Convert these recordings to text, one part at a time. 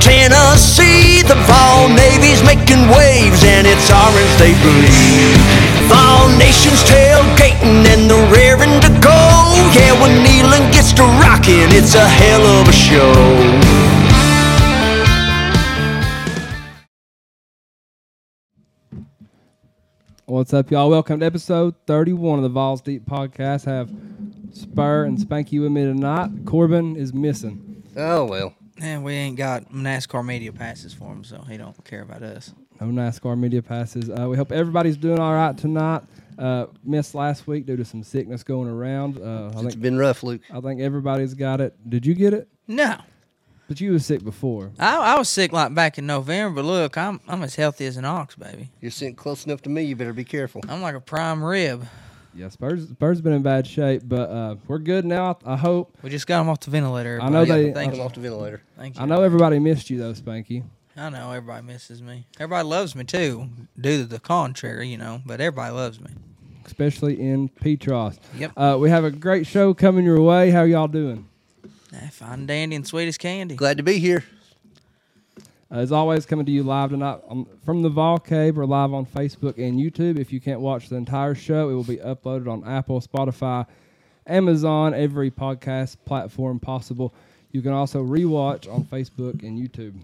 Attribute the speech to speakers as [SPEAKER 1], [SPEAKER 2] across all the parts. [SPEAKER 1] Tennessee, the Vol Navy's making waves, and it's orange they believe. Vol Nation's tailgating and the raring to go. Yeah, when Nealon gets to rockin', it's a hell of a show.
[SPEAKER 2] What's up, y'all? Welcome to episode 31 of the Vols Deep podcast. I have Spur and Spanky with me tonight. Corbin is missing.
[SPEAKER 3] Oh well.
[SPEAKER 4] And we ain't got NASCAR media passes for him, so he don't care about us.
[SPEAKER 2] No NASCAR media passes. Uh, we hope everybody's doing all right tonight. Uh, missed last week due to some sickness going around. Uh, I
[SPEAKER 3] It's
[SPEAKER 2] think
[SPEAKER 3] been rough, Luke.
[SPEAKER 2] I think everybody's got it. Did you get it?
[SPEAKER 4] No,
[SPEAKER 2] But you was sick before.
[SPEAKER 4] I, I was sick like back in November. But look, I'm I'm as healthy as an ox, baby.
[SPEAKER 3] You're sitting close enough to me. You better be careful.
[SPEAKER 4] I'm like a prime rib.
[SPEAKER 2] Yeah, Spurs Spurs been in bad shape, but uh, we're good now. I, I hope.
[SPEAKER 4] We just got him off the ventilator.
[SPEAKER 2] I know
[SPEAKER 4] everybody.
[SPEAKER 2] they-
[SPEAKER 4] Thank
[SPEAKER 3] I'm
[SPEAKER 4] you.
[SPEAKER 3] off the ventilator.
[SPEAKER 4] Thank you.
[SPEAKER 2] I know everybody missed you though, Spanky.
[SPEAKER 4] I know everybody misses me. Everybody loves me too, due to the contrary, you know. But everybody loves me.
[SPEAKER 2] especially in Petros.
[SPEAKER 4] Yep.
[SPEAKER 2] Uh, we have a great show coming your way. How y'all doing?
[SPEAKER 4] Ah, Fine dandy and sweet as candy.
[SPEAKER 3] Glad to be here.
[SPEAKER 2] Uh, as always, coming to you live tonight on, from the Vol Cave. We're live on Facebook and YouTube. If you can't watch the entire show, it will be uploaded on Apple, Spotify, Amazon, every podcast platform possible. You can also rewatch on Facebook and YouTube.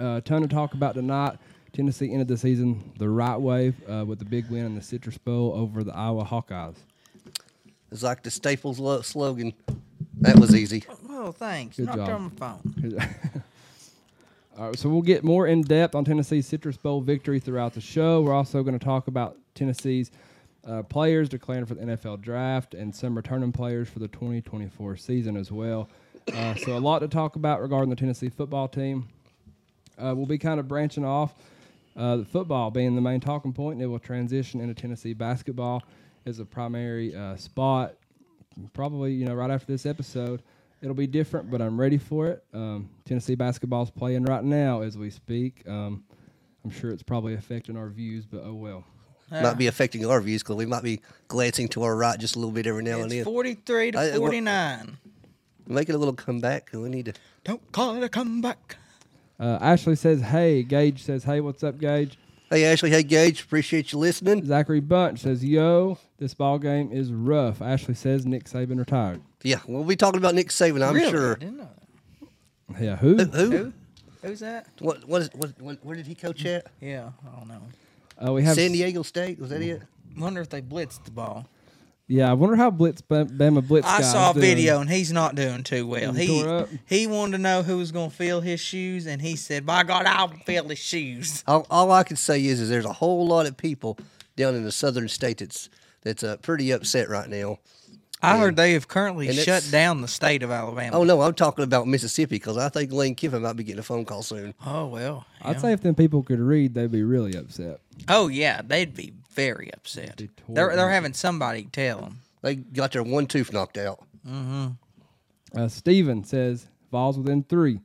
[SPEAKER 2] Uh, a ton to talk about tonight. Tennessee ended the season the right way uh, with the big win in the Citrus Bowl over the Iowa Hawkeyes.
[SPEAKER 3] It's like the Staples lo- slogan. That was easy.
[SPEAKER 4] Well, Oh, thanks.
[SPEAKER 2] Good
[SPEAKER 4] Knocked
[SPEAKER 2] job.
[SPEAKER 4] on my phone.
[SPEAKER 2] All right, so we'll get more in depth on Tennessee's Citrus Bowl victory throughout the show. We're also going to talk about Tennessee's uh, players declaring for the NFL draft and some returning players for the 2024 season as well. Uh, so, a lot to talk about regarding the Tennessee football team. Uh, we'll be kind of branching off uh, the football being the main talking point, and it will transition into Tennessee basketball as a primary uh, spot. Probably, you know, right after this episode, it'll be different, but I'm ready for it. Um, Tennessee basketball's playing right now as we speak. Um, I'm sure it's probably affecting our views, but oh well.
[SPEAKER 3] Might be affecting our views because we might be glancing to our right just a little bit every now and
[SPEAKER 4] It's
[SPEAKER 3] then.
[SPEAKER 4] forty-three
[SPEAKER 3] I-
[SPEAKER 4] to
[SPEAKER 3] I-
[SPEAKER 4] forty-nine.
[SPEAKER 3] Making a little comeback. 'cause We need to.
[SPEAKER 4] Don't call it a comeback.
[SPEAKER 2] Uh, Ashley says, "Hey." Gage says, "Hey, what's up, Gage?"
[SPEAKER 3] Hey Ashley. Hey Gage. Appreciate you listening.
[SPEAKER 2] Zachary Bunch says, "Yo, this ball game is rough." Ashley says, "Nick Saban retired."
[SPEAKER 3] Yeah, we'll be talking about Nick Saban. I'm
[SPEAKER 4] Really? I
[SPEAKER 3] sure.
[SPEAKER 4] didn't know that.
[SPEAKER 2] Yeah, who?
[SPEAKER 3] Who?
[SPEAKER 4] Who? Who's that?
[SPEAKER 3] What? What, is, what, what? Where did he coach at?
[SPEAKER 4] Yeah, I don't know.
[SPEAKER 2] Uh, we have Mm.
[SPEAKER 3] San Diego State. Was that it?
[SPEAKER 4] Wonder if they blitzed the ball.
[SPEAKER 2] Yeah, I wonder how Blitz Bam- Bama Blitz.
[SPEAKER 4] I
[SPEAKER 2] guy's
[SPEAKER 4] saw a
[SPEAKER 2] doing.
[SPEAKER 4] video and he's not doing too well.
[SPEAKER 2] He
[SPEAKER 4] He
[SPEAKER 2] tore up.
[SPEAKER 4] he wanted to know who was gonna fill his shoes, and he said, "By God, I'll fill his shoes."
[SPEAKER 3] All, all I can say is, is there's a whole lot of people down in the southern state that's that's uh, pretty upset right now.
[SPEAKER 4] I heard they have currently
[SPEAKER 3] And
[SPEAKER 4] shut
[SPEAKER 3] it's-
[SPEAKER 4] down the state of Alabama.
[SPEAKER 3] Oh no, I'm talking about Mississippi because I think Lane Kiffin might be getting a phone call soon.
[SPEAKER 4] Oh, well.
[SPEAKER 2] I'd
[SPEAKER 4] yeah.
[SPEAKER 2] say if them people could read, they'd be really upset.
[SPEAKER 4] Oh yeah, they'd be very upset.
[SPEAKER 2] They tore
[SPEAKER 4] They're they're
[SPEAKER 2] up.
[SPEAKER 4] having somebody tell them.
[SPEAKER 3] They got their one tooth knocked out.
[SPEAKER 2] Uh, Steven says Vols within three.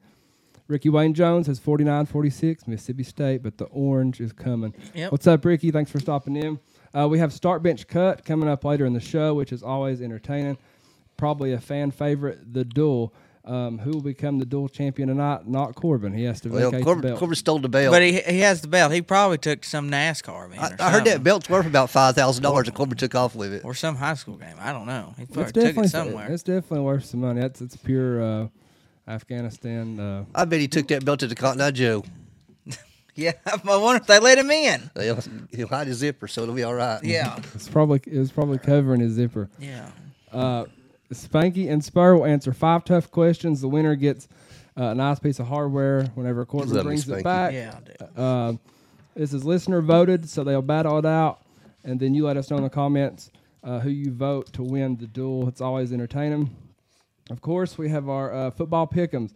[SPEAKER 2] Ricky Wayne Jones has 49 46, Mississippi State, but the orange is coming.
[SPEAKER 4] Yep.
[SPEAKER 2] What's up, Ricky? Thanks for stopping in. Uh, we have Start Bench Cut coming up later in the show, which is always entertaining. Probably a fan favorite, The Duel. Um, who will become the dual champion tonight? Not Corbin. He has to
[SPEAKER 3] Well,
[SPEAKER 2] vacate the
[SPEAKER 3] Corbin,
[SPEAKER 2] belt.
[SPEAKER 3] Corbin stole the belt.
[SPEAKER 4] But he he has the belt. He probably took some NASCAR event.
[SPEAKER 3] I,
[SPEAKER 4] or
[SPEAKER 3] I heard that
[SPEAKER 4] something.
[SPEAKER 3] belt's worth about five thousand dollars, and Corbin took off with it.
[SPEAKER 4] or some high school game. I don't know. He
[SPEAKER 2] It's
[SPEAKER 4] probably took
[SPEAKER 2] definitely,
[SPEAKER 4] it somewhere.
[SPEAKER 2] it's definitely worth some money. That's it's pure uh, Afghanistan. Uh,
[SPEAKER 3] I bet he took that belt to the Cotton Eye Joe.
[SPEAKER 4] yeah, I wonder if they let him in.
[SPEAKER 3] He'll, he'll hide his zipper, so it'll be all right.
[SPEAKER 4] Yeah,
[SPEAKER 2] It's probably it was probably covering his zipper.
[SPEAKER 4] yeah.
[SPEAKER 2] Uh, Spanky and Spur will answer five tough questions. The winner gets uh, a nice piece of hardware whenever Corbin
[SPEAKER 3] Love me,
[SPEAKER 2] brings it
[SPEAKER 3] Spanky.
[SPEAKER 2] back.
[SPEAKER 4] Yeah, I do.
[SPEAKER 2] Uh, this is listener voted, so they'll battle it out, and then you let us know in the comments uh, who you vote to win the duel. It's always entertaining. Of course, we have our uh, football pick'ems.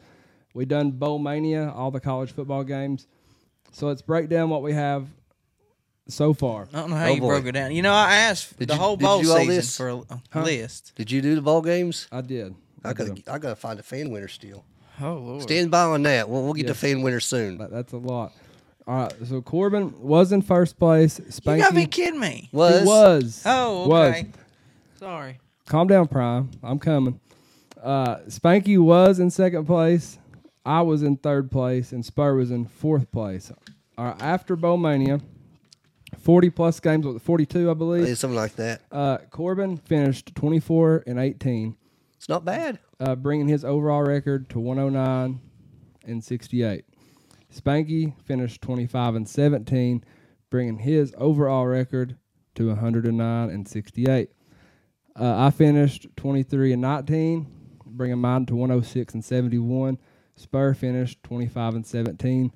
[SPEAKER 2] We done bowl mania, all the college football games. So let's break down what we have so far.
[SPEAKER 4] I don't know how
[SPEAKER 3] Oh,
[SPEAKER 4] you
[SPEAKER 3] boy.
[SPEAKER 4] broke it down. You know, I asked
[SPEAKER 3] Did
[SPEAKER 4] the
[SPEAKER 3] you-
[SPEAKER 4] whole
[SPEAKER 3] did you
[SPEAKER 4] bowl
[SPEAKER 3] do all
[SPEAKER 4] season
[SPEAKER 3] this?
[SPEAKER 4] for a a list.
[SPEAKER 3] Did you do the ball games?
[SPEAKER 2] I did.
[SPEAKER 3] I
[SPEAKER 2] did.
[SPEAKER 3] gotta, I gotta find a fan winner still.
[SPEAKER 4] Oh lord!
[SPEAKER 3] Stand by on that. We'll, we'll get
[SPEAKER 2] Yes.
[SPEAKER 3] the fan winner soon.
[SPEAKER 2] That- that's a lot. All right, so Corbin was in first place.
[SPEAKER 4] you
[SPEAKER 2] Spanky
[SPEAKER 4] gotta be kidding me.
[SPEAKER 3] Was,
[SPEAKER 2] He was.
[SPEAKER 4] Oh,
[SPEAKER 2] Was.
[SPEAKER 4] okay. Sorry.
[SPEAKER 2] Calm down, Prime. I'm coming. Uh, Spanky was in second place. I was in third place and Spur was in fourth place. All right, after Bowmania, 40 plus games, what, 42, I believe.
[SPEAKER 3] It's something like that.
[SPEAKER 2] Uh, Corbin finished 24 and 18,
[SPEAKER 3] It's not bad.
[SPEAKER 2] uh, bringing his overall record to 109 and 68. Spanky finished 25 and 17, bringing his overall record to 109 and 68. Uh, I finished 23 and 19, bringing mine to 106 and 71. Spur finished 25 and 17,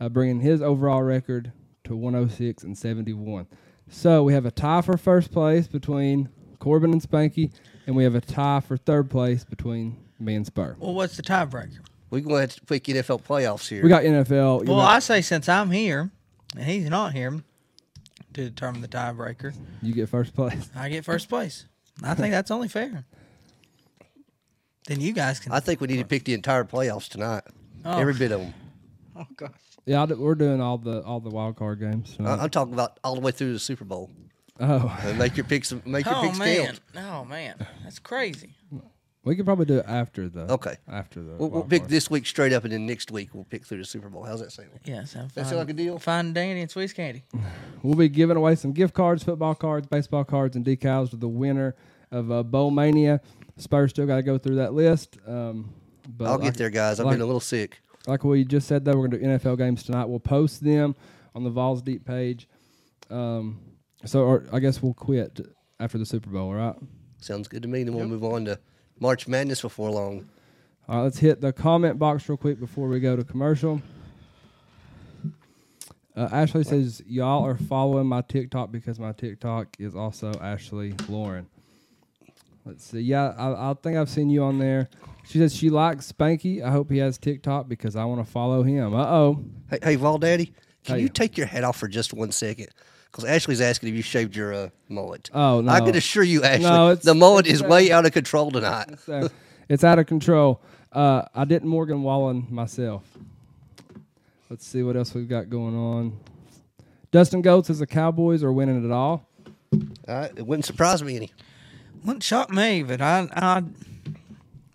[SPEAKER 2] uh, bringing his overall record to 106 and 71. So we have a tie for first place between Corbin and Spanky, and we have a tie for third place between me and Spur.
[SPEAKER 4] Well, what's the tiebreaker?
[SPEAKER 3] We're going to have to pick NFL playoffs here.
[SPEAKER 2] We got NFL. you
[SPEAKER 4] Well,
[SPEAKER 2] know-
[SPEAKER 4] I say since I'm here and he's not here to determine the tiebreaker,
[SPEAKER 2] You get first place.
[SPEAKER 4] I get first place. I think that's only fair. Then you guys can.
[SPEAKER 3] I think we need to pick the entire playoffs tonight.
[SPEAKER 4] Oh.
[SPEAKER 3] Every bit of them.
[SPEAKER 4] oh gosh.
[SPEAKER 2] Yeah, I d- we're doing all the all the wild card games. tonight.
[SPEAKER 4] Uh,
[SPEAKER 3] I'm talking about all the way through the Super Bowl.
[SPEAKER 2] oh,
[SPEAKER 3] And make your picks. Make your
[SPEAKER 4] Oh
[SPEAKER 3] picks
[SPEAKER 4] man.
[SPEAKER 3] count.
[SPEAKER 4] Oh man. That's crazy.
[SPEAKER 2] we could probably do it after the.
[SPEAKER 3] Okay.
[SPEAKER 2] After the.
[SPEAKER 3] We'll, we'll
[SPEAKER 2] wild
[SPEAKER 3] pick
[SPEAKER 2] card.
[SPEAKER 3] this week straight up, and then next week we'll pick through the Super Bowl. How's that sound?
[SPEAKER 4] Yeah. So
[SPEAKER 3] That
[SPEAKER 2] Um,
[SPEAKER 4] fine-
[SPEAKER 3] sound like a deal?
[SPEAKER 4] Fine dandy and Swiss candy.
[SPEAKER 2] We'll be giving away some gift cards, football cards, baseball cards, and decals to the winner of uh, Bowl Mania. Spurs still got to go through that list. Um, but
[SPEAKER 3] I'll get
[SPEAKER 2] like-
[SPEAKER 3] there, guys. I've
[SPEAKER 2] like-
[SPEAKER 3] been a little sick.
[SPEAKER 2] Like we just said, though, we're going to do NFL games tonight. We'll post them on the Vols Deep page. Um, so or, I guess we'll quit after the Super Bowl, all right?
[SPEAKER 3] Sounds good to me. Then we'll move on to March Madness before long.
[SPEAKER 2] All right, let's hit the comment box real quick before we go to commercial. Uh, Ashley says, Y'all are following my TikTok because my TikTok is also Ashley Lauren. Let's see. Yeah, I, I think I've seen you on there. She says she likes Spanky. I hope he has TikTok because I want to follow him. Uh oh.
[SPEAKER 3] Hey, hey Vol Daddy, can
[SPEAKER 2] Hey.
[SPEAKER 3] you take your hat off for just one second? Because Ashley's asking if you shaved your uh, mullet.
[SPEAKER 2] Oh, no.
[SPEAKER 3] I can assure you, Ashley,
[SPEAKER 2] No, it's-
[SPEAKER 3] the mullet
[SPEAKER 2] it's uh,
[SPEAKER 3] is
[SPEAKER 2] bad.
[SPEAKER 3] way out of control tonight.
[SPEAKER 2] So it's out of control. Uh, I did Morgan Wallen myself. Let's see what else we've got going on. Dustin Gold says the Cowboys are winning it all.
[SPEAKER 3] Uh, it wouldn't surprise me any.
[SPEAKER 4] Wouldn't shock me, but I, I,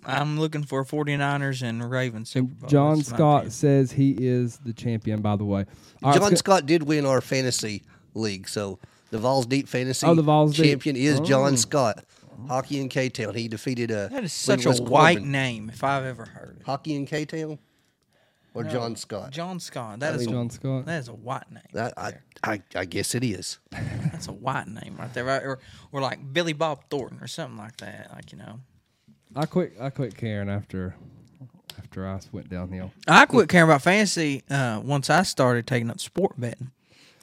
[SPEAKER 4] I'm looking for 49ers and Ravens Super Bowl.
[SPEAKER 2] John
[SPEAKER 4] Oh, That's my
[SPEAKER 2] Scott
[SPEAKER 4] opinion.
[SPEAKER 2] says he is the champion, by the way. All right,
[SPEAKER 3] John
[SPEAKER 2] let's go-
[SPEAKER 3] Scott did win our fantasy league, so the Vols Deep fantasy
[SPEAKER 2] Oh, the Vols Deep.
[SPEAKER 3] champion is John
[SPEAKER 2] Oh.
[SPEAKER 3] Scott. Hockey in K Town. He defeated uh,
[SPEAKER 4] That is such a
[SPEAKER 3] Legolas
[SPEAKER 4] white
[SPEAKER 3] Corbin.
[SPEAKER 4] name if I've ever heard it.
[SPEAKER 3] Hockey in K Town or John Scott.
[SPEAKER 4] John Scott. That is
[SPEAKER 2] mean-
[SPEAKER 4] a-
[SPEAKER 2] John Scott.
[SPEAKER 4] That is a white name.
[SPEAKER 3] That, I, I I guess it is.
[SPEAKER 4] That's a white name right there, right? Or, or like Billy Bob Thornton or something like that. Like you know,
[SPEAKER 2] I quit. I quit caring after after I went downhill.
[SPEAKER 4] I quit caring about fantasy uh, once I started taking up sport betting.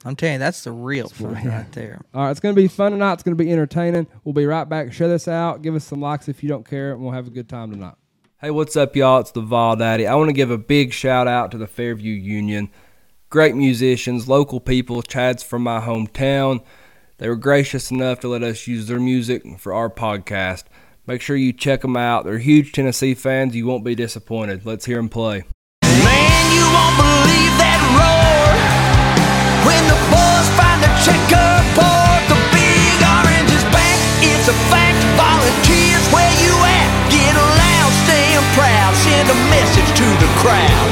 [SPEAKER 4] I'm telling you, that's the real fun right there.
[SPEAKER 2] All right, it's going to be fun tonight. It's going to be entertaining. We'll be right back. Share this out. Give us some likes if you don't care, and we'll have a good time tonight. Hey, what's up, y'all? It's the Vol Daddy. I want to give a big shout out to the Fairview Union. Great musicians, local people. Chad's from my hometown. They were gracious enough to let us use their music for our podcast. Make sure you check them out. They're huge Tennessee fans. You won't be disappointed. Let's hear them play.
[SPEAKER 1] Man, you won't believe that roar when the boys find the checkerboard. The big orange is back. It's a fact. Volunteers, where you at? Get loud, stay proud. Send a message to the crowd.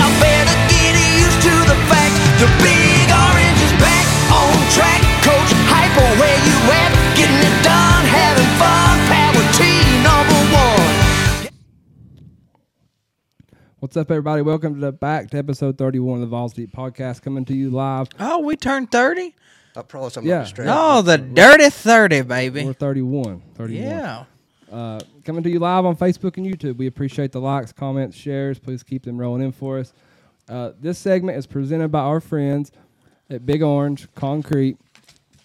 [SPEAKER 1] Y'all better get used to the fact. The big orange is back on track. Coach Hyper, where you at? Getting it done, having fun. Power team number one.
[SPEAKER 2] What's up, everybody? Welcome to the back to episode 31 of the Vols Deep Podcast, coming to you live.
[SPEAKER 4] Oh, we turned thirty.
[SPEAKER 3] I promise I'm
[SPEAKER 2] Yeah.
[SPEAKER 3] not distracted.
[SPEAKER 4] Oh, the dirty thirty,
[SPEAKER 2] We're
[SPEAKER 4] baby.
[SPEAKER 2] 31. 31.
[SPEAKER 4] Yeah.
[SPEAKER 2] Uh, coming to you live on Facebook and YouTube. We appreciate the likes, comments, shares. Please keep them rolling in for us. Uh, this segment is presented by our friends at Big Orange Concrete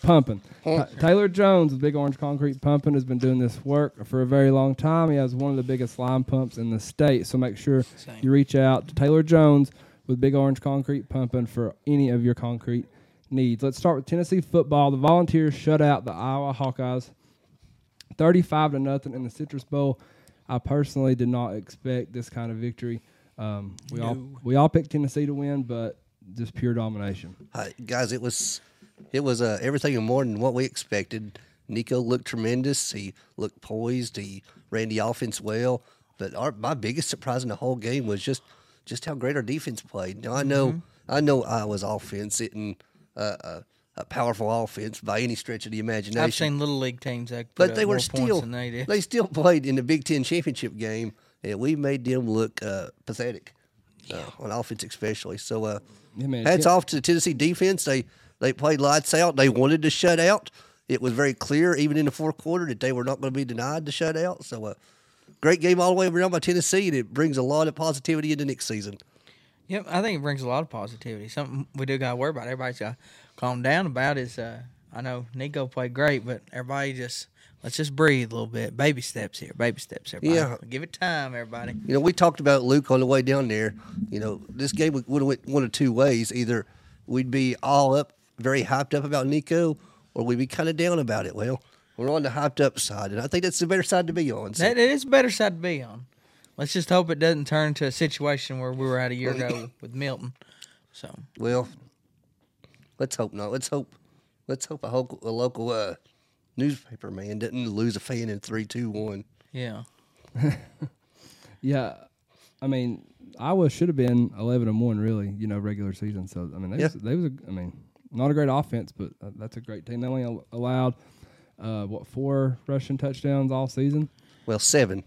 [SPEAKER 2] Pumping. Ta- Taylor Jones of Big Orange Concrete Pumping has been doing this work for a very long time. He has one of the biggest lime pumps in the state. So make sure you reach out to Taylor Jones with Big Orange Concrete Pumping for any of your concrete needs. Let's start with Tennessee football. The Volunteers shut out the Iowa Hawkeyes 35 to nothing in the Citrus Bowl. I personally did not expect this kind of victory. Um, we all we all picked Tennessee to win, but just pure domination.
[SPEAKER 3] Hi, Uh, guys, it was it was uh, everything and more than what we expected. Nico looked tremendous. He looked poised. He ran the offense well. But our, my biggest surprise in the whole game was just just how great our defense played. Now I know
[SPEAKER 4] Mm-hmm.
[SPEAKER 3] I know Iowa's offense isn't uh, a, a powerful offense by any stretch of the imagination.
[SPEAKER 4] I've seen little league teams that put
[SPEAKER 3] but
[SPEAKER 4] up
[SPEAKER 3] they
[SPEAKER 4] more
[SPEAKER 3] were
[SPEAKER 4] points
[SPEAKER 3] still
[SPEAKER 4] than they
[SPEAKER 3] they,
[SPEAKER 4] did.
[SPEAKER 3] still played in the Big Ten championship game, and we made them look uh, pathetic uh, on offense, especially. So, uh,
[SPEAKER 2] Yeah, man,
[SPEAKER 3] hats
[SPEAKER 2] Ten-
[SPEAKER 3] off to the Tennessee defense. They they played lights out. They wanted to shut out. It was very clear, even in the fourth quarter, that they were not going to be denied the shutout. So, uh, great game all the way around by Tennessee, and it brings a lot of positivity into next season.
[SPEAKER 4] Yep, I think it brings a lot of positivity. Something we do got to worry about. Everybody's got to calm down about is uh, I know Nico played great, but everybody just let's just breathe a little bit. Baby steps here, baby steps. Everybody,
[SPEAKER 3] Yeah. Mm-hmm.
[SPEAKER 4] give it time, everybody.
[SPEAKER 3] You know, we talked about Luke on the way down there. You know, this game would have went one of two ways. Either we'd be all up, very hyped up about Nico, or we'd be kind of down about it. Well, we're on the hyped up side, and I think that's the better side to be on. So,
[SPEAKER 4] That it is a better side to be on. Let's just hope it doesn't turn to a situation where we were at a year ago with Milton. So
[SPEAKER 3] well, let's hope not. Let's hope. Let's hope a local, a local uh, newspaper man didn't lose a fan in three, two, one.
[SPEAKER 4] yeah,
[SPEAKER 2] Yeah, I mean, Iowa should have been eleven and one, really. You know, regular season. So I mean, they
[SPEAKER 3] Yeah.
[SPEAKER 2] was, they was a, I mean, not a great offense, but uh, that's a great team. They only al- allowed uh, what four rushing touchdowns all season.
[SPEAKER 3] Well, seven.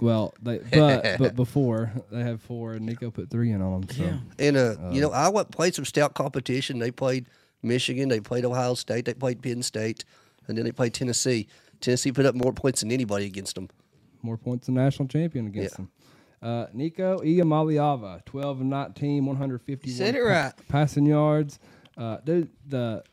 [SPEAKER 2] Well, they but but before they had four, and Nico put three in on them. So.
[SPEAKER 4] Yeah.
[SPEAKER 3] And uh, you know, Iowa played some stout competition. They played Michigan, they played Ohio State, they played Penn State, and then they played Tennessee. Tennessee put up more points than anybody against them.
[SPEAKER 2] more points than national champion against
[SPEAKER 3] Yeah.
[SPEAKER 2] them. Uh, Nico Iamaliava, 12 and 19, 151
[SPEAKER 4] You said it
[SPEAKER 2] pa-
[SPEAKER 4] right.
[SPEAKER 2] passing yards. Uh, dude, the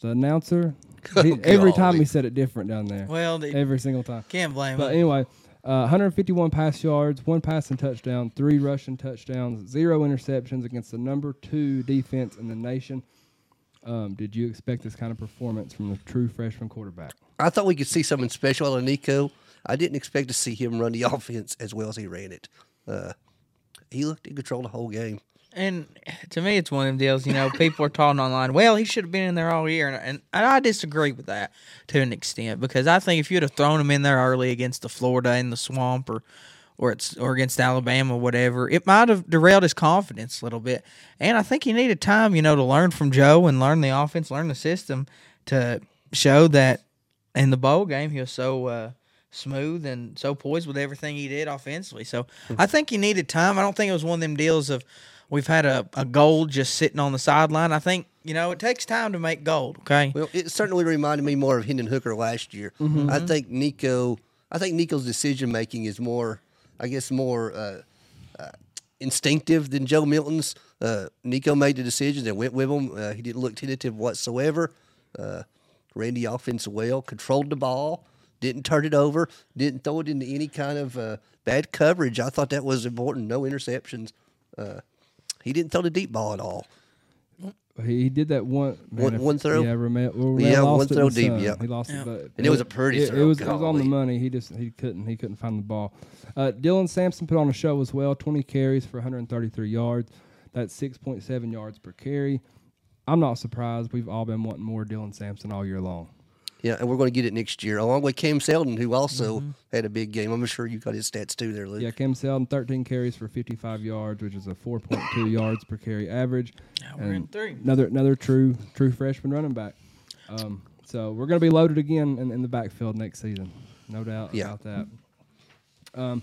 [SPEAKER 2] the announcer, he- every time
[SPEAKER 3] golly.
[SPEAKER 2] he said it different down there.
[SPEAKER 4] Oh, Well, the-
[SPEAKER 2] every single time.
[SPEAKER 4] can't blame
[SPEAKER 2] But
[SPEAKER 4] him.
[SPEAKER 2] anyway, uh, 151 pass yards, one passing touchdown, three rushing touchdowns, zero interceptions against the number two defense in the nation. Um, did you expect this kind of performance from the true freshman quarterback?
[SPEAKER 3] I thought we could see something special out of Nico. I didn't expect to see him run the offense as well as he ran it. Uh, he looked in control the whole game.
[SPEAKER 4] And to me, it's one of them deals. You know, people are talking online. Well, he should have been in there all year, and, and I disagree with that to an extent because I think if you'd have thrown him in there early against the Florida in the swamp or or it's or against Alabama, whatever, it might have derailed his confidence a little bit. And I think he needed time, you know, to learn from Joe and learn the offense, learn the system to show that in the bowl game he was so uh, smooth and so poised with everything he did offensively. So
[SPEAKER 3] Hmm.
[SPEAKER 4] I think he needed time. I don't think it was one of them deals of we've had a, a gold just sitting on the sideline. I think you know it takes time to make gold. Okay,
[SPEAKER 3] Well, it certainly reminded me more of Hendon Hooker last year. I think Nico, I think Nico's decision making is more, I guess, more uh, uh, instinctive than Joe Milton's. Uh, Nico made the decisions and went with him. Uh, he didn't look tentative whatsoever. Uh, ran the offense well, controlled the ball, didn't turn it over, didn't throw it into any kind of uh, bad coverage. I thought that was important. No interceptions. Uh, he didn't throw the deep ball at all.
[SPEAKER 2] He, he did that one man,
[SPEAKER 3] One-
[SPEAKER 2] if-
[SPEAKER 3] one throw?
[SPEAKER 2] Yeah, Romel, well, Romel
[SPEAKER 3] Yeah,
[SPEAKER 2] lost
[SPEAKER 3] one
[SPEAKER 2] it in
[SPEAKER 3] throw
[SPEAKER 2] the
[SPEAKER 3] deep,
[SPEAKER 2] sun.
[SPEAKER 3] yep.
[SPEAKER 2] he lost it,
[SPEAKER 4] Yeah.
[SPEAKER 2] but
[SPEAKER 3] And it was a pretty
[SPEAKER 2] it,
[SPEAKER 3] throw,
[SPEAKER 2] It was, it was on the
[SPEAKER 3] golly.
[SPEAKER 2] money. He just he couldn't he couldn't find the ball. Uh, Dylan Sampson put on a show as well. Twenty carries for 133 yards. That's 6.7 yards per carry. I'm not surprised. We've all been wanting more Dylan Sampson all year long.
[SPEAKER 3] Yeah, and we're going to get it next year, along with Cam Seldon, who also had a big game. I'm sure you got his stats too there, Luke.
[SPEAKER 2] Yeah, Cam Seldon 13 carries for 55 yards, which is a 4.2 yards per carry average.
[SPEAKER 4] Now we're in
[SPEAKER 2] And
[SPEAKER 4] three.
[SPEAKER 2] Another another true true freshman running back. Um, so we're going to be loaded again in, in the backfield next season, no doubt
[SPEAKER 3] Yeah.
[SPEAKER 2] about that. Um,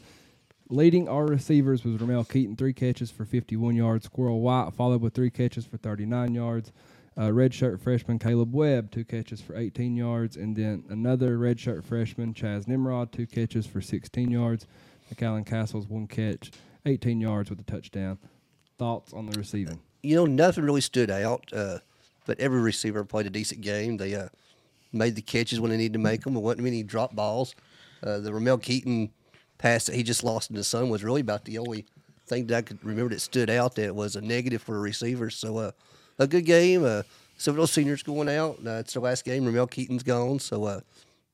[SPEAKER 2] leading our receivers was Ramel Keaton, three catches for 51 yards. Squirrel White followed with three catches for 39 yards. Uh, redshirt freshman Caleb Webb, two catches for 18 yards, and then another redshirt freshman Chaz Nimrod, two catches for 16 yards. McAllen Castles, one catch, 18 yards with a touchdown. Thoughts on the receiving?
[SPEAKER 3] You know, nothing really stood out, uh, but every receiver played a decent game. They uh, made the catches when they needed to make them. There wasn't many drop balls. Uh, the Ramel Keaton pass that he just lost in the sun was really about the only thing that I could remember that stood out that was a negative for a receiver. So uh, a good game. Uh, some of those seniors going out. Uh, it's the last game. Ramel Keaton's gone. So uh,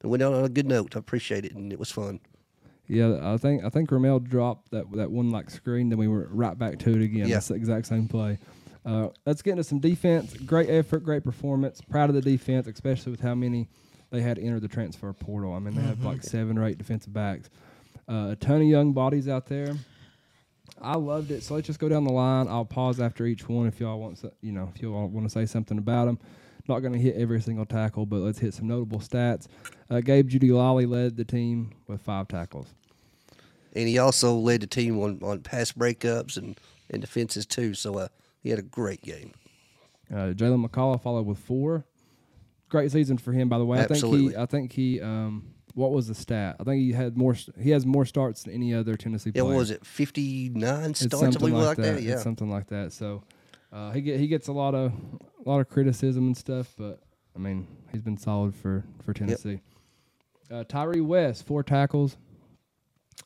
[SPEAKER 3] it went out on a good note. I appreciate it, and it was fun.
[SPEAKER 2] Yeah, I think I think Ramel dropped that that one like screen, then we were right back to it again.
[SPEAKER 3] Yeah.
[SPEAKER 2] That's the exact same play. Uh, let's get into some defense. Great effort, great performance. Proud of the defense, especially with how many they had entered the transfer portal. I mean, they have like seven or eight defensive backs. Uh, a ton of young bodies out there. I loved it. So let's just go down the line. I'll pause after each one if y'all want, so- you know, if y'all want to say something about them. Not going to hit every single tackle, but let's hit some notable stats. Uh, Gabe Judy Lolly led the team with five tackles.
[SPEAKER 3] and he also led the team on, on pass breakups and, and defenses too. So uh, he had a great game.
[SPEAKER 2] Uh, Jalen McCullough followed with four. Great season for him, by the way.
[SPEAKER 3] Absolutely.
[SPEAKER 2] I think he, I think he, um, what was the stat? I think he had more. s- He has more starts than any other Tennessee
[SPEAKER 3] Yeah,
[SPEAKER 2] player.
[SPEAKER 3] what was it? Fifty nine
[SPEAKER 2] It's
[SPEAKER 3] starts, I
[SPEAKER 2] something
[SPEAKER 3] believe, like, that.
[SPEAKER 2] It's
[SPEAKER 3] Yeah,
[SPEAKER 2] something like that. So uh, he get, he gets a lot of a lot of criticism and stuff, but I mean he's been solid for for Tennessee. Uh, Tyree West four tackles,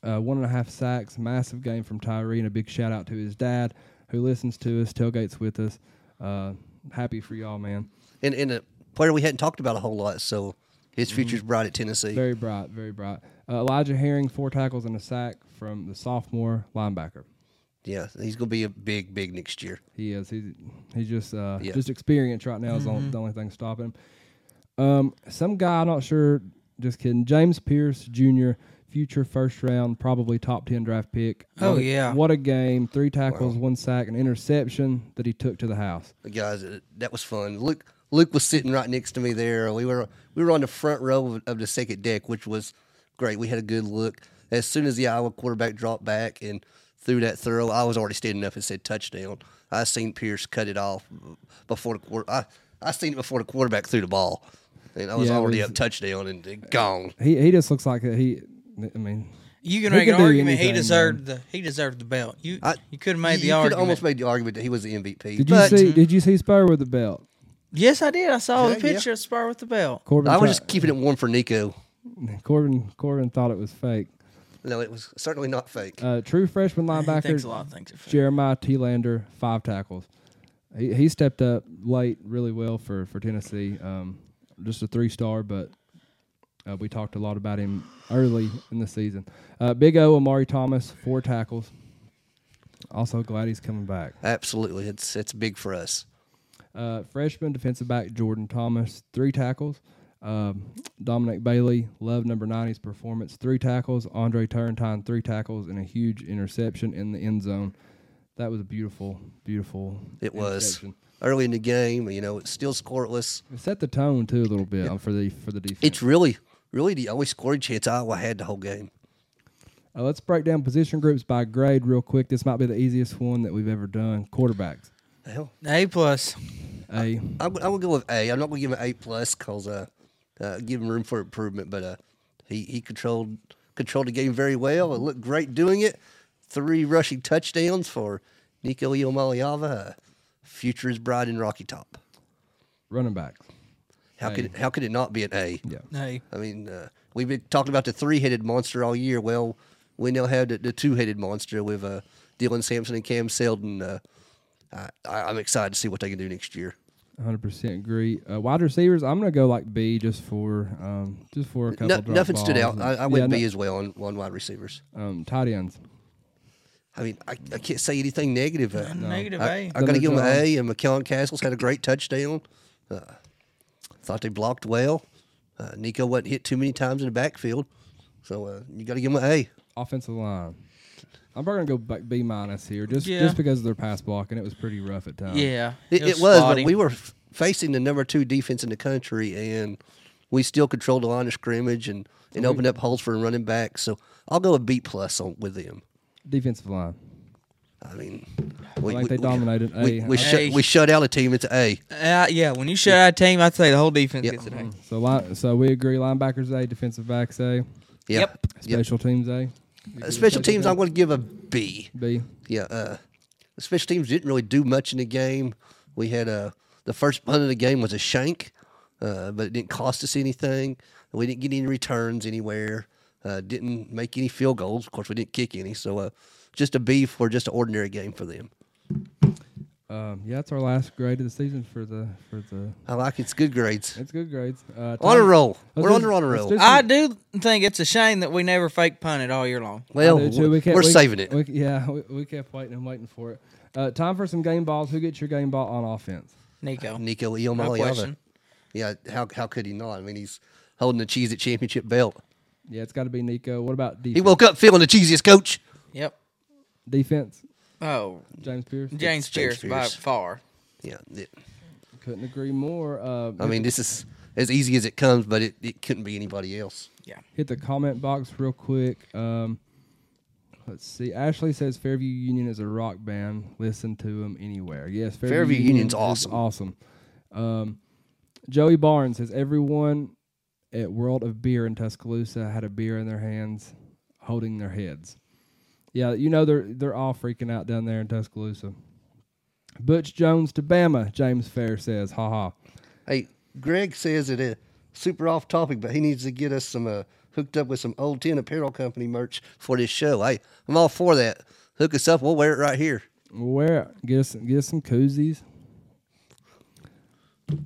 [SPEAKER 2] uh, one and a half sacks, massive game from Tyree, and a big shout out to his dad who listens to us, tailgates with us. Uh, happy for y'all, man.
[SPEAKER 3] and and a player we hadn't talked about a whole lot. So his future's bright at Tennessee.
[SPEAKER 2] Mm-hmm. Very bright, very bright. Uh, Elijah Herring four tackles and a sack from the sophomore linebacker.
[SPEAKER 3] yeah, he's going to be a big, big next year.
[SPEAKER 2] He is. He's he's just uh,
[SPEAKER 3] Yeah.
[SPEAKER 2] just experience right now is the only- the only thing stopping him. Um, some guy, I'm not sure. Just kidding. James Pierce Jr., future first round, probably top ten draft pick.
[SPEAKER 4] Oh,
[SPEAKER 2] What a-
[SPEAKER 4] yeah.
[SPEAKER 2] what a game! Three tackles, one sack, an interception that he took to the house.
[SPEAKER 3] guys, uh, that was fun. Luke Luke was sitting right next to me there. We were we were on the front row of, of the second deck, which was great. We had a good look. As soon as the Iowa quarterback dropped back and threw that throw, I was already standing up and said touchdown. I seen Pierce cut it off before the quarter. I, I seen it before the quarterback threw the ball, and I was
[SPEAKER 2] Yeah, it
[SPEAKER 3] already
[SPEAKER 2] was-
[SPEAKER 3] up touchdown and, and gone.
[SPEAKER 2] He he just looks like a, he. I mean,
[SPEAKER 4] You can
[SPEAKER 2] He
[SPEAKER 4] make
[SPEAKER 2] could
[SPEAKER 4] an
[SPEAKER 2] do
[SPEAKER 4] argument he
[SPEAKER 2] anything,
[SPEAKER 4] deserved the he deserved the belt. You
[SPEAKER 3] I,
[SPEAKER 4] you could have made
[SPEAKER 3] you-
[SPEAKER 4] the
[SPEAKER 3] you coulda
[SPEAKER 4] argument.
[SPEAKER 3] almost made the argument that he was the MVP.
[SPEAKER 2] did you
[SPEAKER 3] but
[SPEAKER 2] see? Did you see Spur with the belt?
[SPEAKER 4] yes, I did. I saw
[SPEAKER 3] Yeah,
[SPEAKER 4] the
[SPEAKER 3] yeah.
[SPEAKER 4] picture of Spar with the belt.
[SPEAKER 2] Corbin.
[SPEAKER 3] I was
[SPEAKER 2] thought-
[SPEAKER 3] just keeping it warm for Nico.
[SPEAKER 2] Corbin. Corbin thought it was fake.
[SPEAKER 3] No, it was certainly not fake.
[SPEAKER 2] Uh, true freshman
[SPEAKER 4] He thinks
[SPEAKER 2] linebacker
[SPEAKER 4] a lot of things. are fair.
[SPEAKER 2] Jeremiah T. Lander, five tackles. He, he stepped up late really well for, for Tennessee. Um, just a three star, but uh, we talked a lot about him early in the season. Uh, Big O, Amari Thomas, four tackles. Also glad he's coming back.
[SPEAKER 3] Absolutely, it's it's big for us.
[SPEAKER 2] Uh, freshman defensive back Jordan Thomas, three tackles. Um, Dominic Bailey, love number 90's performance, three tackles. Andre Turrentine, three tackles, and a huge interception in the end zone. That was a beautiful, beautiful.
[SPEAKER 3] It was
[SPEAKER 2] interception.
[SPEAKER 3] early in the game. You know, it's still scoreless.
[SPEAKER 2] It set the tone too a little bit um, for the for the defense.
[SPEAKER 3] It's really, really the only scoring chance Iowa had the whole game.
[SPEAKER 2] Uh, let's break down position groups by grade real quick. This might be the easiest one that we've ever done. Quarterbacks,
[SPEAKER 3] Hell,
[SPEAKER 4] A plus.
[SPEAKER 2] a
[SPEAKER 3] I'm, I'm gonna go with A. I'm not gonna give him an A plus because uh, uh, give him room for improvement. But uh, he he controlled controlled the game very well. It looked great doing it. Three rushing touchdowns for Nico Iomaliava. Future is bright in Rocky Top.
[SPEAKER 2] running backs.
[SPEAKER 3] How could how could it not be an A?
[SPEAKER 2] Yeah,
[SPEAKER 4] A.
[SPEAKER 3] I mean, uh, we've been talking about the three-headed monster all year. Well, we now have the, the two-headed monster with uh, Dylan Sampson and Cam Seldon. Uh, I, I- I'm excited to see what they can do next year.
[SPEAKER 2] 100 percent agree. Uh, wide receivers, I'm gonna go like B just for um, just for a couple.
[SPEAKER 3] No,
[SPEAKER 2] drop
[SPEAKER 3] nothing stood
[SPEAKER 2] balls
[SPEAKER 3] out.
[SPEAKER 2] and-
[SPEAKER 3] I, I
[SPEAKER 2] Yeah,
[SPEAKER 3] went
[SPEAKER 2] no-
[SPEAKER 3] B as well on, on wide receivers.
[SPEAKER 2] um, tight ends.
[SPEAKER 3] I mean, I, I can't say anything negative. Uh,
[SPEAKER 4] Negative
[SPEAKER 3] I,
[SPEAKER 4] A.
[SPEAKER 3] I got to
[SPEAKER 2] Then
[SPEAKER 3] give them an
[SPEAKER 2] there's,
[SPEAKER 3] A, and McKellen Castles had a great touchdown. Uh, thought they blocked well. Uh, Nico wasn't hit too many times in the backfield. So uh, you got to give them an A.
[SPEAKER 2] Offensive line. I'm probably gonna go back B minus here, just
[SPEAKER 4] Yeah.
[SPEAKER 2] just because of their pass blocking. It was pretty rough at times.
[SPEAKER 4] yeah.
[SPEAKER 3] It, it was,
[SPEAKER 4] spotty.
[SPEAKER 3] but we were f- facing the number two defense in the country, and we still controlled the line of scrimmage and, and
[SPEAKER 2] Mm-hmm.
[SPEAKER 3] opened up holes for a running back. So I'll go a B plus on with them.
[SPEAKER 2] Defensive line.
[SPEAKER 3] I mean, we,
[SPEAKER 2] think they dominated.
[SPEAKER 3] We,
[SPEAKER 2] A. Uh,
[SPEAKER 3] we,
[SPEAKER 2] I-
[SPEAKER 3] shut, we shut out a team. It's A.
[SPEAKER 4] Uh, yeah, when you shut out a team, I'd say the whole defense
[SPEAKER 3] Yep.
[SPEAKER 4] gets an A.
[SPEAKER 2] So line, so we agree. Linebackers A, defensive backs A,
[SPEAKER 3] Yeah.
[SPEAKER 4] Yep.
[SPEAKER 3] Yep.
[SPEAKER 2] special teams A,
[SPEAKER 3] Uh, Special teams, I'm going to give a B.
[SPEAKER 2] B.
[SPEAKER 3] Yeah. Uh, special teams didn't really do much in the game. We had a the first punt of the game was a shank, uh, but it didn't cost us anything. We didn't get any returns anywhere. Uh, didn't make any field goals. Of course, we didn't kick any. So uh, just a B for just an ordinary game for them.
[SPEAKER 2] Um, yeah, that's our last grade of the season for the for the.
[SPEAKER 3] I like it's good grades.
[SPEAKER 2] It's good grades. Uh,
[SPEAKER 3] On a
[SPEAKER 2] Tom-
[SPEAKER 3] roll.
[SPEAKER 2] let's
[SPEAKER 3] We're on
[SPEAKER 2] do-
[SPEAKER 3] a honor
[SPEAKER 2] let's
[SPEAKER 3] roll. Ah,
[SPEAKER 2] do some-
[SPEAKER 4] I do think it's a shame that we never fake punted all year long.
[SPEAKER 3] Well,
[SPEAKER 2] I do too.
[SPEAKER 3] we
[SPEAKER 2] kept-
[SPEAKER 3] are saving it.
[SPEAKER 2] we- yeah, we, we kept waiting and waiting for it. Uh, time for some game balls. Who gets your game ball on offense?
[SPEAKER 4] Nico.
[SPEAKER 3] Nico
[SPEAKER 4] No
[SPEAKER 3] Iomaliava.
[SPEAKER 4] question.
[SPEAKER 3] Yeah, how how could he not? I mean, he's holding the cheese at championship belt.
[SPEAKER 2] Yeah, it's got to be Nico. What about defense?
[SPEAKER 3] He woke up feeling the cheesiest coach.
[SPEAKER 4] Yep.
[SPEAKER 2] defense.
[SPEAKER 4] Oh,
[SPEAKER 2] James Pierce.
[SPEAKER 4] James Pierce by
[SPEAKER 3] Pierce.
[SPEAKER 4] far.
[SPEAKER 3] Yeah. it-
[SPEAKER 2] Couldn't agree more. Uh,
[SPEAKER 3] I mean, this is as easy as it comes, but it, it couldn't be anybody else.
[SPEAKER 4] Yeah.
[SPEAKER 2] hit the comment box real quick. Um, let's see. Ashley says Fairview Union is a rock band. Listen to them anywhere. Yes, Fairview,
[SPEAKER 3] Fairview Union's
[SPEAKER 2] is
[SPEAKER 3] awesome.
[SPEAKER 2] Awesome. Um, Joey Barnes says everyone at World of Beer in Tuscaloosa had a beer in their hands, holding their heads. Yeah, you know they're they're all freaking out down there in Tuscaloosa. Butch Jones to Bama, James Fair says, ha ha.
[SPEAKER 3] Hey, Greg says it uh, super off topic, but he needs to get us some uh, hooked up with some old tin apparel company merch for this show. Hey, I'm all for that. Hook us up. We'll wear it right here.
[SPEAKER 2] Where get us get us some koozies.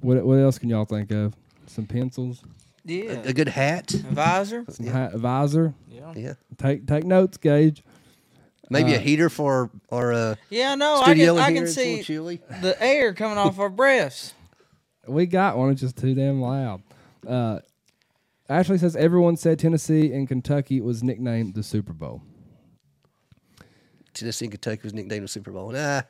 [SPEAKER 2] What what else can y'all think of? Some pencils,
[SPEAKER 4] Yeah.
[SPEAKER 3] A good hat.
[SPEAKER 4] Uh, Advisor.
[SPEAKER 2] some hi- a visor.
[SPEAKER 4] Yeah.
[SPEAKER 3] Yeah.
[SPEAKER 2] Take take notes, Gage.
[SPEAKER 3] Maybe a heater for our uh,
[SPEAKER 4] Yeah. No, I
[SPEAKER 3] studio
[SPEAKER 4] can,
[SPEAKER 3] in
[SPEAKER 4] I
[SPEAKER 3] here.
[SPEAKER 4] can
[SPEAKER 3] It's a little
[SPEAKER 4] see
[SPEAKER 3] chilly.
[SPEAKER 4] the air coming off our breaths.
[SPEAKER 2] We got one. It's just too damn loud. Uh, Ashley says everyone said Tennessee and Kentucky was nicknamed the Super Bowl.
[SPEAKER 3] Tennessee and Kentucky was nicknamed the Super Bowl. Nah,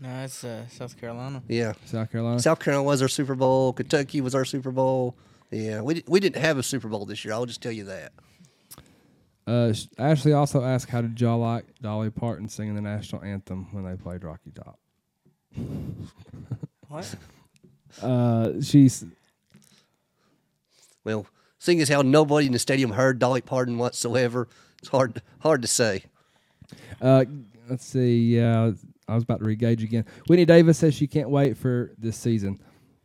[SPEAKER 4] No, it's uh, South Carolina.
[SPEAKER 3] yeah.
[SPEAKER 2] South Carolina.
[SPEAKER 3] South Carolina was our Super Bowl. Kentucky was our Super Bowl. Yeah, we, di- we didn't have a Super Bowl this year. I'll just tell you that.
[SPEAKER 2] Uh, sh- Ashley also asked, "How did y'all like Dolly Parton singing the national anthem when they played Rocky Top?"
[SPEAKER 4] What?
[SPEAKER 2] Uh, she's
[SPEAKER 3] Well, seeing as how nobody in the stadium heard Dolly Parton whatsoever, it's hard hard to say.
[SPEAKER 2] Uh, let's see. Uh, I was about to regauge again. Whitney Davis says she can't wait for this season.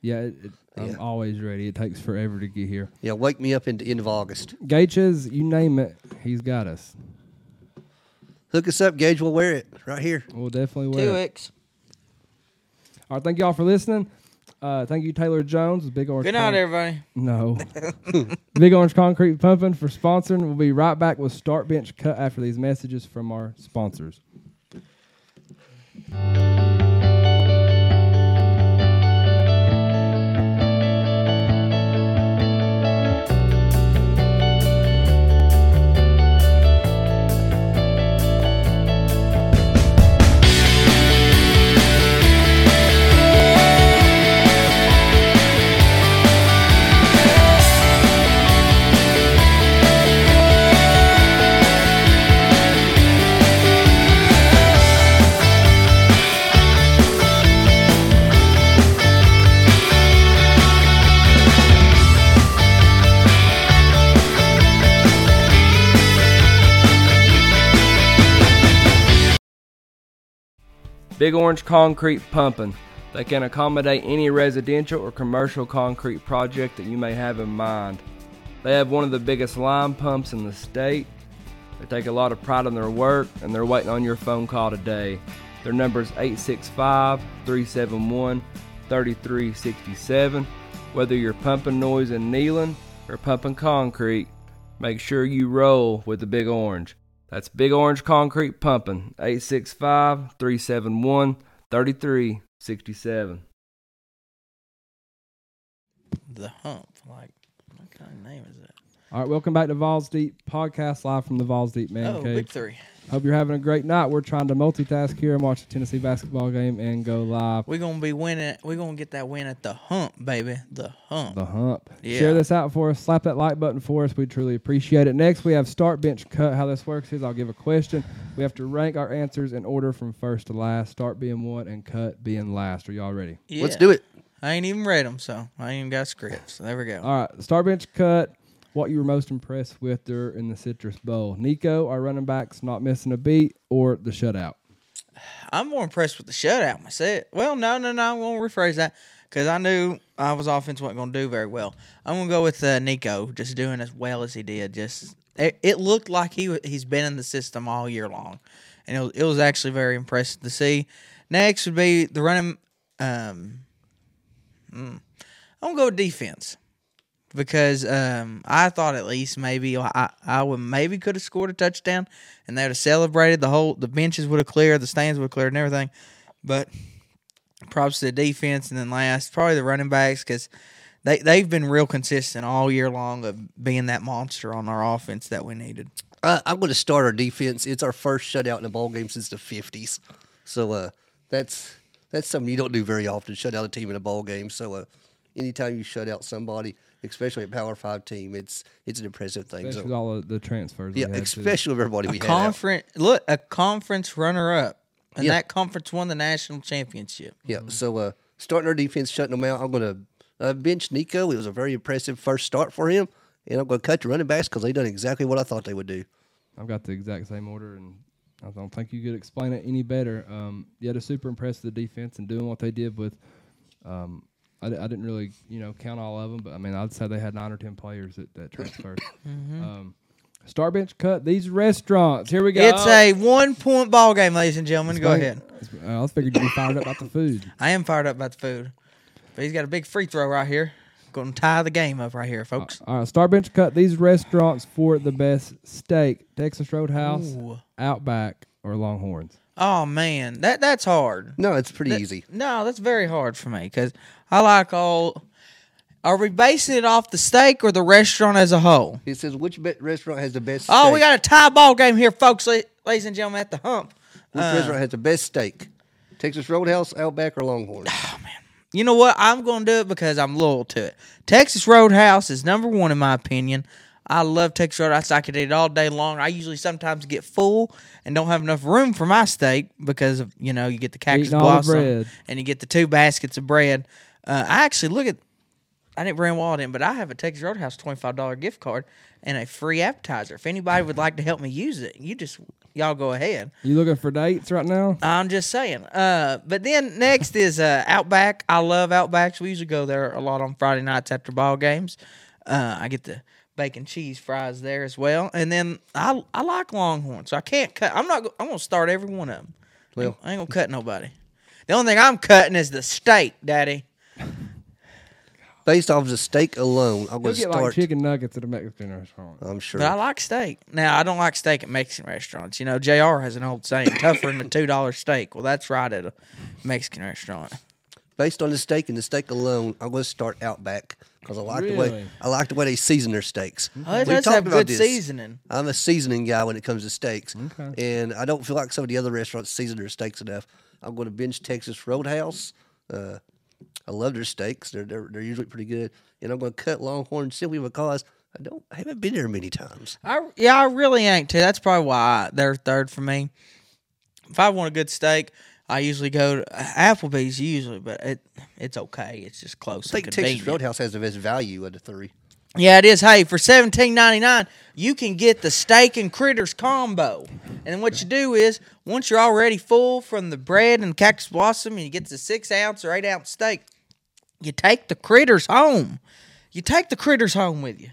[SPEAKER 2] Yeah, it, it, I'm
[SPEAKER 3] Yeah.
[SPEAKER 2] always ready. It takes forever to get here.
[SPEAKER 3] Yeah, wake me up in the end of August.
[SPEAKER 2] Gages, you name it, he's got us.
[SPEAKER 3] Hook us up, Gage. We'll wear it right here.
[SPEAKER 2] We'll definitely wear
[SPEAKER 4] Two
[SPEAKER 2] it.
[SPEAKER 4] X.
[SPEAKER 2] All right, thank y'all for listening. Uh, thank you, Taylor Jones, with Big Orange.
[SPEAKER 4] Good night,
[SPEAKER 2] Con-
[SPEAKER 4] everybody.
[SPEAKER 2] No, Big Orange Concrete Pumping for sponsoring. We'll be right back with Start Bench Cut after these messages from our sponsors. Big Orange Concrete Pumping. They can accommodate any residential or commercial concrete project that you may have in mind. They have one of the biggest lime pumps in the state. They take a lot of pride in their work and they're waiting on your phone call today. Their number is 865 371 3367. Whether you're pumping noise and kneeling or pumping concrete, make sure you roll with the Big Orange. That's Big Orange Concrete Pumping, 865 371 3367.
[SPEAKER 4] The hump. Like, what kind of name is that?
[SPEAKER 2] All right, welcome back to Vols Deep Podcast, live from the Vols Deep Man
[SPEAKER 4] oh, Big
[SPEAKER 2] Cave.
[SPEAKER 4] Three.
[SPEAKER 2] Hope you're having a great night. We're trying to multitask here and watch the Tennessee basketball game and go live.
[SPEAKER 4] We're gonna be winning. We're gonna get that win at the hump, baby. The hump.
[SPEAKER 2] The hump.
[SPEAKER 4] Yeah.
[SPEAKER 2] Share this out for us. Slap that like button for us. We truly appreciate it. Next, we have start bench cut. How this works is I'll give a question. We have to rank our answers in order from first to last. Start being one and cut being last. Are y'all ready?
[SPEAKER 3] Let's
[SPEAKER 4] Yeah.
[SPEAKER 3] do it.
[SPEAKER 4] I ain't even read them, so I ain't even got scripts. There we go.
[SPEAKER 2] All right, star bench cut. What you were most impressed with during the Citrus Bowl? Nico, our running backs not missing a beat, or the shutout?
[SPEAKER 4] I'm more impressed with the shutout myself. Well, no, no, no. I'm gonna rephrase that because I knew I was offense wasn't gonna do very well. I'm gonna go with uh, Nico just doing as well as he did. Just it, it looked like he wa- he's been in the system all year long, and it was, it was actually very impressive to see. Next would be the running. Um, mm, I'm gonna go with defense because um, I thought at least maybe I, I would maybe could have scored a touchdown and they would have celebrated the whole the benches would have cleared the stands would have cleared and everything, but props to the defense and then last probably the running backs because they they've been real consistent all year long of being that monster on our offense that we needed.
[SPEAKER 3] Uh, I'm going to start our defense. It's our first shutout in a ball game since the 50s. So uh, that's that's something you don't do very often. Shut out a team in a ball game. So uh, anytime you shut out somebody, especially a Power Five team, it's it's an impressive thing.
[SPEAKER 2] Especially with
[SPEAKER 3] So,
[SPEAKER 2] all of the transfers.
[SPEAKER 3] yeah,
[SPEAKER 2] we had too.
[SPEAKER 3] especially with everybody we had. out.
[SPEAKER 4] Conference look a conference runner up, and
[SPEAKER 3] Yeah.
[SPEAKER 4] that conference won the national championship.
[SPEAKER 3] Yeah. So uh, starting our defense, shutting them out. I'm going to uh, bench Nico. It was a very impressive first start for him, and I'm going to cut the running backs because they done exactly what I thought they would do.
[SPEAKER 2] I've got the exact same order, and I don't think you could explain it any better. Um, yeah, they're super impressed with the defense and doing what they did with. Um, I, di- I didn't really, you know, count all of them, but I mean, I'd say they had nine or ten players that, that transferred.
[SPEAKER 4] Mm-hmm.
[SPEAKER 2] um, Star bench cut these restaurants. Here we go.
[SPEAKER 4] It's a one point ball game, ladies and gentlemen. Go ahead.
[SPEAKER 2] I figured you'd be fired up about the food.
[SPEAKER 4] I am fired up about the food, but he's got a big free throw right here. Going to tie the game up right here, folks.
[SPEAKER 2] All right, Star Bench cut these restaurants for the best steak: Texas Roadhouse,
[SPEAKER 4] Ooh.
[SPEAKER 2] Outback, or Longhorns.
[SPEAKER 4] Oh man, that that's hard.
[SPEAKER 3] No, it's pretty easy.
[SPEAKER 4] No, that's very hard for me because I like all. Are we basing it off the steak or the restaurant as a whole?
[SPEAKER 3] It says which be- restaurant has the best.
[SPEAKER 4] Oh, we
[SPEAKER 3] steak?
[SPEAKER 4] got a tie ball game here, folks, la- ladies and gentlemen, at the hump.
[SPEAKER 3] which
[SPEAKER 4] Uh.
[SPEAKER 3] restaurant has the best steak? Texas Roadhouse, Outback, or Longhorn?
[SPEAKER 4] You know what? I'm going to do it because I'm loyal to it. Texas Roadhouse is number one in my opinion. I love Texas Roadhouse. I could eat it all day long. I usually sometimes get full and don't have enough room for my steak because of you know you get the cactus
[SPEAKER 2] Eating all the
[SPEAKER 4] blossom
[SPEAKER 2] bread.
[SPEAKER 4] and you get the two baskets of bread. Uh, I actually look at. I didn't bring Walt in, but I have a Texas Roadhouse twenty five dollar gift card and a free appetizer. If anybody would like to help me use it, you just y'all go ahead.
[SPEAKER 2] You looking for dates right now?
[SPEAKER 4] I'm just saying. Uh, but then next is uh, Outback. I love Outbacks. We usually go there a lot on Friday nights after ball games. Uh, I get the bacon cheese fries there as well. And then I I like Longhorn, so I can't cut. I'm not. go- I'm gonna start every one of them.
[SPEAKER 3] Well-
[SPEAKER 4] I ain't gonna cut nobody. The only thing I'm cutting is the steak, Daddy.
[SPEAKER 3] Based off the steak alone, I'm
[SPEAKER 2] You'll
[SPEAKER 3] going to
[SPEAKER 2] get
[SPEAKER 3] start.
[SPEAKER 2] like chicken nuggets at a Mexican restaurant.
[SPEAKER 3] I'm sure.
[SPEAKER 4] But I like steak. Now I don't like steak at Mexican restaurants. You know, Jr. has an old saying: "Tougher than a two dollar steak." Well, that's right at a Mexican restaurant.
[SPEAKER 3] Based on the steak and the steak alone, I'm going to start Outback because I like the way
[SPEAKER 2] Really?
[SPEAKER 3] I like the way they season their steaks.
[SPEAKER 4] Oh, it
[SPEAKER 3] We
[SPEAKER 4] does
[SPEAKER 3] talked
[SPEAKER 4] have
[SPEAKER 3] about
[SPEAKER 4] good
[SPEAKER 3] this.
[SPEAKER 4] seasoning.
[SPEAKER 3] I'm a seasoning guy when it comes to steaks, and I don't feel like some of the other restaurants season their steaks enough. I'm going to binge Texas Roadhouse. Uh, I love their steaks; they're, they're they're usually pretty good. And I'm going to cut Longhorn simply because I don't I haven't been there many times.
[SPEAKER 4] I yeah, I really ain't too. That's probably why they're third for me. If I want a good steak, I usually go to Applebee's usually, but it it's okay. It's just close.
[SPEAKER 3] I think
[SPEAKER 4] and
[SPEAKER 3] Texas
[SPEAKER 4] convenient.
[SPEAKER 3] Roadhouse has the best value of the three.
[SPEAKER 4] Yeah, it is. Hey, for seventeen ninety nine, you can get the steak and critters combo. And what you do is, once you're already full from the bread and cactus blossom, and you get the six ounce or eight ounce steak, you take the critters home. You take the critters home with you.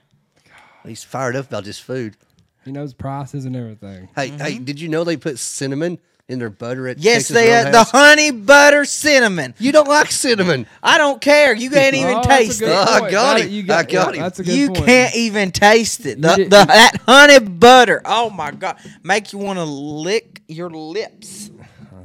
[SPEAKER 3] He's fired up about this food.
[SPEAKER 2] He knows prices and everything.
[SPEAKER 3] Hey, hey, did you know they put cinnamon in their butter at
[SPEAKER 4] Yes,
[SPEAKER 3] Texas
[SPEAKER 4] they uh, the
[SPEAKER 3] Roadhouse?
[SPEAKER 4] honey butter cinnamon.
[SPEAKER 3] you don't like cinnamon.
[SPEAKER 4] I don't care. You can't even
[SPEAKER 2] Oh, that's a
[SPEAKER 4] taste
[SPEAKER 2] good
[SPEAKER 4] it.
[SPEAKER 3] I
[SPEAKER 2] point.
[SPEAKER 3] got
[SPEAKER 2] That-
[SPEAKER 3] him.
[SPEAKER 2] You
[SPEAKER 3] I got
[SPEAKER 2] yeah,
[SPEAKER 3] him.
[SPEAKER 2] That's a good
[SPEAKER 4] You
[SPEAKER 2] point.
[SPEAKER 4] can't even taste it. The,
[SPEAKER 2] did-
[SPEAKER 4] the, that honey butter. Oh my god, make you want to lick your lips.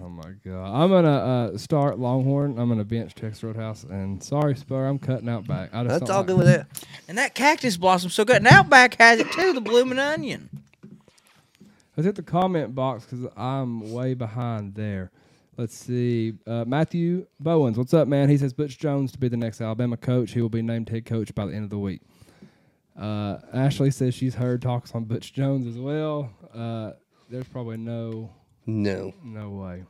[SPEAKER 2] Oh my god! I'm gonna uh, start Longhorn. I'm gonna bench Texas Roadhouse, and sorry Spur, I'm cutting out back. I just
[SPEAKER 3] That's
[SPEAKER 2] don't
[SPEAKER 3] all
[SPEAKER 2] like-
[SPEAKER 3] good with that.
[SPEAKER 4] And that cactus blossom so good. And Outback has it too. The blooming onion.
[SPEAKER 2] Let's hit the comment box because I'm way behind there. Let's see. Uh, Matthew Bowens, what's up, man? He says Butch Jones to be the next Alabama coach. He will be named head coach by the end of the week. Uh, Ashley says she's heard talks on Butch Jones as well. Uh, there's probably no
[SPEAKER 3] No.
[SPEAKER 2] no way.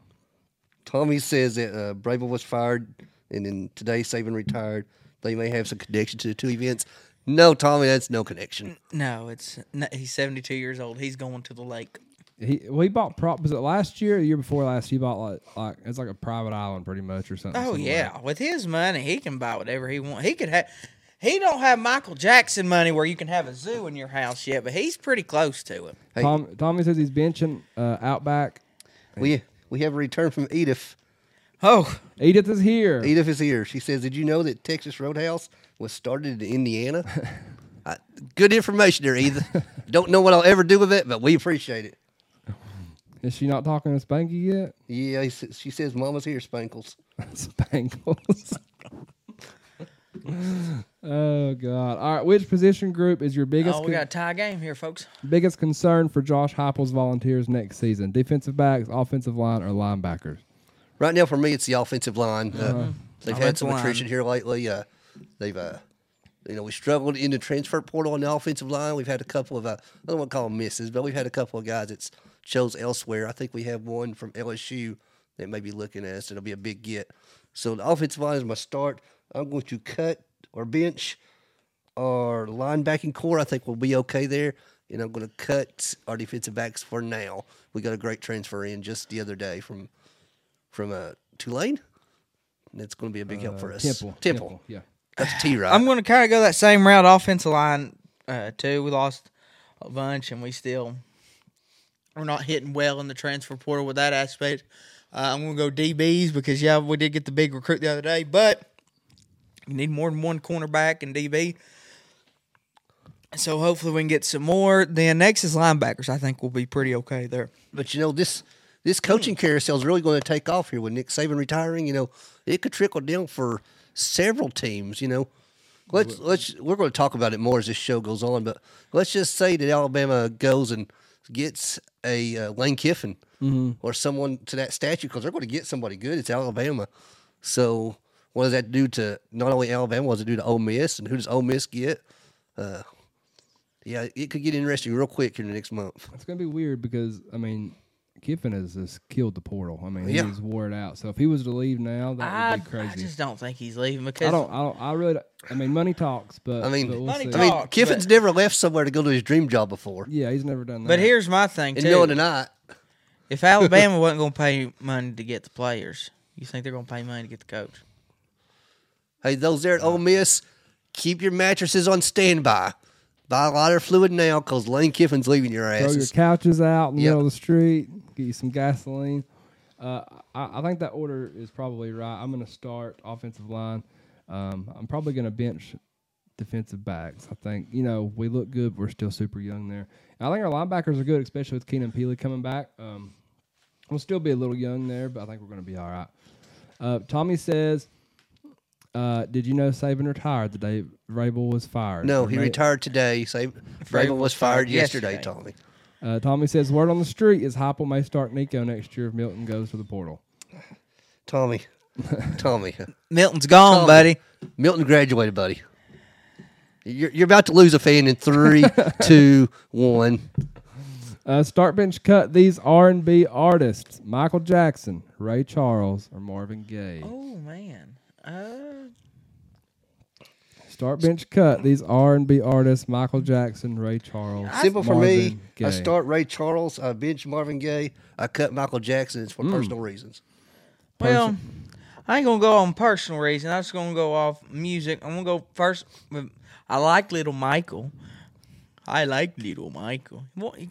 [SPEAKER 3] Tommy says that uh, Brable was fired, and then today Saban retired. They may have some connection to the two events. No, Tommy, that's no connection.
[SPEAKER 4] No, it's no, he's seventy two years old. He's going to the lake.
[SPEAKER 2] He well, he bought prop was it last year or the year before last? He bought like like it's like a private island pretty much or something.
[SPEAKER 4] Oh
[SPEAKER 2] somewhere.
[SPEAKER 4] yeah, with his money, he can buy whatever he wants. He could have. He don't have Michael Jackson money where you can have a zoo in your house yet, but he's pretty close to it.
[SPEAKER 3] Hey.
[SPEAKER 2] Tom, Tommy says he's benching uh, Outback.
[SPEAKER 3] We we have a return from Edith.
[SPEAKER 4] Oh,
[SPEAKER 2] Edith is here.
[SPEAKER 3] Edith is here. She says, "Did you know that Texas Roadhouse was started in Indiana?" I, good information there, Edith. Don't know what I'll ever do with it, but we appreciate it.
[SPEAKER 2] Is she not talking to Spanky yet?
[SPEAKER 3] Yeah, he sa- she says, "Mama's here, Spankles."
[SPEAKER 2] Spangles. Oh God! All right, which position group is your biggest
[SPEAKER 4] Oh, we
[SPEAKER 2] con-
[SPEAKER 4] got a tie game here, folks.
[SPEAKER 2] biggest concern for Josh Heupel's Volunteers next season? Defensive backs, offensive line, or linebackers?
[SPEAKER 3] Right now, for me, it's the offensive line. Uh, they've had
[SPEAKER 4] Uh-huh. Offensive
[SPEAKER 3] some
[SPEAKER 4] line.
[SPEAKER 3] attrition here lately. Uh, they've, uh, you know, we struggled in the transfer portal on the offensive line. We've had a couple of, uh, I don't want to call them misses, but we've had a couple of guys that's chose elsewhere. I think we have one from LSU that may be looking at us. It'll be a big get. So the offensive line is my start. I'm going to cut or bench our linebacking core. I think we'll be okay there. And I'm going to cut our defensive backs for now. We got a great transfer in just the other day from from uh, Tulane. And it's going to be a big help for us.
[SPEAKER 2] Temple,
[SPEAKER 3] Temple.
[SPEAKER 2] yeah.
[SPEAKER 3] That's T right.
[SPEAKER 4] I'm going to kind of go that same route. Offensive line, uh, too. We lost a bunch, and we still we're not hitting well in the transfer portal with that aspect. Uh, I'm going to go DBs because yeah, we did get the big recruit the other day, but you need more than one cornerback and DB. So hopefully we can get some more. Then next is linebackers. I think we'll be pretty okay there.
[SPEAKER 3] But you know this this coaching carousel is really going to take off here with Nick Saban retiring. You know it could trickle down for several teams. You know, let's let's we're going to talk about it more as this show goes on. But let's just say that Alabama goes and gets a uh, Lane Kiffin or someone to that statue because they're going to get somebody good. It's Alabama, so what does that do to not only Alabama? What does it do to Ole Miss? And who does Ole Miss get? Uh, yeah, it could get interesting real quick here in the next month.
[SPEAKER 2] It's gonna be weird because I mean, Kiffin has just killed the portal. I mean, he
[SPEAKER 3] Yeah.
[SPEAKER 2] he's wore it out. So if he was to leave now, that
[SPEAKER 4] I,
[SPEAKER 2] would be crazy.
[SPEAKER 4] I just don't think he's leaving because
[SPEAKER 2] I don't, I don't, I really, don't- I mean, money talks, but
[SPEAKER 3] I mean-
[SPEAKER 2] but we'll
[SPEAKER 4] Money
[SPEAKER 2] see.
[SPEAKER 4] talks.
[SPEAKER 3] I mean,
[SPEAKER 4] talk,
[SPEAKER 3] Kiffin's
[SPEAKER 4] but-
[SPEAKER 3] never left somewhere to go to his dream job before.
[SPEAKER 2] yeah, he's never done that.
[SPEAKER 4] But here's my thing
[SPEAKER 3] In
[SPEAKER 4] too.
[SPEAKER 3] the middle of the night,
[SPEAKER 4] If Alabama wasn't going to pay money to get the players, you think they're going to pay money to get the coach?
[SPEAKER 3] hey, those there at Ole Miss, keep your mattresses on standby. Buy lighter fluid now because Lane Kiffin's leaving your
[SPEAKER 2] throw your
[SPEAKER 3] asses.
[SPEAKER 2] couches out in the
[SPEAKER 3] Yep.
[SPEAKER 2] middle of the street, get you some gasoline. Uh, I, I think that order is probably right. I'm going to start offensive line. Um, I'm probably going to bench defensive backs. I think you know we look good. We're still super young there. And I think our linebackers are good, especially with Keenan Peely coming back. Um, we'll still be a little young there, but I think we're going to be all right. Uh, Tommy says. Uh, did you know Saban retired the day Rabel was fired?
[SPEAKER 3] No,
[SPEAKER 2] Or
[SPEAKER 3] he
[SPEAKER 2] may-
[SPEAKER 3] retired today. Say, Vrabel was fired yesterday, Tommy.
[SPEAKER 2] Uh, Tommy says word on the street is Heupel may start Nico next year if Milton goes to the portal.
[SPEAKER 3] Tommy. Tommy.
[SPEAKER 4] Milton's gone,
[SPEAKER 3] Tommy.
[SPEAKER 4] buddy.
[SPEAKER 3] Milton graduated, buddy. You're, you're about to lose a fan in three, two, one.
[SPEAKER 2] Uh, start bench cut these R and B artists: Michael Jackson, Ray Charles, or Marvin Gaye.
[SPEAKER 4] Oh man. Uh,
[SPEAKER 2] Start bench cut these R and B artists: Michael Jackson, Ray Charles.
[SPEAKER 3] Simple for me.
[SPEAKER 2] Marvin Gaye.
[SPEAKER 3] I start Ray Charles. I bench Marvin Gaye. I cut Michael Jackson. It's for personal reasons.
[SPEAKER 4] well, I ain't gonna go on personal reason. I'm just gonna go off music. I'm gonna go first. With, I like Little Michael. I like Little Michael. Well, he,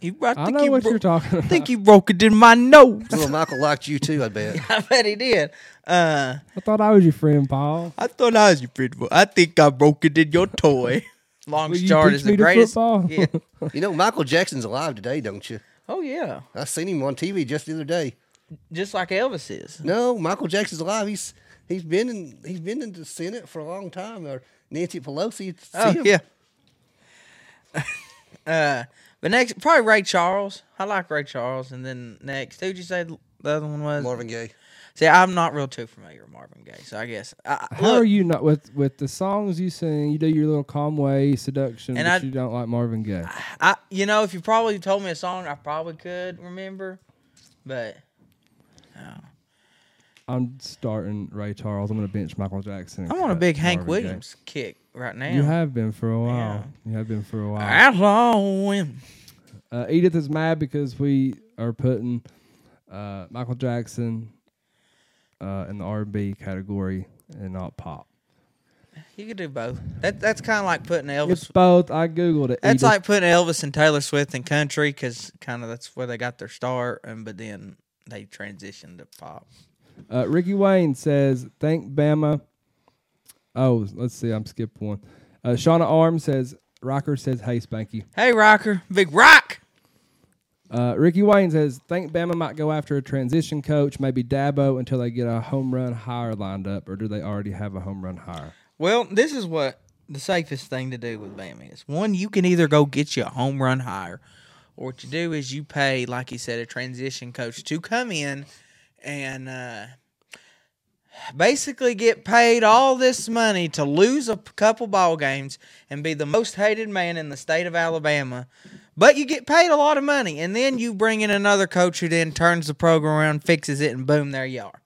[SPEAKER 4] he, I,
[SPEAKER 2] I
[SPEAKER 4] think
[SPEAKER 2] know
[SPEAKER 4] he
[SPEAKER 2] what
[SPEAKER 4] bro-
[SPEAKER 2] you're talking about.
[SPEAKER 4] I think he broke it in my nose.
[SPEAKER 3] Little Michael liked you too, I bet.
[SPEAKER 4] I bet he did. Uh,
[SPEAKER 2] I thought I was your friend, Paul.
[SPEAKER 4] I thought I was your friend. but I think I broke it in your toy. Long
[SPEAKER 2] Will you
[SPEAKER 4] Yard
[SPEAKER 2] teach
[SPEAKER 4] is
[SPEAKER 2] me
[SPEAKER 4] the
[SPEAKER 2] to
[SPEAKER 4] greatest.
[SPEAKER 2] football?
[SPEAKER 4] Yeah.
[SPEAKER 3] You know, Michael Jackson's alive today, don't you?
[SPEAKER 4] Oh yeah.
[SPEAKER 3] I seen him on TV just the other day.
[SPEAKER 4] Just like Elvis is.
[SPEAKER 3] No, Michael Jackson's alive. He's he's been in he's been in the Senate for a long time. Or Nancy Pelosi. See
[SPEAKER 4] Oh
[SPEAKER 3] him.
[SPEAKER 4] yeah. uh, but next probably Ray Charles. I like Ray Charles, and then next, who'd you say the other one was?
[SPEAKER 3] Marvin Gaye.
[SPEAKER 4] See, I'm not real too familiar with Marvin Gaye, so I guess. I, I-
[SPEAKER 2] How
[SPEAKER 4] look,
[SPEAKER 2] are you not with with the songs you sing? You do your little Conway seduction,
[SPEAKER 4] And
[SPEAKER 2] but
[SPEAKER 4] I-
[SPEAKER 2] you don't like Marvin Gaye.
[SPEAKER 4] I you know if you probably told me a song, I probably could remember, but
[SPEAKER 2] I'm starting Ray Charles. I'm going to bench Michael Jackson. and
[SPEAKER 4] I'm on a
[SPEAKER 2] cut
[SPEAKER 4] big Hank
[SPEAKER 2] Marvin Gaye.
[SPEAKER 4] Williams kick right now.
[SPEAKER 2] You have been for a while. You have been for a while.
[SPEAKER 4] I saw him.
[SPEAKER 2] Uh, Edith is mad because we are putting uh, Michael Jackson uh, in the R&B category and not pop.
[SPEAKER 4] You could do both. That that's kind of like putting
[SPEAKER 2] It's
[SPEAKER 4] Elvis.
[SPEAKER 2] both. I googled it.
[SPEAKER 4] That's
[SPEAKER 2] Edith.
[SPEAKER 4] like putting Elvis and Taylor Swift in country because kind of that's where they got their start, and but then they transitioned to pop.
[SPEAKER 2] Uh, Ricky Wayne says, "Thank Bama." Oh, let's see. I'm skipped one. Uh, Shauna Arm says, "Rocker says, hey Spanky."
[SPEAKER 4] Hey, Rocker, Big Rock.
[SPEAKER 2] Uh, Ricky Wayne says, think Bama might go after a transition coach, maybe Dabo, until they get a home run hire lined up, or do they already have a home run hire?
[SPEAKER 4] Well, this is what the safest thing to do with Bam is. One, you can either go get you a home run hire, or what you do is you pay, like he said, a transition coach to come in and uh, basically get paid all this money to lose a p- couple ball games and be the most hated man in the state of Alabama. But you get paid a lot of money, and then you bring in another coach who then turns the program around, fixes it, and boom, there you are.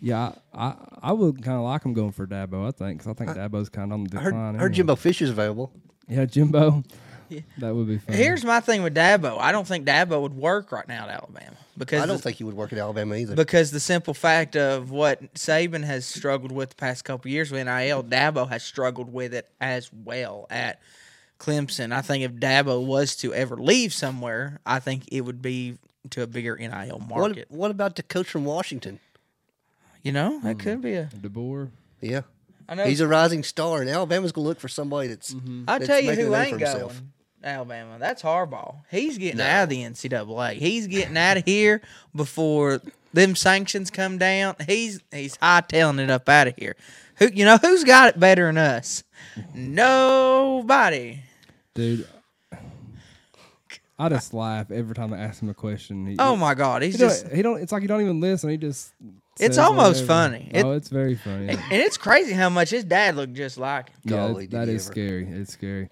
[SPEAKER 2] Yeah, I I, I would kind of like him going for Dabo. I think 'cause I think Dabo's kind of on the
[SPEAKER 3] I heard,
[SPEAKER 2] decline.
[SPEAKER 3] I
[SPEAKER 2] anyway.
[SPEAKER 3] heard Jimbo Fisher's available.
[SPEAKER 2] Yeah, Jimbo. That would be fun.
[SPEAKER 3] Mm-hmm.
[SPEAKER 4] Here's my thing with Dabo. I don't think Dabo would work right now at Alabama because
[SPEAKER 3] I don't
[SPEAKER 4] the,
[SPEAKER 3] think he would work at Alabama either.
[SPEAKER 4] because the simple fact of what Saban has struggled with the past couple years with NIL, Dabo has struggled with it as well at Clemson. I think if Dabo was to ever leave somewhere, I think it would be to a bigger NIL
[SPEAKER 3] what,
[SPEAKER 4] market.
[SPEAKER 3] what about the coach from Washington?
[SPEAKER 4] You know, that could be a.
[SPEAKER 2] DeBoer.
[SPEAKER 3] Yeah.
[SPEAKER 4] I know.
[SPEAKER 3] Hmm. He's a rising star, and Alabama's gonna look for somebody that's.
[SPEAKER 4] I
[SPEAKER 3] that's
[SPEAKER 4] tell you
[SPEAKER 3] making a
[SPEAKER 4] who
[SPEAKER 3] name
[SPEAKER 4] ain't
[SPEAKER 3] for
[SPEAKER 4] going.
[SPEAKER 3] himself.
[SPEAKER 4] Alabama. That's Harbaugh. He's getting out of the NCAA. He's getting out of here before them sanctions come down. He's he's hightailing it up out of here. Who you know who's got it better than us? Nobody.
[SPEAKER 2] Dude, I just laugh every time I ask him a question. He,
[SPEAKER 4] Oh my God. He's
[SPEAKER 2] he
[SPEAKER 4] just
[SPEAKER 2] don't, he don't. It's like he don't even listen. He just.
[SPEAKER 4] It's
[SPEAKER 2] says
[SPEAKER 4] almost
[SPEAKER 2] whatever.
[SPEAKER 4] funny. It-
[SPEAKER 2] oh, it's very funny.
[SPEAKER 4] and it's crazy how much his dad looked just like him.
[SPEAKER 2] Yeah,
[SPEAKER 3] Golly,
[SPEAKER 2] that- that
[SPEAKER 3] did he
[SPEAKER 2] is
[SPEAKER 3] ever.
[SPEAKER 2] scary. It's scary.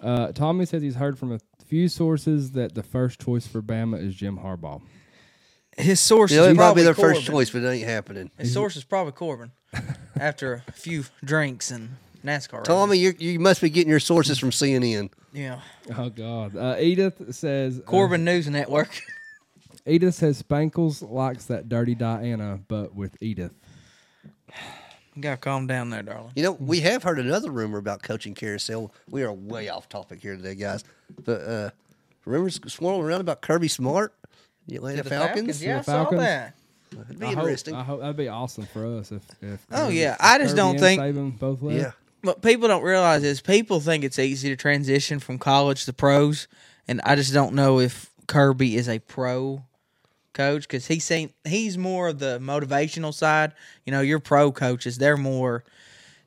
[SPEAKER 2] Uh, Tommy says he's heard from a few sources that the first choice for Bama is Jim Harbaugh.
[SPEAKER 4] His source
[SPEAKER 3] Yeah,
[SPEAKER 4] is
[SPEAKER 3] it'd probably
[SPEAKER 4] probably
[SPEAKER 3] be their
[SPEAKER 4] Corbin.
[SPEAKER 3] first choice, but it ain't happening.
[SPEAKER 4] His source is probably Corbin. After a few drinks and NASCAR. races.
[SPEAKER 3] Tommy, you you must be getting your sources from CNN.
[SPEAKER 4] Yeah.
[SPEAKER 2] Oh God. Uh, Edith says uh,
[SPEAKER 4] Corbin News Network.
[SPEAKER 2] Edith says Spankles likes that dirty Diana, but with Edith.
[SPEAKER 4] You gotta calm down there, darling.
[SPEAKER 3] You know, we have heard another rumor about coaching carousel. We are way off topic here today, guys. But uh, remember swirling around about Kirby Smart, the Atlanta
[SPEAKER 4] The
[SPEAKER 3] Falcons.
[SPEAKER 4] Yeah, I saw
[SPEAKER 2] Falcons?
[SPEAKER 4] that.
[SPEAKER 3] It'd be
[SPEAKER 2] I hope-
[SPEAKER 3] interesting.
[SPEAKER 2] I hope that'd be awesome for us if. if
[SPEAKER 4] Oh,
[SPEAKER 2] Kirby-
[SPEAKER 4] yeah. I just
[SPEAKER 2] Kirby
[SPEAKER 4] don't
[SPEAKER 2] and
[SPEAKER 4] think-
[SPEAKER 2] Saban both left.
[SPEAKER 3] yeah,
[SPEAKER 4] What people don't realize is people think it's easy to transition from college to pros, and I just don't know if Kirby is a pro coach because he seem he's more of the motivational side. You know, your pro coaches they're more.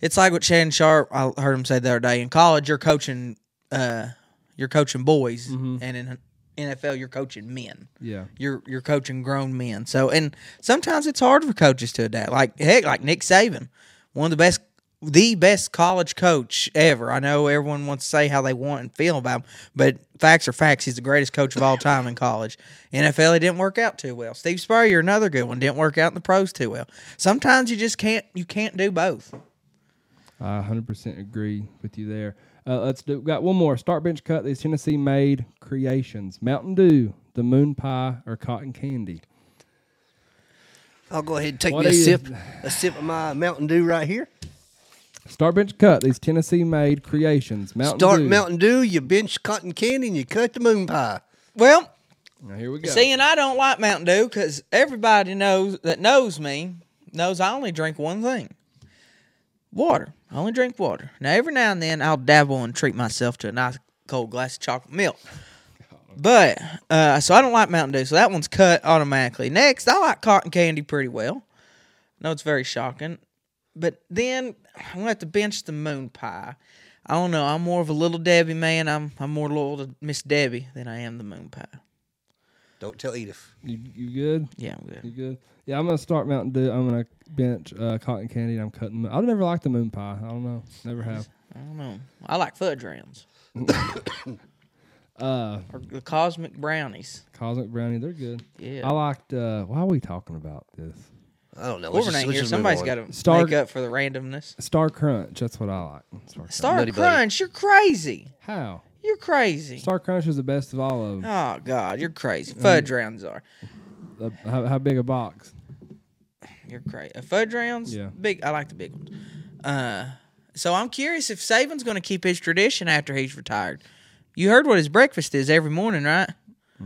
[SPEAKER 4] It's like what Shannon Sharp I heard him say the other day in college. You're coaching, uh, you're coaching boys, and in NFL you're coaching men.
[SPEAKER 2] Yeah.
[SPEAKER 4] you're you're coaching grown men. So and sometimes it's hard for coaches to adapt. Like heck, like Nick Saban, one of the best the best college coach ever. I know everyone wants to say how they want and feel about him, but facts are facts. He's the greatest coach of all time in college. NFL, he didn't work out too well. Steve Spurrier, another good one, didn't work out in the pros too well. Sometimes you just can't you can't do both.
[SPEAKER 2] I 100% agree with you there. Uh, let's do. Got one more. Start bench cut. These Tennessee made creations: Mountain Dew, the Moon Pie, or cotton candy.
[SPEAKER 3] I'll go ahead and take
[SPEAKER 2] What
[SPEAKER 3] me a
[SPEAKER 2] is-
[SPEAKER 3] sip, a sip of my Mountain Dew right here.
[SPEAKER 2] Start bench cut. These Tennessee made creations: Mountain
[SPEAKER 3] Start
[SPEAKER 2] Dew.
[SPEAKER 3] Mountain Dew, you bench cotton candy, and you cut the moon pie.
[SPEAKER 4] Well,
[SPEAKER 2] Now here we go.
[SPEAKER 4] See, and I don't like Mountain Dew because everybody knows that knows me knows I only drink one thing: water. I only drink water. Now, every now and then, I'll dabble and treat myself to a nice cold glass of chocolate milk. But uh, so I don't like Mountain Dew, so that one's cut automatically. Next, I like cotton candy pretty well. No, it's very shocking. But then I'm gonna have to bench the moon pie. I don't know. I'm more of a little Debbie man. I'm I'm more loyal to Miss Debbie than I am the moon pie.
[SPEAKER 3] Don't tell Edith.
[SPEAKER 2] You, you good?
[SPEAKER 4] Yeah, I'm good.
[SPEAKER 2] You good? Yeah, I'm gonna start Mountain Dew. I'm gonna bench uh, cotton candy. and I'm cutting. I've never liked the moon pie. I don't know. Never have.
[SPEAKER 4] I don't know. I like fudge rounds
[SPEAKER 2] Uh,
[SPEAKER 4] or the cosmic brownies.
[SPEAKER 2] cosmic brownie. They're good.
[SPEAKER 4] Yeah.
[SPEAKER 2] I liked. Uh, why are we talking about this?
[SPEAKER 3] I don't know. Let's
[SPEAKER 4] Corbin
[SPEAKER 3] just-
[SPEAKER 4] ain't
[SPEAKER 3] let's
[SPEAKER 4] here.
[SPEAKER 3] just move
[SPEAKER 4] Somebody's
[SPEAKER 3] on.
[SPEAKER 4] got to
[SPEAKER 2] Star-
[SPEAKER 4] make up for the randomness.
[SPEAKER 2] Star Crunch. That's what I like. Star. Crunch.
[SPEAKER 4] Star
[SPEAKER 3] Nutty Buddy.
[SPEAKER 4] Crunch, you're crazy.
[SPEAKER 2] How?
[SPEAKER 4] You're crazy.
[SPEAKER 2] Star Mm. Crunch is the best of all of them.
[SPEAKER 4] oh God, you're crazy. Fudge rounds are.
[SPEAKER 2] Uh, how, how big a box?
[SPEAKER 4] You're crazy. Fudge rounds.
[SPEAKER 2] Yeah.
[SPEAKER 4] Big. I like the big ones. Uh, so I'm curious if Saban's going to keep his tradition after he's retired. You heard what his breakfast is every morning, right?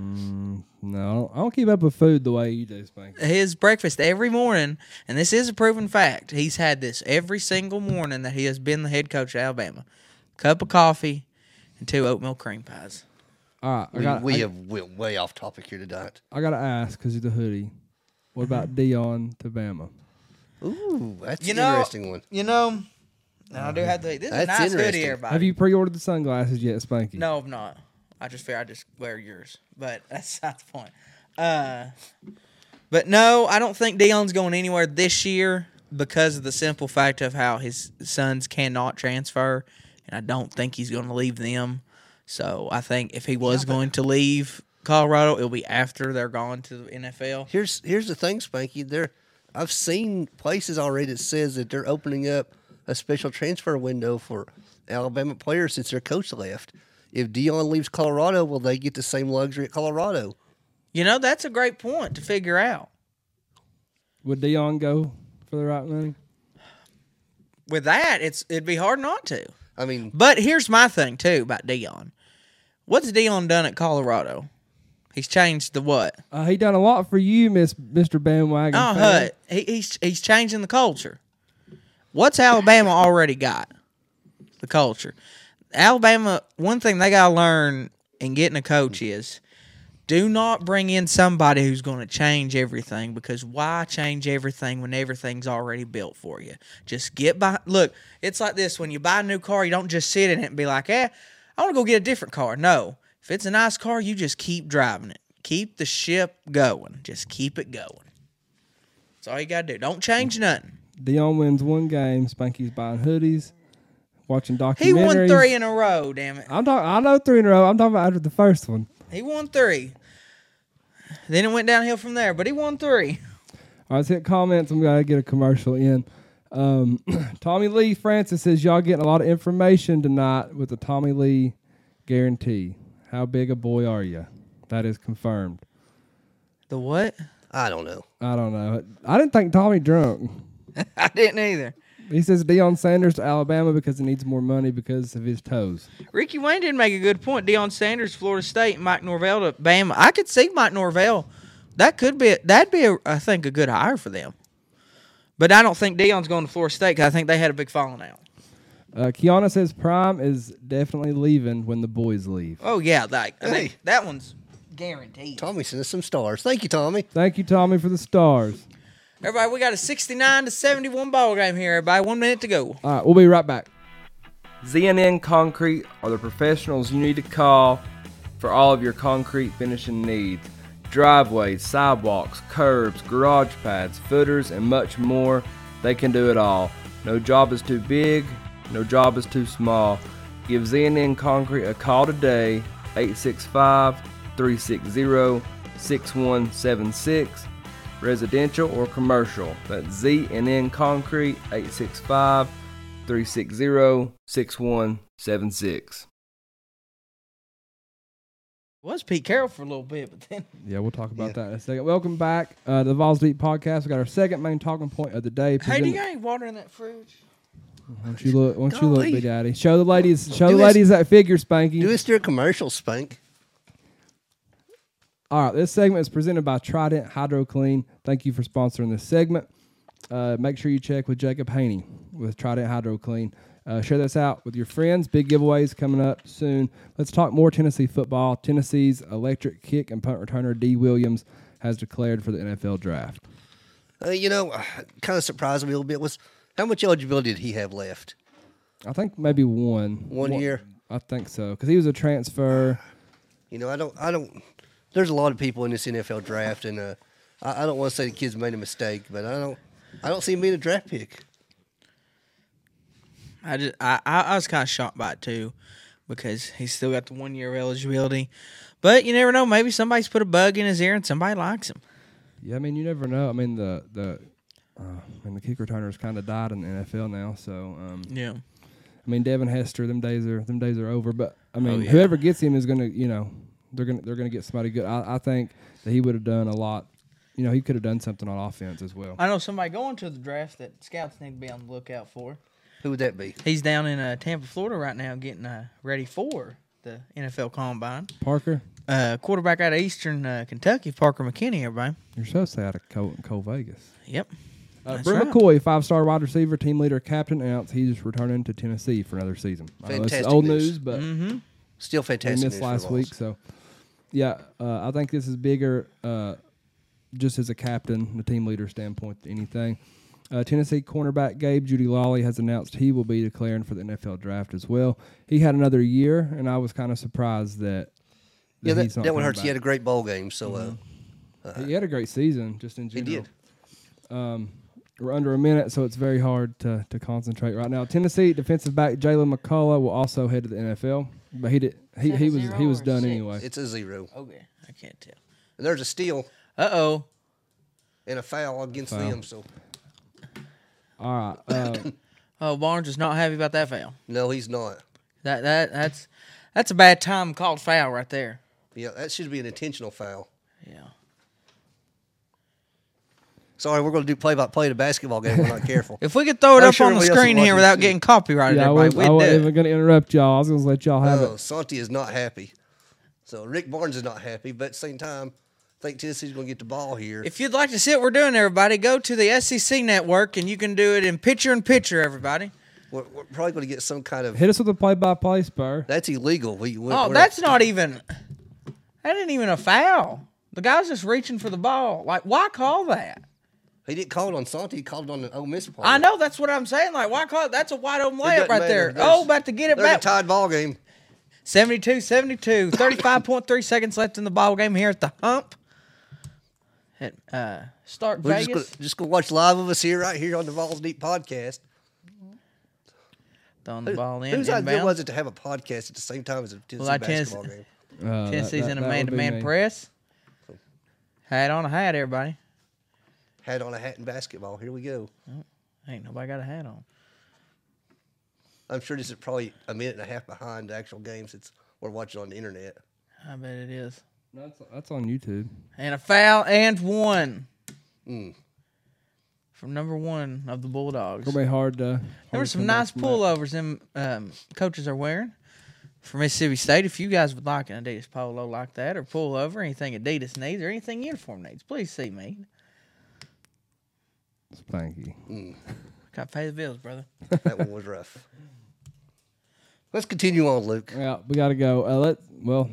[SPEAKER 2] No, I don't, I don't keep up with food the way you do, Spank.
[SPEAKER 4] his breakfast every morning, and this is a proven fact. He's had this every single morning that he has been the head coach of Alabama. Cup of coffee and two oatmeal cream pies.
[SPEAKER 2] All right, I
[SPEAKER 3] We,
[SPEAKER 2] got.
[SPEAKER 3] we
[SPEAKER 2] I,
[SPEAKER 3] have went way off topic here tonight.
[SPEAKER 2] I gotta ask because he's the hoodie. What about Dion to Bama?
[SPEAKER 3] Ooh, that's
[SPEAKER 4] You
[SPEAKER 3] an
[SPEAKER 4] know,
[SPEAKER 3] interesting one.
[SPEAKER 4] You know, and I do have to. This is a
[SPEAKER 3] That's
[SPEAKER 4] nice hoodie,
[SPEAKER 3] interesting.
[SPEAKER 4] everybody.
[SPEAKER 2] Have you pre-ordered the sunglasses yet, Spanky?
[SPEAKER 4] No, I'm not. I just figured I just wear yours, but that's not the point. Uh, but no, I don't think Dion's going anywhere this year because of the simple fact of how his sons cannot transfer, and I don't think he's going to leave them. So I think if he was going to leave Colorado, it'll be after they're gone to the NFL.
[SPEAKER 3] Here's here's the thing, Spanky. There, I've seen places already that says that they're opening up a special transfer window for Alabama players since their coach left. If Dion leaves Colorado, will they get the same luxury at Colorado?
[SPEAKER 4] You know, that's a great point to figure out.
[SPEAKER 2] Would Dion go for the right money?
[SPEAKER 4] With that, it's it'd be hard not to.
[SPEAKER 3] I mean,
[SPEAKER 4] But here's my thing too about Dion. What's Dion done at Colorado? He's changed the what?
[SPEAKER 2] Uh, he done a lot for you, Miss Mister Bandwagon.
[SPEAKER 4] Oh,
[SPEAKER 2] fan.
[SPEAKER 4] hut. He, he's he's changing the culture. What's Alabama already got? The culture. Alabama. One thing they gotta learn in getting a coach is do not bring in somebody who's going to change everything because why change everything when everything's already built for you? Just get by. Look, it's like this when you buy a new car, you don't just sit in it and be like, eh, I want to go get a different car. No. If it's a nice car, you just keep driving it. Keep the ship going. Just keep it going. That's all you got to do. Don't change nothing.
[SPEAKER 2] Dion wins one game. Spanky's buying hoodies, watching documentaries.
[SPEAKER 4] He won three in a row, damn it.
[SPEAKER 2] I'm talking. I know three in a row. I'm talking about after the first one.
[SPEAKER 4] He won three. Then it went downhill from there, but he won three.
[SPEAKER 2] All right, let's hit comments. I'm gonna get a commercial in. Um, Tommy Lee Francis says y'all getting a lot of information tonight with the Tommy Lee guarantee. How big a boy are you? That is confirmed.
[SPEAKER 4] The what?
[SPEAKER 3] I don't know.
[SPEAKER 2] I don't know. I didn't think Tommy drunk.
[SPEAKER 4] I didn't either.
[SPEAKER 2] He says Deion Sanders to Alabama because he needs more money because of his toes.
[SPEAKER 4] Ricky Wayne did make a good point. Deion Sanders, Florida State, Mike Norvell to Bama. I could see Mike Norvell. That could be that'd be a, I think a good hire for them. But I don't think Deion's going to Florida State 'cause I think they had a big falling out.
[SPEAKER 2] Uh, Kiana says Prime is definitely leaving when the boys leave.
[SPEAKER 4] Oh yeah, like I think that one's guaranteed.
[SPEAKER 3] Tommy sent us some stars. Thank you, Tommy.
[SPEAKER 2] Thank you, Tommy, for the stars.
[SPEAKER 4] Everybody, we got a sixty-nine to seventy-one ball game here. Everybody, one minute to go.
[SPEAKER 2] All right, we'll be right back. ZNN Concrete are the professionals you need to call for all of your concrete finishing needs driveways, sidewalks, curbs, garage pads, footers, and much more. They can do it all. No job is too big, no job is too small. Give ZNN Concrete a call today, 865 360 6176, residential or commercial. That's ZNN Concrete, 865 360 6176.
[SPEAKER 4] was Pete Carroll for a little bit, but then
[SPEAKER 2] Yeah, we'll talk about that in a second. Welcome back uh, to the Vols Deep Podcast. We got our second main talking point of the day.
[SPEAKER 4] hey, do
[SPEAKER 2] presented-
[SPEAKER 4] you got any water in that fridge?
[SPEAKER 2] Why don't you look? Why don't you look,
[SPEAKER 3] Golly.
[SPEAKER 2] Big Daddy? Show the ladies. Show
[SPEAKER 3] Do
[SPEAKER 2] the
[SPEAKER 3] us-
[SPEAKER 2] ladies that figure, Spanky.
[SPEAKER 3] Do us through a commercial, Spank.
[SPEAKER 2] All right, this segment is presented by Trident HydroClean. Thank you for sponsoring this segment. Uh, make sure you check with Jacob Haney with Trident HydroClean. Uh, share this out with your friends. Big giveaways coming up soon. Let's talk more Tennessee football. Tennessee's electric kick and punt returner D. Williams has declared for the NFL draft.
[SPEAKER 3] Uh, you know, kind of surprised me a little bit was how much eligibility did he have left?
[SPEAKER 2] I think maybe one.
[SPEAKER 3] One year.
[SPEAKER 2] I think so because he was a transfer.
[SPEAKER 3] You know, I don't, I don't. There's a lot of people in this NFL draft, and uh, I, I don't want to say the kids made a mistake, but I don't, I don't see him being a draft pick.
[SPEAKER 4] I just I, I, I was kind of shocked by it too, because he's still got the one year of eligibility. But you never know. Maybe somebody's put a bug in his ear and somebody likes him.
[SPEAKER 2] Yeah, I mean you never know. I mean the the uh, I mean the kick returners kind of died in the NFL now. So um,
[SPEAKER 4] Yeah.
[SPEAKER 2] I mean Devin Hester, them days are them days are over. But
[SPEAKER 3] Oh,
[SPEAKER 2] I mean
[SPEAKER 4] yeah.
[SPEAKER 2] whoever gets him is gonna you know they're gonna they're gonna get somebody good. I, I think that he would have done a lot. You know he could have done something on offense as well.
[SPEAKER 4] I know somebody going to the draft that scouts need to be on the lookout for.
[SPEAKER 3] Who would that be?
[SPEAKER 4] He's down in uh, Tampa, Florida right now, getting uh, ready for the NFL Combine.
[SPEAKER 2] Parker,
[SPEAKER 4] Uh, quarterback out of Eastern uh, Kentucky, Parker McKinney. Everybody.
[SPEAKER 2] you're so sad at Cole, Cole Vegas.
[SPEAKER 4] Yep.
[SPEAKER 2] Uh,
[SPEAKER 4] That's
[SPEAKER 2] Brew
[SPEAKER 4] right.
[SPEAKER 2] McCoy, five-star wide receiver, team leader, captain, announced he's returning to Tennessee for another season. I know this is
[SPEAKER 3] Fantastic
[SPEAKER 2] old
[SPEAKER 3] news.
[SPEAKER 2] news, but
[SPEAKER 4] Mm-hmm.
[SPEAKER 3] Still
[SPEAKER 2] we
[SPEAKER 3] fantastic.
[SPEAKER 2] missed
[SPEAKER 3] news for
[SPEAKER 2] last
[SPEAKER 3] Vols.
[SPEAKER 2] week. So, yeah, uh, I think this is bigger, uh, just as a captain, the team leader standpoint, than anything. Uh, Tennessee cornerback Gabe Judy Lawley has announced he will be declaring for the NFL draft as well. He had another year, and I was kind of surprised that.
[SPEAKER 3] Yeah, that,
[SPEAKER 2] he's not
[SPEAKER 3] that one
[SPEAKER 2] coming
[SPEAKER 3] hurts. He had
[SPEAKER 2] back. Mm-hmm.
[SPEAKER 3] a great bowl game, so uh,
[SPEAKER 2] he had a great season, just in
[SPEAKER 3] he
[SPEAKER 2] general.
[SPEAKER 3] did.
[SPEAKER 2] We're under a minute, so it's very hard to, to concentrate right now. Tennessee defensive back Jalen McCullough will also head to the NFL, but he did he, he was he was
[SPEAKER 4] or
[SPEAKER 2] done
[SPEAKER 4] six?
[SPEAKER 2] anyway.
[SPEAKER 3] It's a zero.
[SPEAKER 4] Okay, I can't tell.
[SPEAKER 3] And there's a steal
[SPEAKER 4] Uh oh.
[SPEAKER 3] and a foul against them. So
[SPEAKER 2] All right, uh,
[SPEAKER 4] Oh, Barnes is not happy about that foul.
[SPEAKER 3] no, he's not.
[SPEAKER 4] That that that's that's a bad time called foul right there.
[SPEAKER 3] Yeah, that should be an intentional foul.
[SPEAKER 4] Yeah.
[SPEAKER 3] Sorry, we're going to do play by play to basketball game. We're not careful.
[SPEAKER 4] If we could throw it
[SPEAKER 3] I'm
[SPEAKER 4] up
[SPEAKER 3] sure
[SPEAKER 4] on the
[SPEAKER 3] everybody else
[SPEAKER 4] screen
[SPEAKER 3] is
[SPEAKER 4] here
[SPEAKER 3] watching
[SPEAKER 4] without
[SPEAKER 3] too.
[SPEAKER 4] getting copyrighted,
[SPEAKER 2] yeah, I
[SPEAKER 4] everybody,
[SPEAKER 2] wasn't,
[SPEAKER 4] we'd
[SPEAKER 2] I
[SPEAKER 4] do
[SPEAKER 2] wasn't
[SPEAKER 4] it.
[SPEAKER 2] even going to interrupt y'all. I was going to let y'all have
[SPEAKER 3] Oh,
[SPEAKER 2] it.
[SPEAKER 3] Santi is not happy. So Rick Barnes is not happy, but at the same time, I think Tennessee's going to get the ball here.
[SPEAKER 4] If you'd like to see what we're doing, everybody, go to the SEC network and you can do it in picture in picture, everybody.
[SPEAKER 3] we're, we're probably going to get some kind of.
[SPEAKER 2] Hit us with a play-by-play, Spur.
[SPEAKER 3] That's illegal. We, we,
[SPEAKER 4] Oh,
[SPEAKER 3] we're-
[SPEAKER 4] that's not even that ain't even a foul. The guy's just reaching for the ball. Like, why call that?
[SPEAKER 3] He didn't call it on Santi. He called it on the Ole Miss player.
[SPEAKER 4] I know that's what I'm saying. Like, why call it? That's a wide open
[SPEAKER 3] doesn't
[SPEAKER 4] layup right
[SPEAKER 3] matter.
[SPEAKER 4] there.
[SPEAKER 3] There's-
[SPEAKER 4] Oh, about to get it
[SPEAKER 3] There's a
[SPEAKER 4] back.
[SPEAKER 3] tied ball game.
[SPEAKER 4] 72 72 35.3 seconds left in the ball game here at the hump at uh stark
[SPEAKER 3] We're
[SPEAKER 4] vegas
[SPEAKER 3] just going just gonna watch live of us here, right here on the Vols Deep podcast.
[SPEAKER 4] throwing the ball in
[SPEAKER 3] Whose idea
[SPEAKER 4] inbounds.
[SPEAKER 3] was it to have a podcast at the same time as a Tennessee
[SPEAKER 4] Well, I tennis-
[SPEAKER 3] basketball game?
[SPEAKER 2] Uh,
[SPEAKER 4] tennessee's
[SPEAKER 2] that-
[SPEAKER 4] in
[SPEAKER 2] that would be
[SPEAKER 4] a man-to-man
[SPEAKER 2] me.
[SPEAKER 4] press hat on a hat everybody
[SPEAKER 3] Had on a hat and basketball. Here we go.
[SPEAKER 4] ain't nobody got a hat on
[SPEAKER 3] I'm sure this is probably a minute and a half behind the actual game since we're watching on the internet.
[SPEAKER 4] i bet it is
[SPEAKER 2] No, That's, that's on YouTube.
[SPEAKER 4] and a foul and one from number one of the bulldogs
[SPEAKER 2] It'll be hard to.
[SPEAKER 4] There were
[SPEAKER 2] hard to
[SPEAKER 4] some
[SPEAKER 2] come back
[SPEAKER 4] nice
[SPEAKER 2] from that.
[SPEAKER 4] pullovers them um, coaches are wearing for Mississippi State. If you guys would like an Adidas polo like that, or pullover, anything Adidas needs, or anything uniform needs, please see me.
[SPEAKER 2] Thank you.
[SPEAKER 4] Gotta pay the bills, brother.
[SPEAKER 3] That one was rough. Let's continue on, Luke.
[SPEAKER 2] Yeah, we got to go. Uh, let well,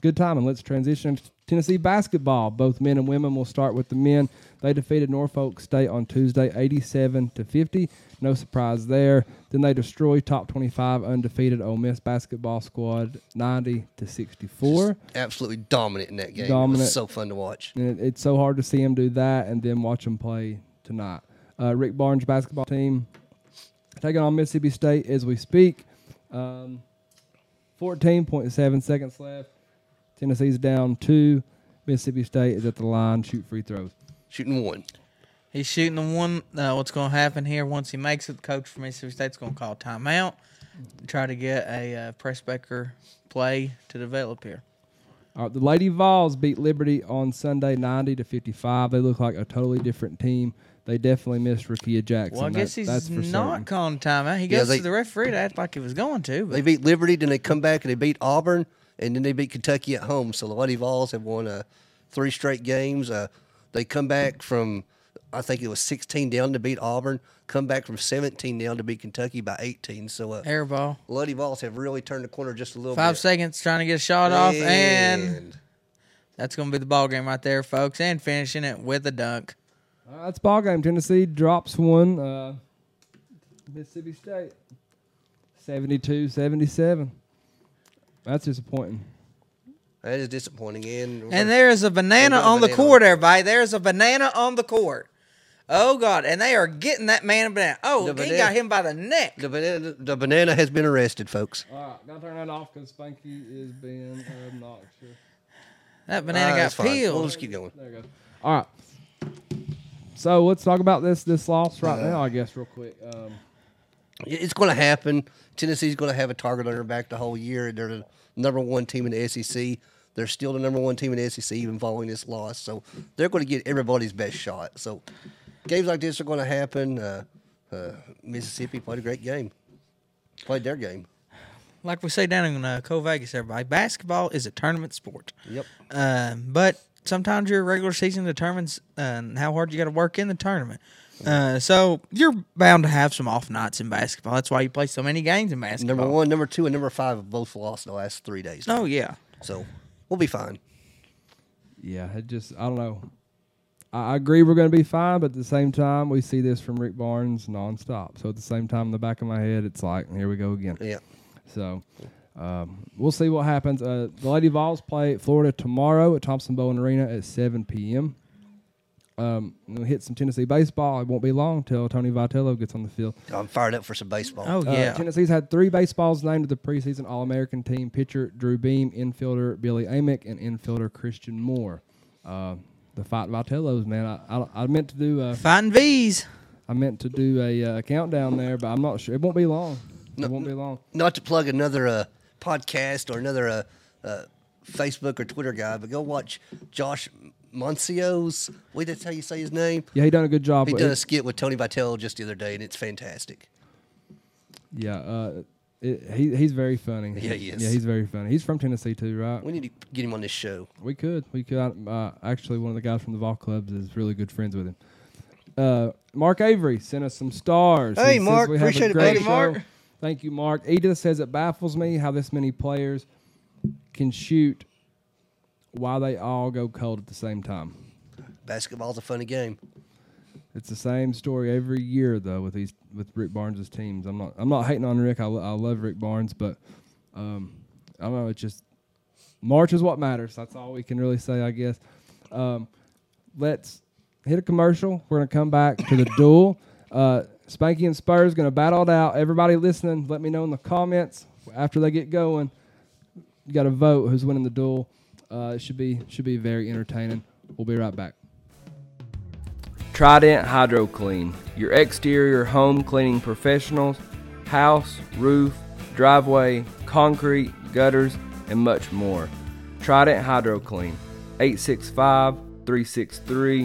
[SPEAKER 2] good timing. Let's transition to Tennessee basketball. Both men and women. We'll start with the men. They defeated Norfolk State on Tuesday, eighty-seven to fifty. No surprise there. Then they destroyed top twenty-five undefeated Ole Miss basketball squad, ninety to sixty-four.
[SPEAKER 3] Absolutely dominant in that game. It
[SPEAKER 2] Dominant.
[SPEAKER 3] was so fun to watch.
[SPEAKER 2] And it, it's so hard to see him do that and then watch him play tonight. Uh, Rick Barnes' basketball team taking on Mississippi State as we speak. Um, 14.7 seconds left. Tennessee's down two. Mississippi State is at the line, shoot free throws.
[SPEAKER 3] Shooting one.
[SPEAKER 4] He's shooting the one. Uh, what's gonna happen here? Once he makes it, the coach from Mississippi State's gonna call timeout, try to get a uh, press backer play to develop here.
[SPEAKER 2] All right, the Lady Vols beat Liberty on Sunday, 90 to 55. They look like a totally different team. They definitely missed Rakia Jackson.
[SPEAKER 4] Well, I
[SPEAKER 2] That-
[SPEAKER 4] guess
[SPEAKER 2] that's
[SPEAKER 4] he's
[SPEAKER 2] for
[SPEAKER 4] not
[SPEAKER 2] certain.
[SPEAKER 4] calling timeout. He
[SPEAKER 3] Yeah,
[SPEAKER 4] goes
[SPEAKER 3] they-
[SPEAKER 4] to the referee to act like he was going to, but
[SPEAKER 3] They beat Liberty, then they come back and they beat Auburn, and then they beat Kentucky at home. So the Lady Vols have won uh, three straight games. Uh, they come back from, I think it was 16 down to beat Auburn, come back from 17 down to beat Kentucky by 18. So uh,
[SPEAKER 4] air ball.
[SPEAKER 3] Lady Vols have really turned the corner just a little
[SPEAKER 4] Five
[SPEAKER 3] bit.
[SPEAKER 4] seconds trying to get a shot off, and That's gonna be the ball game right there, folks, and finishing it with a dunk.
[SPEAKER 2] Uh, that's ball game. Tennessee drops one. Uh, Mississippi State, 72-77. That's disappointing.
[SPEAKER 3] That is disappointing. And,
[SPEAKER 4] And there is a banana
[SPEAKER 3] They got a banana on
[SPEAKER 4] on the court,
[SPEAKER 3] the court.
[SPEAKER 4] everybody. There is a banana on the court. Oh God! And they are getting that man a banana. Oh,
[SPEAKER 3] The
[SPEAKER 4] he
[SPEAKER 3] banana-
[SPEAKER 4] got him by the neck.
[SPEAKER 3] the, banana, the banana has been arrested, folks.
[SPEAKER 2] All right, gotta turn that off because Spanky is being obnoxious.
[SPEAKER 4] that banana
[SPEAKER 3] Uh,
[SPEAKER 4] got
[SPEAKER 3] it's fine. We'll
[SPEAKER 4] peeled.
[SPEAKER 3] just keep going.
[SPEAKER 2] There you go. All right. So let's talk about this this loss right now, I guess, real quick. Um,
[SPEAKER 3] It's going to happen. Tennessee's going to have a target on their back the whole year. They're the number one team in the SEC. They're still the number one team in the SEC, even following this loss. So they're going to get everybody's best shot. So games like this are going to happen. Uh, uh, Mississippi played a great game. Played their game.
[SPEAKER 4] Like we say down in uh, Co Vegas, everybody. Basketball is a tournament sport.
[SPEAKER 3] Yep.
[SPEAKER 4] Um, but sometimes your regular season determines uh, how hard you got to work in the tournament. Uh, so you're bound to have some off nights in basketball. That's why you play so many games in basketball.
[SPEAKER 3] Number one, number two, and number five have both lost in the last three days.
[SPEAKER 4] Oh yeah.
[SPEAKER 3] So we'll be fine.
[SPEAKER 2] yeah, it just I don't know. I I agree we're going to be fine, but at the same time, we see this from Rick Barnes nonstop. So at the same time, in the back of my head, it's like, here we go again.
[SPEAKER 3] Yeah.
[SPEAKER 2] So um, we'll see what happens. Uh, the Lady Vols play Florida tomorrow at Thompson Bowen Arena at 7 p.m. Um, and we hit some Tennessee baseball. It won't be long till Tony Vitello gets on the field.
[SPEAKER 3] I'm fired up for some baseball.
[SPEAKER 4] Oh
[SPEAKER 2] Uh,
[SPEAKER 4] yeah.
[SPEAKER 2] Tennessee's had three baseballs named to the preseason All American team pitcher Drew Beam, infielder Billy Amick, and infielder Christian Moore. Uh, the fight Vitellos, man. I, I, I meant to do a,
[SPEAKER 4] Fighting V's.
[SPEAKER 2] I meant to do a uh, countdown there, but I'm not sure. It won't be long. It won't be long.
[SPEAKER 3] Not to plug another uh, podcast or another uh, uh, Facebook or Twitter guy, but go watch Josh Moncio's. Wait, that's how you say his name.
[SPEAKER 2] Yeah, he done a good job.
[SPEAKER 3] He
[SPEAKER 2] with
[SPEAKER 3] done
[SPEAKER 2] it.
[SPEAKER 3] a skit with Tony Vitale just the other day, and it's fantastic.
[SPEAKER 2] Yeah, uh, it, he he's very funny.
[SPEAKER 3] Yeah, he is.
[SPEAKER 2] Yeah, he's very funny. He's from Tennessee too, right?
[SPEAKER 3] We need to get him on this show.
[SPEAKER 2] We could, we could. Uh, actually, one of the guys from the Vol Clubs is really good friends with him. Uh, Mark Avery sent us some stars.
[SPEAKER 3] Hey,
[SPEAKER 2] says
[SPEAKER 3] Mark,
[SPEAKER 2] we have a
[SPEAKER 3] appreciate it,
[SPEAKER 2] great
[SPEAKER 4] buddy. Mark.
[SPEAKER 2] show. Thank you, Mark. Edith says it baffles me how this many players can shoot while they all go cold at the same time.
[SPEAKER 3] Basketball's a funny game.
[SPEAKER 2] It's the same story every year though with these with Rick Barnes' teams. I'm not I'm not hating on Rick. I, lo- I love Rick Barnes, but um, I don't know. It's just March is what matters. That's all we can really say, I guess. Um, let's hit a commercial. We're gonna come back to the duel. Uh, Spanky and Spurs gonna battle it out. Everybody listening, let me know in the comments after they get going. You got to vote who's winning the duel. Uh, it should be should be very entertaining. We'll be right back. Trident Hydro Clean, your exterior home cleaning professionals, house, roof, driveway, concrete, gutters, and much more. Trident Hydro Clean, 865 363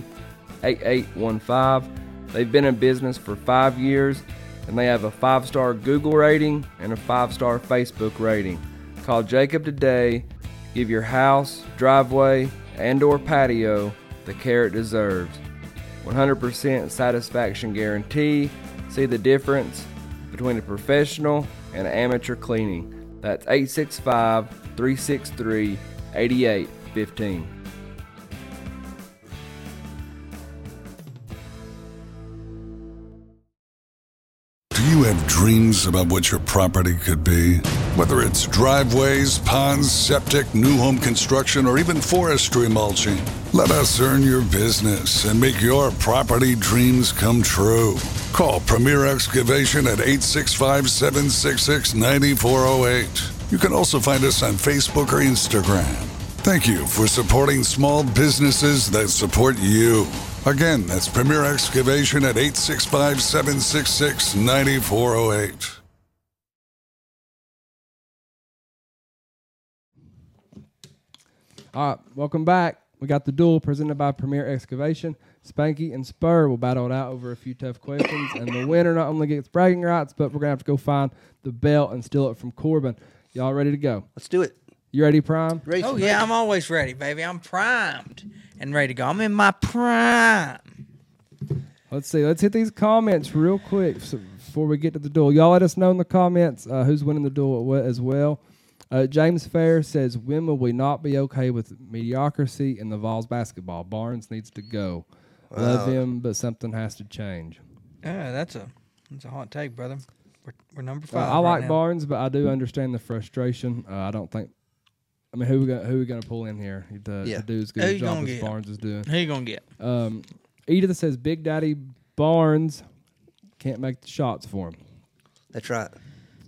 [SPEAKER 2] 8815. They've been in business for five years and they have a five star Google rating and a five star Facebook rating. Call Jacob today. Give your house, driveway, and or patio the care it deserves. 100% satisfaction guarantee. See the difference between a professional and amateur cleaning. That's 865 363 8815.
[SPEAKER 5] Do you have dreams about what your property could be? Whether it's driveways, ponds, septic, new home construction, or even forestry mulching, let us earn your business and make your property dreams come true. Call Premier Excavation at 865 766 9408. You can also find us on Facebook or Instagram. Thank you for supporting small businesses that support you. Again, that's Premier Excavation at 865 766 9408.
[SPEAKER 2] All right, welcome back. We got the duel presented by Premier Excavation. Spanky and Spur will battle it out over a few tough questions, and the winner not only gets bragging rights, but we're gonna have to go find the belt and steal it from Corbin. Y'all ready to go?
[SPEAKER 3] Let's do it.
[SPEAKER 2] You ready, Prime?
[SPEAKER 3] Race
[SPEAKER 4] Oh yeah, I'm always ready, baby. I'm primed and ready to go. I'm in my prime.
[SPEAKER 2] Let's see. Let's hit these comments real quick so before we get to the duel. Y'all let us know in the comments uh, who's winning the duel wa- as well. Uh, James Fair says, "When will we not be okay with mediocrity in the Vols basketball? Barnes needs to go. Love him, but something has to change.
[SPEAKER 4] Yeah, that's a that's a hot take, brother. We're, we're number
[SPEAKER 2] Uh,
[SPEAKER 4] five.
[SPEAKER 2] I like
[SPEAKER 4] right now.
[SPEAKER 2] Barnes, but I do understand the frustration. Uh, I don't think. I mean, who we gonna, who we gonna pull in here to,
[SPEAKER 3] Yeah.
[SPEAKER 2] to do as good
[SPEAKER 4] Who
[SPEAKER 2] a
[SPEAKER 4] you
[SPEAKER 2] job
[SPEAKER 4] gonna
[SPEAKER 2] as
[SPEAKER 4] get?
[SPEAKER 2] Barnes is doing?
[SPEAKER 4] Who you gonna get?
[SPEAKER 2] Um, Edith says, "Big Daddy Barnes can't make the shots for him."
[SPEAKER 3] That's right.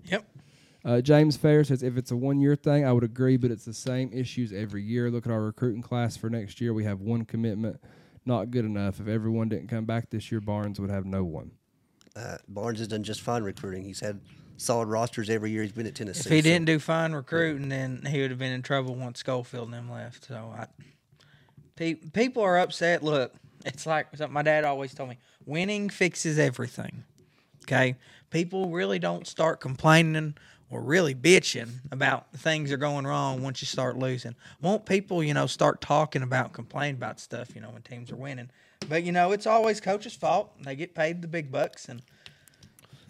[SPEAKER 4] Yep.
[SPEAKER 2] Uh, James Fair says, if it's a one year thing, I would agree, but it's the same issues every year. Look at our recruiting class for next year. We have one commitment, not good enough. If everyone didn't come back this year, Barnes would have no one.
[SPEAKER 3] Uh, Barnes has done just fine recruiting. He's had solid rosters every year he's been at Tennessee.
[SPEAKER 4] If he
[SPEAKER 3] so-
[SPEAKER 4] didn't do fine recruiting, then he would have been in trouble once Schofield and them left. So I, pe- people are upset. Look, it's like something my dad always told me: winning fixes everything. Okay, people really don't start complaining or really bitching about things that are going wrong once you start losing. Won't people, you know, start talking about, complain about stuff, you know, when teams are winning? But you know, it's always coach's fault. They get paid the big bucks, and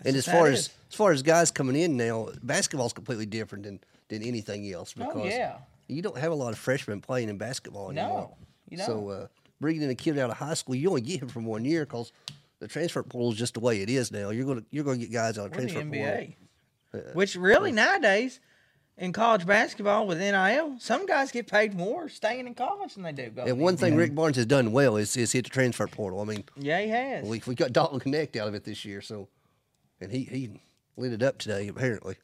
[SPEAKER 3] And as
[SPEAKER 4] That's
[SPEAKER 3] far
[SPEAKER 4] how it
[SPEAKER 3] as
[SPEAKER 4] is.
[SPEAKER 3] as far as guys coming in now, basketball's completely different than than anything else because
[SPEAKER 4] Oh, yeah.
[SPEAKER 3] you don't have a lot of freshmen playing in basketball anymore.
[SPEAKER 4] No, you don't.
[SPEAKER 3] So uh, bringing a kid out of high school, you only get him from one year because the transfer portal is just the way it is now. You're gonna you're gonna get guys out of
[SPEAKER 4] We're the
[SPEAKER 3] transfer portal.
[SPEAKER 4] NBA.
[SPEAKER 3] Uh,
[SPEAKER 4] Which really nowadays in college basketball with NIL, some guys get paid more staying in college than they do. going
[SPEAKER 3] And one
[SPEAKER 4] to
[SPEAKER 3] thing Rick Barnes has done well is is hit the transfer portal. I mean,
[SPEAKER 4] the- yeah, he has.
[SPEAKER 3] we we got Dalton Connect out of it this year, so and he he lit it up today apparently.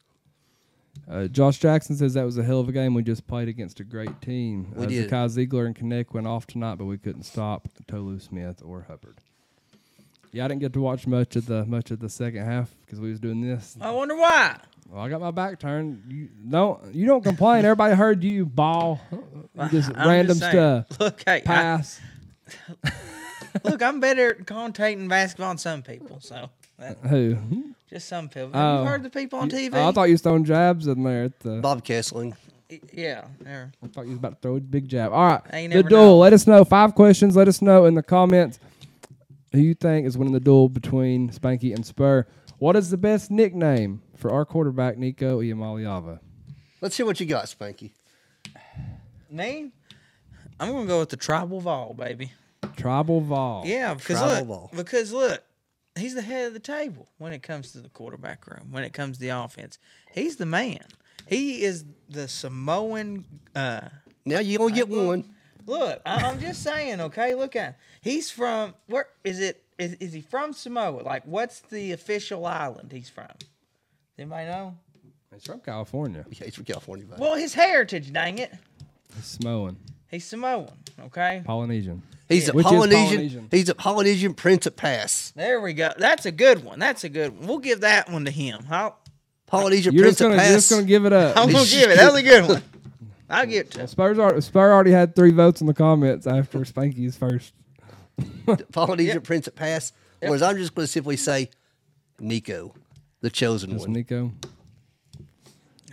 [SPEAKER 2] Uh, Josh Jackson says that was a hell of a game we just played against a great team.
[SPEAKER 3] We
[SPEAKER 2] uh,
[SPEAKER 3] did.
[SPEAKER 2] Zakai Ziegler and Kinnick went off tonight, but we couldn't stop Tolu Smith or Hubbard. Yeah, I didn't get to watch much of the much of the second half because we was doing this.
[SPEAKER 4] I wonder why.
[SPEAKER 2] Well, Oh, I got my back turned. You don't you don't complain. Everybody heard you ball, You just
[SPEAKER 4] I'm
[SPEAKER 2] random
[SPEAKER 4] just saying.
[SPEAKER 2] stuff,
[SPEAKER 4] Look, hey, I,
[SPEAKER 2] pass.
[SPEAKER 4] look, I'm better at commentating basketball than some people. So that,
[SPEAKER 2] Who?
[SPEAKER 4] just some people. Have
[SPEAKER 2] Oh.
[SPEAKER 4] you heard the people on TV?
[SPEAKER 2] Oh, I thought you was throwing jabs in there at the.
[SPEAKER 3] Bob Kessling,
[SPEAKER 4] yeah, yeah.
[SPEAKER 2] I thought you was about to throw a big jab. All right,
[SPEAKER 4] I ain't
[SPEAKER 2] the
[SPEAKER 4] never
[SPEAKER 2] duel.
[SPEAKER 4] know.
[SPEAKER 2] Let us know five questions. Let us know in the comments who you think is winning the duel between Spanky and Spur. What is the best nickname for our quarterback Nico Iamaliava?
[SPEAKER 3] let's hear what you got, Spanky.
[SPEAKER 4] Me, I'm gonna go with the tribal vol, baby.
[SPEAKER 2] Tribal Vol.
[SPEAKER 4] Yeah, because
[SPEAKER 3] Tribal
[SPEAKER 4] look,
[SPEAKER 3] ball.
[SPEAKER 4] because look, he's the head of the table when it comes to the quarterback room. When it comes to the offense, he's the man. He is the Samoan. Uh,
[SPEAKER 3] Now you only get one.
[SPEAKER 4] look, I, I'm just saying. Okay, look at him. he's from where is it? Is, is he from Samoa? Like, what's the official island he's from? Anybody know?
[SPEAKER 2] It's from California.
[SPEAKER 3] Yeah, he's from California. Buddy.
[SPEAKER 4] Well, his heritage, dang it,
[SPEAKER 2] It's Samoan,
[SPEAKER 4] he's Samoan. Okay,
[SPEAKER 2] Polynesian.
[SPEAKER 3] He's a
[SPEAKER 2] Which is
[SPEAKER 3] Polynesian,
[SPEAKER 2] Polynesian.
[SPEAKER 3] He's a Polynesian Prince of Pass.
[SPEAKER 4] there we go. That's a good one. That's a good one. We'll give that one to him. I'll,
[SPEAKER 3] Polynesian
[SPEAKER 2] You're
[SPEAKER 3] Prince
[SPEAKER 2] just gonna
[SPEAKER 3] of
[SPEAKER 2] you're
[SPEAKER 3] Pass.
[SPEAKER 2] just gonna give it up.
[SPEAKER 4] I'm gonna give it. That was a good one. I'll give it to him.
[SPEAKER 2] Spurs are, Spur already had three votes in the comments after Spanky's first.
[SPEAKER 3] Polynesian Prince of Pass. Whereas I'm just going to simply say Nico, the chosen
[SPEAKER 2] Was
[SPEAKER 3] one.
[SPEAKER 2] Nico?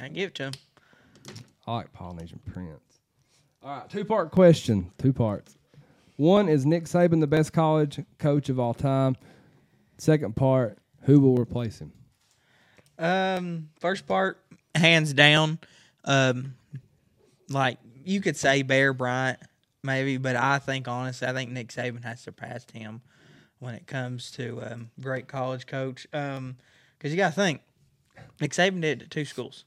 [SPEAKER 4] I give it to him.
[SPEAKER 2] I like Polynesian Prince. All right, two part question. Two parts. One is Nick Saban the best college coach of all time. Second part, who will replace him?
[SPEAKER 4] Um, first part, hands down. Um, like you could say Bear Bryant, maybe, but I think honestly, I think Nick Saban has surpassed him when it comes to um, great college coach. Um, because you got to think, Nick Saban did it at two schools.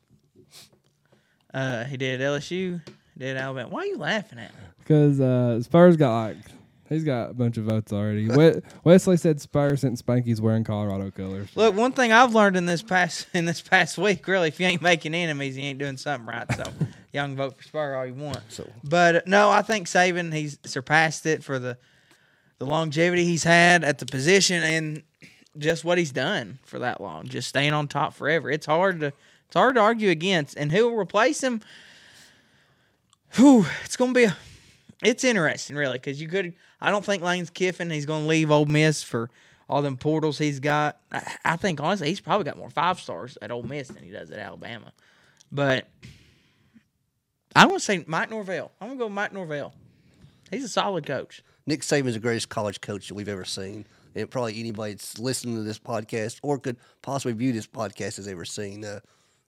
[SPEAKER 4] Uh, he did at LSU, did at Alabama. Why are you laughing at me?
[SPEAKER 2] Because uh, Spurs got like he's got a bunch of votes already. Wes- Wesley said Spurs since Spanky's wearing Colorado colors.
[SPEAKER 4] Look, one thing I've learned in this past in this past week, really, if you ain't making enemies, you ain't doing something right. So y'all can vote for Spur all you want.
[SPEAKER 3] So-
[SPEAKER 4] but uh, no, I think Saban he's surpassed it for the the longevity he's had at the position and just what he's done for that long, just staying on top forever. It's hard to it's hard to argue against. And who will replace him? Whew, it's gonna be a, it's interesting, really, because you could. I don't think Lane's Kiffin. He's gonna leave Ole Miss for all them portals he's got. I, I think honestly, he's probably got more five stars at Ole Miss than he does at Alabama. But I'm gonna say Mike Norvell. I'm gonna go with Mike Norvell. He's a solid coach.
[SPEAKER 3] Nick Saban's the greatest college coach that we've ever seen, and probably anybody that's listening to this podcast or could possibly view this podcast has ever seen. Uh,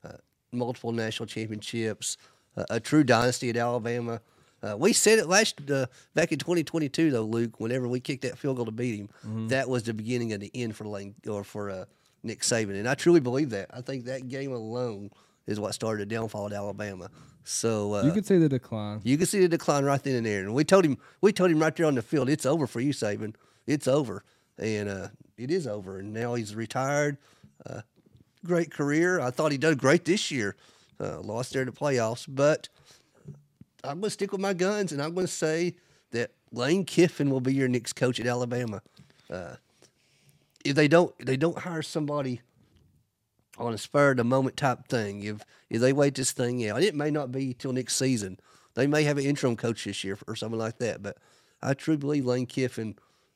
[SPEAKER 3] uh, multiple national championships, uh, a true dynasty at Alabama. Uh, we said it last uh, back in 2022 though, Luke. Whenever we kicked that field goal to beat him, that was the beginning of the end for Lane or for uh, Nick Saban, and I truly believe that. I think that game alone is what started the downfall at Alabama. So uh,
[SPEAKER 2] You could see the decline.
[SPEAKER 3] you can see the decline right then and there. And we told him, we told him right there on the field, it's over for you, Saban. It's over, and uh, it is over. And now he's retired. Uh, great career. I thought he done great this year. Uh, lost there in the playoffs, but I'm going to stick with my guns, and I'm going to say that Lane Kiffin will be your next coach at Alabama. Uh, if they don't, they don't hire somebody on a spur of the moment type thing. If if they wait this thing out, it may not be till next season. They may have an interim coach this year or something like that. But I truly believe Lane Kiffin,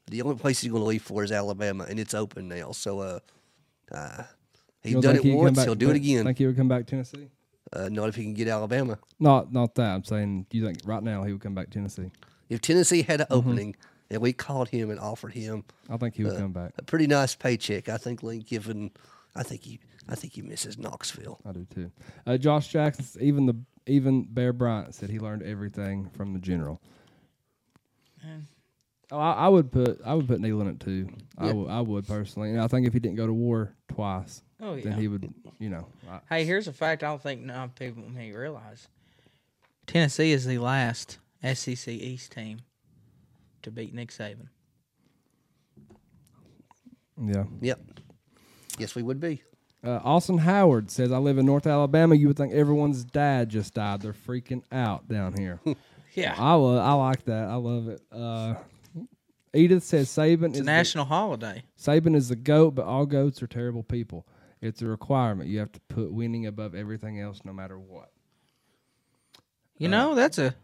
[SPEAKER 3] the only place he's going to leave for is Alabama, and it's open now. So uh, uh, he's
[SPEAKER 2] You don't
[SPEAKER 3] done
[SPEAKER 2] think
[SPEAKER 3] it
[SPEAKER 2] he'd come
[SPEAKER 3] once.
[SPEAKER 2] back-
[SPEAKER 3] He'll do it
[SPEAKER 2] think-
[SPEAKER 3] again.
[SPEAKER 2] Think he would come back to Tennessee?
[SPEAKER 3] Uh, not if he can get Alabama.
[SPEAKER 2] Not not that. I'm saying you think right now he would come back to Tennessee.
[SPEAKER 3] If Tennessee had an
[SPEAKER 4] Mm-hmm.
[SPEAKER 3] opening and we called him and offered him
[SPEAKER 2] I think he
[SPEAKER 4] Uh,
[SPEAKER 2] would come back.
[SPEAKER 3] a pretty nice paycheck, I think Lane Kiffin, I think he, I think he misses Knoxville.
[SPEAKER 2] I do too. Uh, Josh Jackson, even the even Bear Bryant said he learned everything from the general. Oh, I, I would put I would put Neal in it too. I
[SPEAKER 3] Yeah.
[SPEAKER 2] would I would personally, and I think if he didn't go to war twice,
[SPEAKER 4] Oh, yeah.
[SPEAKER 2] then he would. You know, I,
[SPEAKER 4] Hey, here's a fact I don't think no, people may realize. Tennessee is the last SEC East team to beat Nick Saban.
[SPEAKER 2] yeah.
[SPEAKER 3] Yep. Yes, we would be.
[SPEAKER 2] Uh, Austin Howard says, "I live in North Alabama. You would think everyone's dad just died. They're freaking out down here."
[SPEAKER 4] Yeah.
[SPEAKER 2] I lo- I like that. I love it. Uh, Edith says Saban
[SPEAKER 4] it's a
[SPEAKER 2] is the-
[SPEAKER 4] national holiday.
[SPEAKER 2] Saban is the goat, but all goats are terrible people. It's a requirement. You have to put winning above everything else, no matter what.
[SPEAKER 4] You
[SPEAKER 3] Uh-huh.
[SPEAKER 4] know, that's a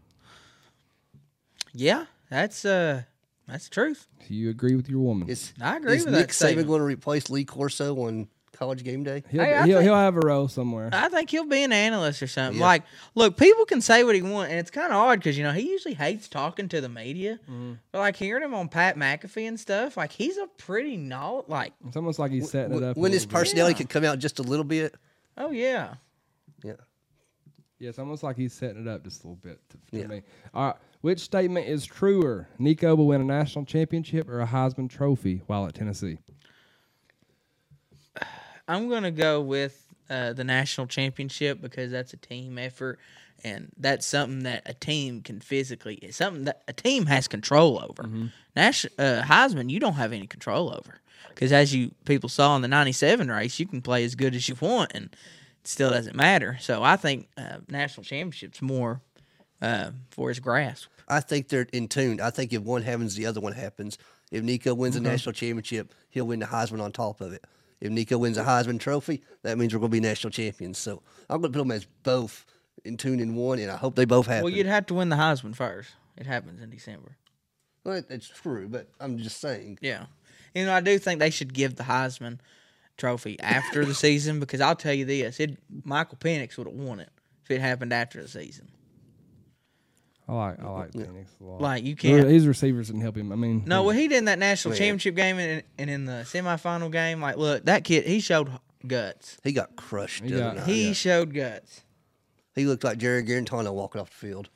[SPEAKER 4] Yeah, that's uh that's the truth.
[SPEAKER 2] So you agree with your woman?
[SPEAKER 3] Is,
[SPEAKER 4] I agree
[SPEAKER 3] is
[SPEAKER 4] with
[SPEAKER 3] Nick
[SPEAKER 4] that
[SPEAKER 3] Saban
[SPEAKER 4] statement.
[SPEAKER 3] going to replace Lee Corso on College Game Day?
[SPEAKER 2] He'll,
[SPEAKER 4] Hey, I
[SPEAKER 2] he'll,
[SPEAKER 4] think-
[SPEAKER 2] he'll have a role somewhere.
[SPEAKER 4] I think he'll be an analyst or something.
[SPEAKER 3] Yeah.
[SPEAKER 4] Like, look, people can say what he want, and it's kind of odd because you know he usually hates talking to the media.
[SPEAKER 3] Mm-hmm.
[SPEAKER 4] But like hearing him on Pat McAfee and stuff, like he's a pretty knowledge. Like,
[SPEAKER 2] it's almost like he's setting it
[SPEAKER 3] Wh-
[SPEAKER 2] up. a
[SPEAKER 3] when his
[SPEAKER 2] little bit.
[SPEAKER 3] personality
[SPEAKER 4] Yeah.
[SPEAKER 3] could come out just a little bit.
[SPEAKER 4] oh yeah,
[SPEAKER 3] Yeah.
[SPEAKER 2] yeah, it's almost like he's setting it up just a little bit to, to
[SPEAKER 3] Yeah.
[SPEAKER 2] me. All right, which statement is truer? Nico will win a national championship or a Heisman Trophy while at Tennessee.
[SPEAKER 4] I'm gonna go with uh, the national championship because that's a team effort, and that's something that a team can physically. It's something that a team has control over. Nash uh, Heisman, you don't have any control over because as you people saw in the '97 race, you can play as good as you want, and it still doesn't matter. So I think uh, national championships more uh, for his grasp.
[SPEAKER 3] I think they're in tune. I think if one happens, the other one happens. If Nico wins the national championship, he'll win the Heisman on top of it. If Nico wins the Heisman trophy, that means we're going to be national champions. So I'm going to put them as both in tune in one, and I hope they both happen.
[SPEAKER 4] Well, you'd have to win the Heisman first. It happens in December.
[SPEAKER 3] Well, that- that's true, but I'm just saying.
[SPEAKER 4] Yeah. You know, I do think they should give the Heisman trophy after the season because I'll tell you this, it Michael Penix would have won it if it happened after the season.
[SPEAKER 2] I like I like Phoenix a lot.
[SPEAKER 4] Like you
[SPEAKER 2] Well,
[SPEAKER 4] can't
[SPEAKER 2] His receivers didn't help him. I mean,
[SPEAKER 4] No,
[SPEAKER 2] he-
[SPEAKER 4] well he did in that national
[SPEAKER 3] Yeah.
[SPEAKER 4] championship game and, and in the semifinal game, like look, that kid he showed guts.
[SPEAKER 3] He got crushed.
[SPEAKER 2] He
[SPEAKER 3] the other
[SPEAKER 2] got-
[SPEAKER 3] night.
[SPEAKER 4] He
[SPEAKER 2] yeah.
[SPEAKER 4] showed guts.
[SPEAKER 3] He looked like Jerry Garantano walking off the field.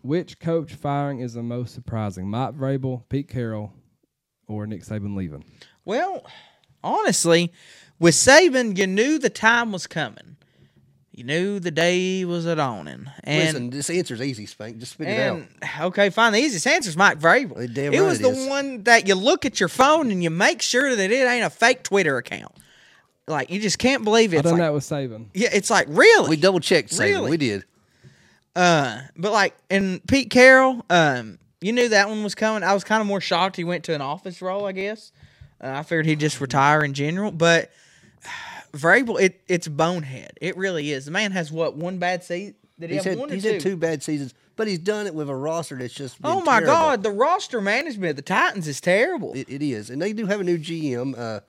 [SPEAKER 2] Which coach firing is the most surprising? Mike Vrabel, Pete Carroll, or Nick Saban leaving?
[SPEAKER 4] Well, honestly, with Saban, you knew the time was coming. You knew the day was a dawning. And
[SPEAKER 3] Listen, this answer's easy, Spank. Just spit it out.
[SPEAKER 4] And okay, fine. The easiest answer is Mike Vrabel.
[SPEAKER 3] Uh, damn
[SPEAKER 4] it
[SPEAKER 3] right
[SPEAKER 4] was
[SPEAKER 3] it
[SPEAKER 4] the
[SPEAKER 3] is.
[SPEAKER 4] one that you look at your phone and you make sure that it ain't a fake Twitter account. Like you just can't believe it.
[SPEAKER 2] I
[SPEAKER 4] It's
[SPEAKER 2] done
[SPEAKER 4] like,
[SPEAKER 2] that with Saban.
[SPEAKER 4] Yeah, it's like really.
[SPEAKER 3] We double checked, Saban.
[SPEAKER 4] Really?
[SPEAKER 3] We did.
[SPEAKER 4] Uh, but like, and Pete Carroll, um, you knew that one was coming. I was kind of more shocked he went to an office role. I guess uh, I figured he'd just retire in general, but Vrabel, it it's bonehead. It really is. The man has what one bad season. Did he
[SPEAKER 3] He's
[SPEAKER 4] have
[SPEAKER 3] had,
[SPEAKER 4] one or
[SPEAKER 3] he's
[SPEAKER 4] two?
[SPEAKER 3] had two bad seasons, but he's done it with a roster that's just. been
[SPEAKER 4] Oh my
[SPEAKER 3] terrible.
[SPEAKER 4] God! The roster management of the Titans is terrible.
[SPEAKER 3] It, it is, and they do have a new GM uh,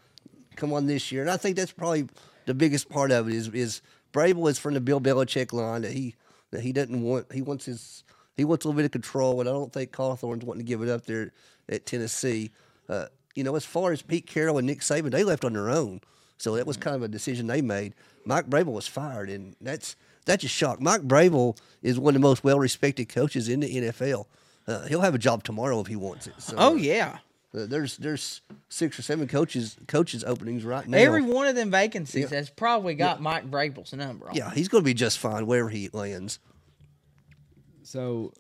[SPEAKER 3] come on this year, and I think that's probably the biggest part of it is is Brable is from the Bill Belichick line that he that he doesn't want. He wants his he wants a little bit of control, and I don't think Cawthorn's wanting to give it up there at Tennessee. Uh, you know, as far as Pete Carroll and Nick Saban, they left on their own, so that was kind of a decision they made. Mike Brable was fired, and that's that's a shock. Mike Brable is one of the most well respected coaches in the NFL. Uh, he'll have a job tomorrow if he wants it. So,
[SPEAKER 4] oh
[SPEAKER 3] uh,
[SPEAKER 4] yeah,
[SPEAKER 3] uh, There's there's six or seven coaches coaches openings right now.
[SPEAKER 4] every one of them vacancies has probably got Mike Vrabel's number. On. it.
[SPEAKER 3] yeah, he's going to be just fine wherever he lands.
[SPEAKER 2] So,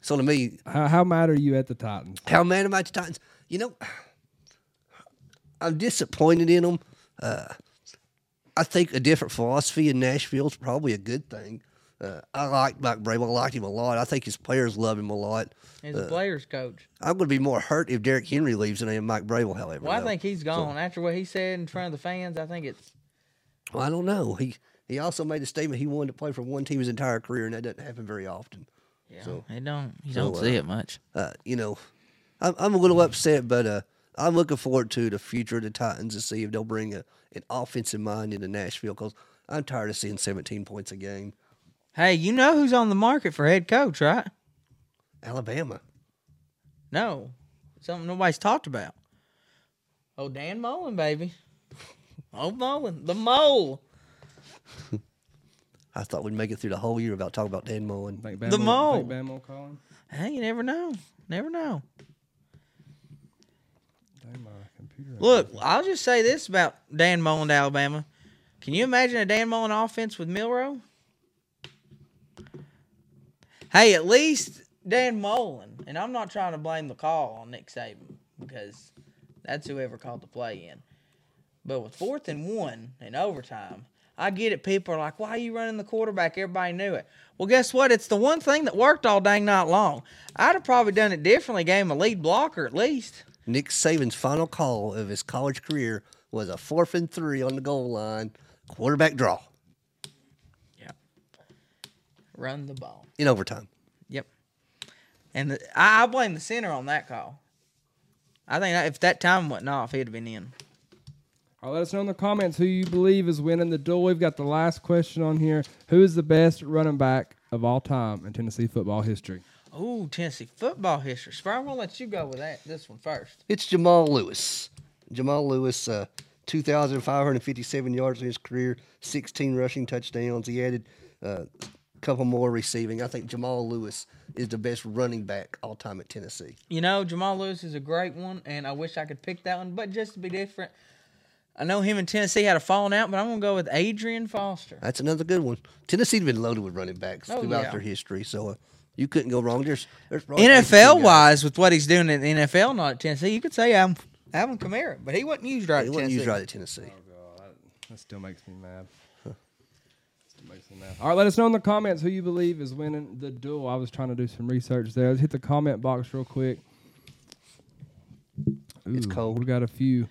[SPEAKER 3] So to me,
[SPEAKER 2] how, how mad are you at the Titans?
[SPEAKER 3] how mad am I to Titans? You know, I'm disappointed in them. Uh, I think a different philosophy in Nashville is probably a good thing. Uh, I liked Mike Brable. I liked him a lot. I think his players love him a lot.
[SPEAKER 4] He's
[SPEAKER 3] Uh,
[SPEAKER 4] a players coach.
[SPEAKER 3] I'm going to be more hurt if Derek Henry leaves than I am Mike Brable. However,
[SPEAKER 4] Well, I
[SPEAKER 3] though.
[SPEAKER 4] think he's gone after what he said in front of the fans. I think it's
[SPEAKER 3] Well, I don't know. He he also made a statement he wanted to play for one team his entire career, and that doesn't happen very often.
[SPEAKER 4] yeah.
[SPEAKER 3] So-
[SPEAKER 4] they don't you
[SPEAKER 3] so,
[SPEAKER 4] don't see it much.
[SPEAKER 3] Uh, you know, I'm, I'm a little upset, but uh, I'm looking forward to the future of the Titans to see if they'll bring a, an offensive mind into Nashville because I'm tired of seeing 17 points a game.
[SPEAKER 4] Hey, you know who's on the market for head coach, right?
[SPEAKER 3] Alabama.
[SPEAKER 4] No, something nobody's talked about. Oh, Dan Mullen, baby. Oh, Mullen, the mole,
[SPEAKER 3] I thought we'd make it through the whole year without talking about Dan Mullen.
[SPEAKER 2] Think Bama,
[SPEAKER 4] The
[SPEAKER 2] think
[SPEAKER 4] mole.
[SPEAKER 2] Bama will call him?
[SPEAKER 4] Hey, you never know, never know.
[SPEAKER 2] Dang, my computer.
[SPEAKER 4] Look, I'll just say this about Dan Mullen to Alabama. Can you imagine a Dan Mullen offense with Milrow? Hey, at least Dan Mullen, and I'm not trying to blame the call on Nick Saban because that's whoever called the play in. But with fourth and one in overtime, I get it. People are like, why are you running the quarterback? Everybody knew it. Well, guess what? It's the one thing that worked all dang night long. I'd have probably done it differently, gave him a lead blocker at least.
[SPEAKER 3] Nick Saban's final call of his college career was a fourth and three on the goal line, quarterback draw
[SPEAKER 4] Yeah. Run the ball.
[SPEAKER 3] in overtime.
[SPEAKER 4] Yep. And the, I, I blame the center on that call. I think that, if that time wasn't off, he'd have been in.
[SPEAKER 2] All right, let us know in the comments who you believe is winning the duel. We've got the last question on here. Who is the best running back of all time in Tennessee football history?
[SPEAKER 4] Ooh, Tennessee football history. Spry, I'm gonna let you go with that this one first.
[SPEAKER 3] It's Jamal Lewis. Jamal Lewis, uh, 2,557 yards in his career, 16 rushing touchdowns. He added uh, a couple more receiving. I think Jamal Lewis is the best running back all time at Tennessee.
[SPEAKER 4] You know, Jamal Lewis is a great one, and I wish I could pick that one, but just to be different, I know him and Tennessee had a falling out, but I'm gonna go with Adrian Foster.
[SPEAKER 3] That's another good one. Tennessee's been loaded with running backs
[SPEAKER 4] Oh,
[SPEAKER 3] throughout
[SPEAKER 4] yeah.
[SPEAKER 3] their history, so uh, you couldn't go wrong. There's, there's probably 18
[SPEAKER 4] NFL
[SPEAKER 3] guys.
[SPEAKER 4] wise, with what he's doing in the NFL, not at Tennessee, you could say I'm Alvin Kamara, but he wasn't used right.
[SPEAKER 3] He
[SPEAKER 4] at
[SPEAKER 3] wasn't used
[SPEAKER 4] Tennessee.
[SPEAKER 3] right at Tennessee.
[SPEAKER 2] That still makes me mad. Still makes me mad. All right, let us know in the comments who you believe is winning the duel. I was trying to do some research there. Let's hit the comment box real quick.
[SPEAKER 3] It's
[SPEAKER 2] Ooh,
[SPEAKER 3] cold.
[SPEAKER 2] We got a few.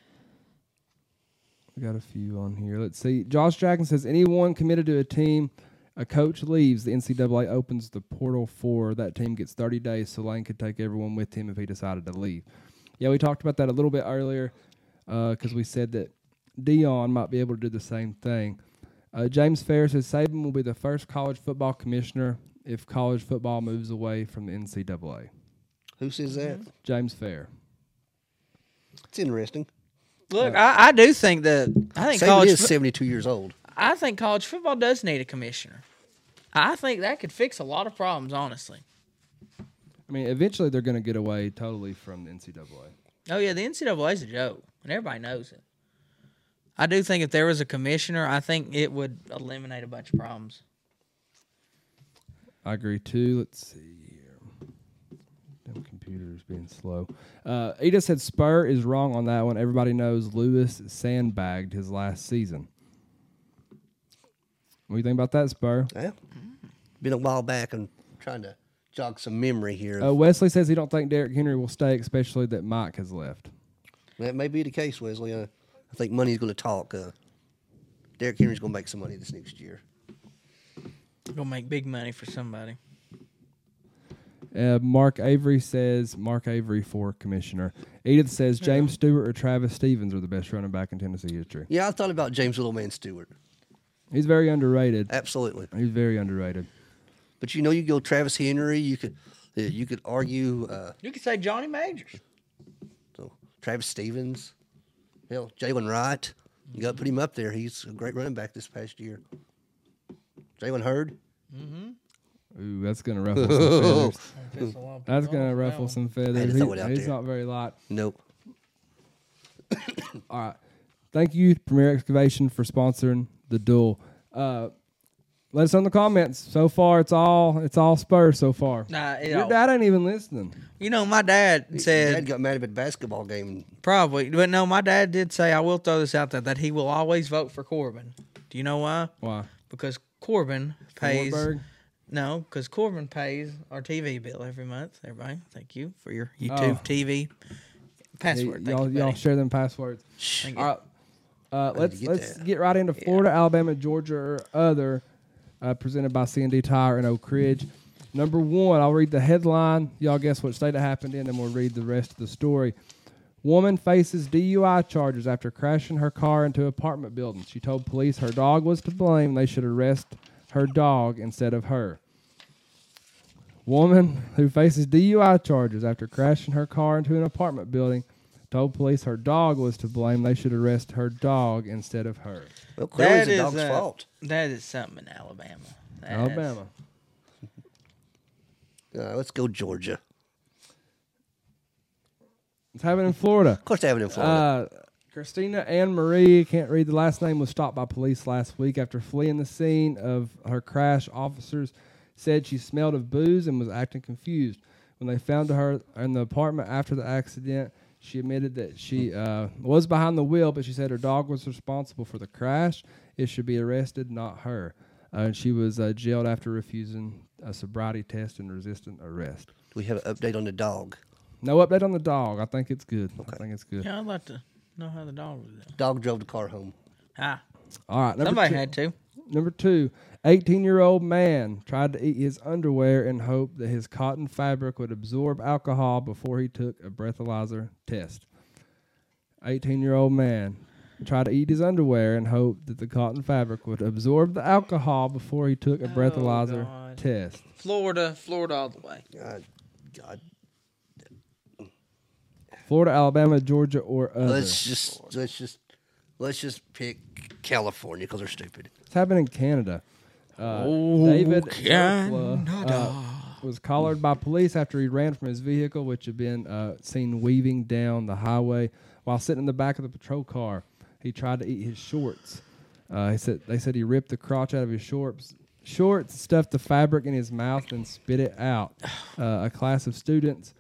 [SPEAKER 2] We got a few on here. Let's see. Josh Jackson says anyone committed to a team, a coach leaves, the NCAA opens the portal for that team gets 30 days, so Lane could take everyone with him if he decided to leave. Yeah, we talked about that a little bit earlier because uh, we said that Dion might be able to do the same thing. Uh, James Fair says Saban will be the first college football commissioner if college football moves away from the NCAA.
[SPEAKER 3] Who says that?
[SPEAKER 4] Mm-hmm.
[SPEAKER 2] James Fair.
[SPEAKER 3] It's interesting.
[SPEAKER 4] Look, I, I do think that I think
[SPEAKER 3] Saban
[SPEAKER 4] college
[SPEAKER 3] is
[SPEAKER 4] fo-
[SPEAKER 3] 72 years old.
[SPEAKER 4] I think college football does need a commissioner. I think that could fix a lot of problems, honestly.
[SPEAKER 2] I mean, eventually they're going to get away totally from the NCAA.
[SPEAKER 4] Oh yeah, the NCAA is a joke, and everybody knows it. I do think if there was a commissioner, I think it would eliminate a bunch of problems.
[SPEAKER 2] I agree too. Let's see here. Damn computer's being slow. Uh, Eda said Spur is wrong on that one. Everybody knows Lewis sandbagged his last season. What do you think about that, Spur?
[SPEAKER 3] Yeah.
[SPEAKER 4] Mm-hmm.
[SPEAKER 3] Been a while back and trying to jog some memory here.
[SPEAKER 4] Oh,
[SPEAKER 2] Uh, Wesley says he don't think Derrick Henry will stay, especially that Mike has left.
[SPEAKER 3] That may be the case, Wesley. Uh, I think money's going to talk. Uh, Derrick Henry's going to make some money this next year.
[SPEAKER 4] Gonna make big money for somebody.
[SPEAKER 2] Uh, Mark Avery says Mark Avery for commissioner. Edith says James Stewart or Travis Stevens are the best running back in Tennessee history.
[SPEAKER 3] Yeah, I thought about James Littleman Stewart.
[SPEAKER 2] He's very underrated.
[SPEAKER 3] Absolutely.
[SPEAKER 2] He's very underrated.
[SPEAKER 3] But you know, you go Travis Henry. You could uh, you could argue uh,
[SPEAKER 4] You could say Johnny Majors.
[SPEAKER 3] so Travis Stevens. Hell, Jalen Wright. You got to put him up there. He's a great running back this past year. Jalen Hurd.
[SPEAKER 2] Ooh, that's gonna ruffle some feathers. That's gonna ruffle some
[SPEAKER 3] I had
[SPEAKER 2] feathers.
[SPEAKER 3] to
[SPEAKER 2] He-
[SPEAKER 3] throw it out
[SPEAKER 2] he's
[SPEAKER 3] there.
[SPEAKER 2] not very light.
[SPEAKER 3] Nope.
[SPEAKER 2] Thank you, Premier Excavation, for sponsoring the duel. Uh, let us know in the comments. So far, it's all it's all Spurs so far.
[SPEAKER 4] Nah, it
[SPEAKER 2] Uh, Your
[SPEAKER 4] all-
[SPEAKER 2] dad ain't even listening.
[SPEAKER 4] You know, my dad said
[SPEAKER 3] Dad got mad about the basketball game.
[SPEAKER 4] probably, but no, my dad did say I will throw this out there that he will always vote for Corbin. Do you know why?
[SPEAKER 2] Why?
[SPEAKER 4] Because Corbin pays.
[SPEAKER 2] Warburg?
[SPEAKER 4] No, because Corbin pays our TV bill every month. Everybody, thank you for your YouTube
[SPEAKER 2] Oh.
[SPEAKER 4] TV password.
[SPEAKER 2] Y-
[SPEAKER 4] Thank
[SPEAKER 2] y'all,
[SPEAKER 4] you,
[SPEAKER 2] y'all
[SPEAKER 4] buddy.
[SPEAKER 2] share them passwords.
[SPEAKER 4] Thank you.
[SPEAKER 2] All right. Uh, let's
[SPEAKER 3] get
[SPEAKER 2] let's
[SPEAKER 3] that.
[SPEAKER 2] get right into Florida, Alabama, Georgia, or other, uh, presented by C and D Tire in Oak Ridge. Number one, I'll read the headline. Y'all guess what state it happened in, and we'll read the rest of the story. Woman faces DUI charges after crashing her car into apartment building. She told police her dog was to blame. They should arrest her dog instead of her. Woman who faces DUI charges after crashing her car into an apartment building told police her dog was to blame. They should arrest her dog instead of her.
[SPEAKER 3] Well, clearly
[SPEAKER 4] That
[SPEAKER 3] it's the
[SPEAKER 4] is
[SPEAKER 3] dog's
[SPEAKER 4] uh,
[SPEAKER 3] fault.
[SPEAKER 4] That is something in Alabama. That is-
[SPEAKER 2] Alabama.
[SPEAKER 3] Uh, let's go Georgia.
[SPEAKER 2] It's happening in Florida.
[SPEAKER 3] course, they have it in Florida.
[SPEAKER 2] Uh, Christina Ann Marie, can't read the last name, was stopped by police last week after fleeing the scene of her crash. Officers said she smelled of booze and was acting confused. When they found her in the apartment after the accident, she admitted that she uh, was behind the wheel, but she said her dog was responsible for the crash. It should be arrested, not her. Uh, and she was uh, jailed after refusing a sobriety test and resistant arrest.
[SPEAKER 3] Do we have an update on the dog?
[SPEAKER 2] No update on the dog. I think it's good. I think it's good.
[SPEAKER 4] Yeah, I'd like to know how the dog was. doing.
[SPEAKER 3] Dog drove the car home.
[SPEAKER 4] Ah,
[SPEAKER 2] All right. number
[SPEAKER 4] somebody
[SPEAKER 2] two-
[SPEAKER 4] had to.
[SPEAKER 2] Number two, 18 year old man tried to eat his underwear in hope that his cotton fabric would absorb alcohol before he took a breathalyzer test. 18 year old man tried to eat his underwear in hope that the cotton fabric would absorb the alcohol before he took a breathalyzer
[SPEAKER 4] God.
[SPEAKER 2] test.
[SPEAKER 4] Florida, Florida all the way.
[SPEAKER 3] God, God.
[SPEAKER 2] Florida, Alabama, Georgia, or other.
[SPEAKER 3] Let's just let's just let's just pick California because they're stupid.
[SPEAKER 2] It's happened in Canada. Uh, David Erkla, uh, was collared by police after he ran from his vehicle, which had been uh, seen weaving down the highway while sitting in the back of the patrol car. He tried to eat his shorts. Uh, he said they said he ripped the crotch out of his shorts, shorts, stuffed the fabric in his mouth, and spit it out. Uh, a class of students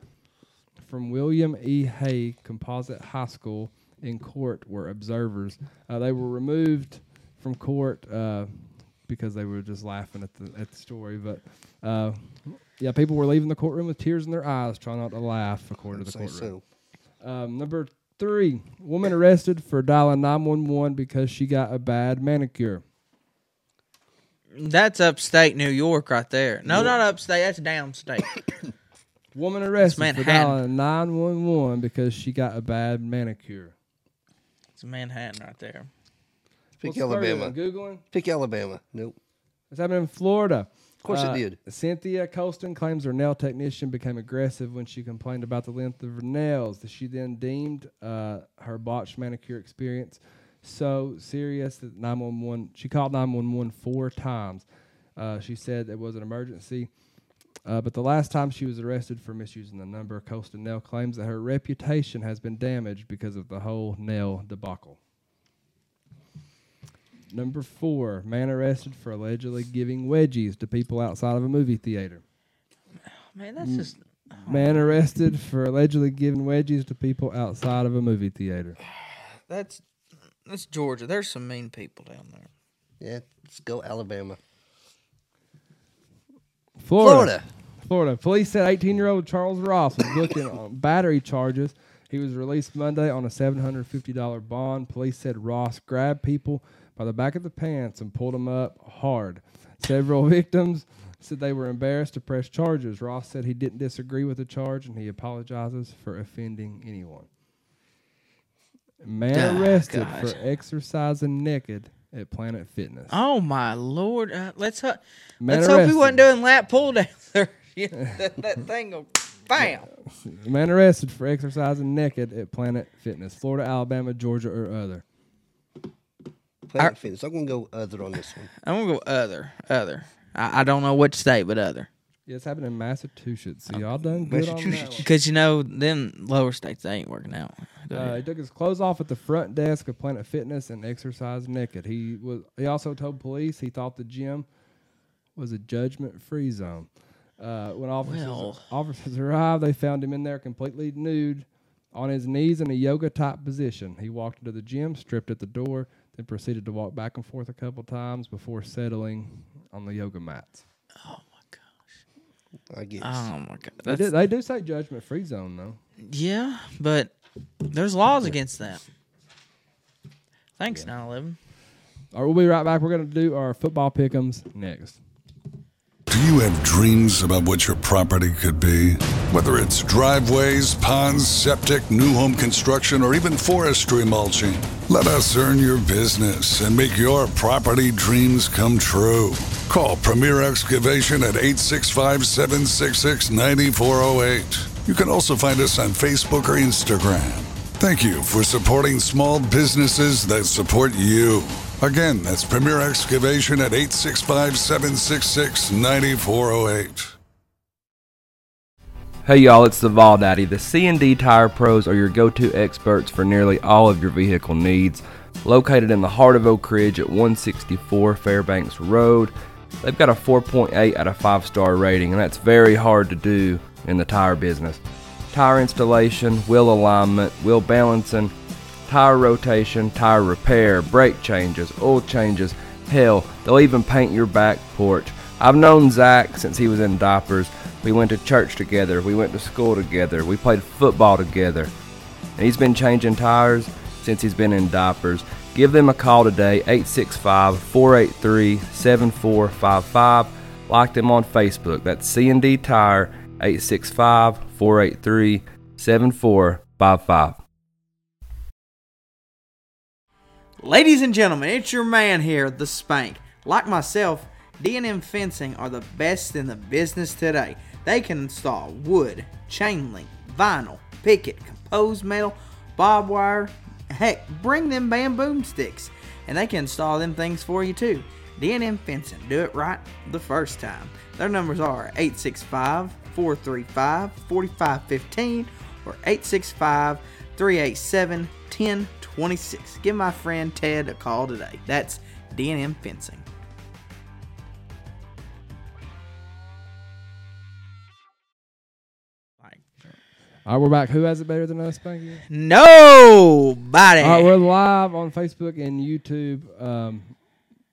[SPEAKER 2] from William E. Hay Composite High School in court were observers. Uh, they were removed from court uh, because they were just laughing at the at the story. But uh, yeah, people were leaving the courtroom with tears in their eyes, trying not to laugh, according to the
[SPEAKER 3] Say
[SPEAKER 2] courtroom.
[SPEAKER 3] so.
[SPEAKER 2] Um, number three, woman arrested for dialing 911 because she got a bad manicure.
[SPEAKER 4] That's upstate New York right there. No, not upstate. That's downstate.
[SPEAKER 2] Woman arrested for
[SPEAKER 4] Manhattan.
[SPEAKER 2] dialing 911 because she got a bad manicure.
[SPEAKER 4] it's Manhattan right there.
[SPEAKER 3] Pick
[SPEAKER 2] What's third?
[SPEAKER 3] Alabama.
[SPEAKER 2] Googling.
[SPEAKER 3] Pick Alabama. Nope.
[SPEAKER 2] It's happening in Florida. Of
[SPEAKER 3] course it did.
[SPEAKER 2] Cynthia Colston claims her nail technician became aggressive when she complained about the length of her nails. She then deemed uh, her botched manicure experience so serious that 911 she called 911 four times. Uh, she said it was an emergency. Uh, but the last time she was arrested for misusing the number, Colston now claims that her reputation has been damaged because of the whole nail debacle. Number four, man arrested for allegedly giving wedgies to people outside of a movie theater.
[SPEAKER 4] Oh, Man, that's just
[SPEAKER 2] Man arrested for allegedly giving wedgies to people outside of a movie theater.
[SPEAKER 4] that's that's Georgia. There's some mean people down there.
[SPEAKER 3] Yeah, let's go Alabama. Florida.
[SPEAKER 2] Florida. Florida. Police said 18 year old Charles Ross was booked in on battery charges. He was released Monday on a $750 bond. Police said Ross grabbed people by the back of the pants and pulled them up hard. Several victims said they were embarrassed to press charges. Ross said he didn't disagree with the charge and he apologizes for offending anyone. Man
[SPEAKER 4] Ah,
[SPEAKER 2] arrested
[SPEAKER 4] God.
[SPEAKER 2] for exercising naked at Planet Fitness.
[SPEAKER 4] Oh my lord! Uh, let's ho-
[SPEAKER 2] Man
[SPEAKER 4] let's hope he wasn't
[SPEAKER 2] arrested.
[SPEAKER 4] doing lap pull down there. Yeah, that, that thing will bam.
[SPEAKER 2] A man arrested for exercising naked at Planet Fitness, Florida, Alabama, Georgia, or other.
[SPEAKER 3] Planet Fitness. I'm gonna go other on this one.
[SPEAKER 4] I'm gonna go other other. I, I don't know which state, but other.
[SPEAKER 2] Yeah, it's happened in Massachusetts. So y'all done good on that one.
[SPEAKER 4] Because you know, them lower states they ain't working out.
[SPEAKER 2] Uh, he took his clothes off at the front desk of Planet Fitness and exercised naked. He was. He also told police he thought the gym was a judgment-free zone. Uh, when officers
[SPEAKER 4] Well.
[SPEAKER 2] officers arrived, they found him in there completely nude, on his knees in a yoga-type position. He walked into the gym, stripped at the door, then proceeded to walk back and forth a couple times before settling on the yoga mats.
[SPEAKER 3] I guess.
[SPEAKER 4] Oh my god!
[SPEAKER 2] They do,
[SPEAKER 4] That's-
[SPEAKER 2] they do say judgment-free zone though.
[SPEAKER 4] yeah, but there's laws against that. Thanks, 9/11.
[SPEAKER 2] All right, we'll be right back. We're gonna do our football pickums next.
[SPEAKER 5] Do you have dreams about what your property could be? Whether it's driveways, ponds, septic, new home construction, or even forestry mulching, let us earn your business and make your property dreams come true. Call Premier Excavation at 865 766 9408. You can also find us on Facebook or Instagram. Thank you for supporting small businesses that support you. Again, that's Premier Excavation at oh 865 766 9408.
[SPEAKER 2] Hey y'all, it's the Vol Daddy. The C&D Tire Pros are your go-to experts for nearly all of your vehicle needs. Located in the heart of Oak Ridge at 164 Fairbanks Road, they've got a 4.8 out of 5 star rating, and that's very hard to do in the tire business. Tire installation, wheel alignment, wheel balancing, tire rotation, tire repair, brake changes, oil changes. Hell, they'll even paint your back porch. I've known Zach since he was in diapers. We went to church together. We went to school together. We played football together. And he's been changing tires since he's been in diapers. Give them a call today, 865 483 7455. Like them on Facebook. That's C&D Tire, 865 483 7455.
[SPEAKER 4] Ladies and gentlemen, it's your man here, The Spank. Like myself, D&M Fencing are the best in the business today. They can install wood, chain link, vinyl, picket, composed metal, barbed wire. Heck, bring them bamboo sticks, and they can install them things for you too. D&M Fencing, do it right the first time. Their numbers are 865-435-4515 or 865-387-1026. Give my friend Ted a call today. That's D&M Fencing. Like,
[SPEAKER 6] All right, we're back. Who has it better than us? Thank you.
[SPEAKER 4] nobody.
[SPEAKER 6] All right, we're live on Facebook and YouTube. Um,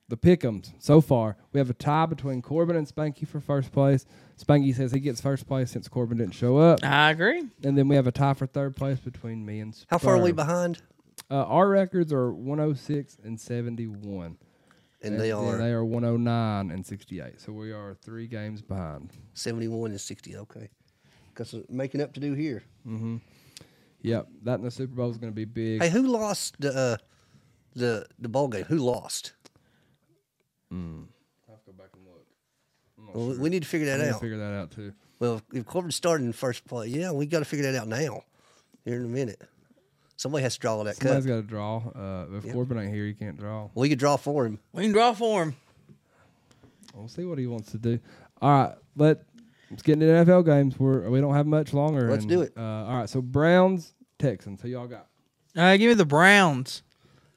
[SPEAKER 6] the pickums so far, we have a tie between Corbin and Spanky for first place. Spanky says he gets first place since Corbin didn't show up,
[SPEAKER 3] Ah.
[SPEAKER 4] I agree.
[SPEAKER 6] and then we have a tie for third place between me and. Sperm.
[SPEAKER 3] How far are we behind?
[SPEAKER 6] Uh, our records are 106 and 71.
[SPEAKER 3] And they
[SPEAKER 6] then
[SPEAKER 3] are
[SPEAKER 6] They are 109 and 68. So we are three games behind.
[SPEAKER 3] seventy-one and sixty. Okay, because making up to do here.
[SPEAKER 6] Yep, that and the Super Bowl is going to be big.
[SPEAKER 3] Hey, who lost the uh, the the ball game? Who lost? Well, we- We need to figure that
[SPEAKER 6] We'll
[SPEAKER 3] out.
[SPEAKER 6] figure that out too.
[SPEAKER 3] Well, if- if Corbin started in first place, yeah, we got to figure that out now. Here in a minute, somebody has to draw that cut.
[SPEAKER 6] Somebody's got to draw. Uh, if Corbin ain't here, you can't draw.
[SPEAKER 3] We could draw for him.
[SPEAKER 4] We can draw for him.
[SPEAKER 6] We'll see what he wants to do. All right, let, let's get into the NFL games. We're, we don't have much longer.
[SPEAKER 3] Let's do it.
[SPEAKER 6] Uh, all right, so Browns, Texans. Who y'all got?
[SPEAKER 4] Uh, give me the Browns.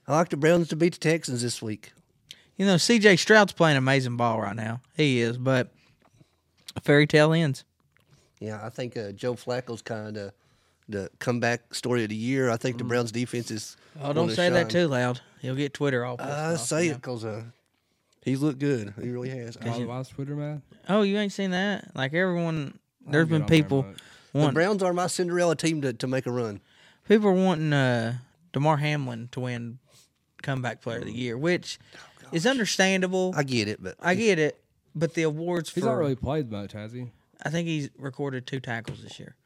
[SPEAKER 3] I like the Browns to beat the Texans this week.
[SPEAKER 4] You know, CJ Stroud's playing amazing ball right now. He is, but fairy tale ends.
[SPEAKER 3] Yeah, I think uh, Joe Flacco's kind of the comeback story of the year. I think the Browns defense is.
[SPEAKER 4] Mm-hmm. Oh, don't
[SPEAKER 3] gonna
[SPEAKER 4] say that
[SPEAKER 3] shine.
[SPEAKER 4] too loud. He'll get Twitter all pissed
[SPEAKER 3] I
[SPEAKER 4] off,
[SPEAKER 3] say
[SPEAKER 4] you
[SPEAKER 3] it because uh, he's looked good. He really has. Uh, I-
[SPEAKER 6] Why, why is Twitter mad?
[SPEAKER 4] know. Oh, you ain't seen that? Like everyone, there's
[SPEAKER 6] get
[SPEAKER 4] been
[SPEAKER 6] on there
[SPEAKER 4] people
[SPEAKER 6] much.
[SPEAKER 3] the
[SPEAKER 4] want
[SPEAKER 3] Browns are my Cinderella team to, to make a run.
[SPEAKER 4] people are wanting uh, Demar Hamlin to win comeback player of the year, which is understandable.
[SPEAKER 3] Oh, I
[SPEAKER 4] I,
[SPEAKER 3] get it, but
[SPEAKER 4] get it, but the awards
[SPEAKER 6] He's
[SPEAKER 4] for
[SPEAKER 6] not really played much, has he?
[SPEAKER 4] I think he's recorded two tackles this year.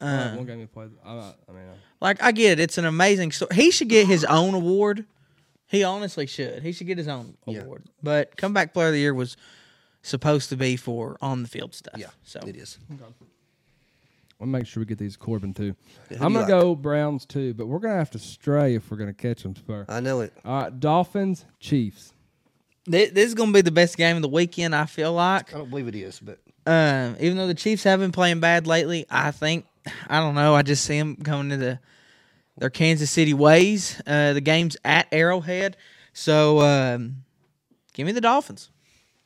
[SPEAKER 3] Uh-huh.
[SPEAKER 6] Like, one game he played. I, I mean, I-
[SPEAKER 4] Like I get it, it's an amazing story. He should get his own award. He honestly should. He should get his own award. But comeback player of the year was supposed to be for on the field stuff.
[SPEAKER 3] yeah,
[SPEAKER 4] So
[SPEAKER 3] it is.
[SPEAKER 6] I'll make sure we get these Corbin too.
[SPEAKER 3] do
[SPEAKER 6] I'm
[SPEAKER 3] you
[SPEAKER 6] gonna
[SPEAKER 3] like?
[SPEAKER 6] go Browns too, but we're gonna have to stray if we're gonna catch them. Spur.
[SPEAKER 3] I know it.
[SPEAKER 6] All right, Dolphins, Chiefs.
[SPEAKER 4] Thi- this is gonna be the best game of the weekend. I feel like.
[SPEAKER 3] I don't believe it is, but
[SPEAKER 4] Um, even though the Chiefs have been playing bad lately, I think I don't know. I just see them coming to the their Kansas City ways. Uh, the game's at Arrowhead, so um, give me the Dolphins.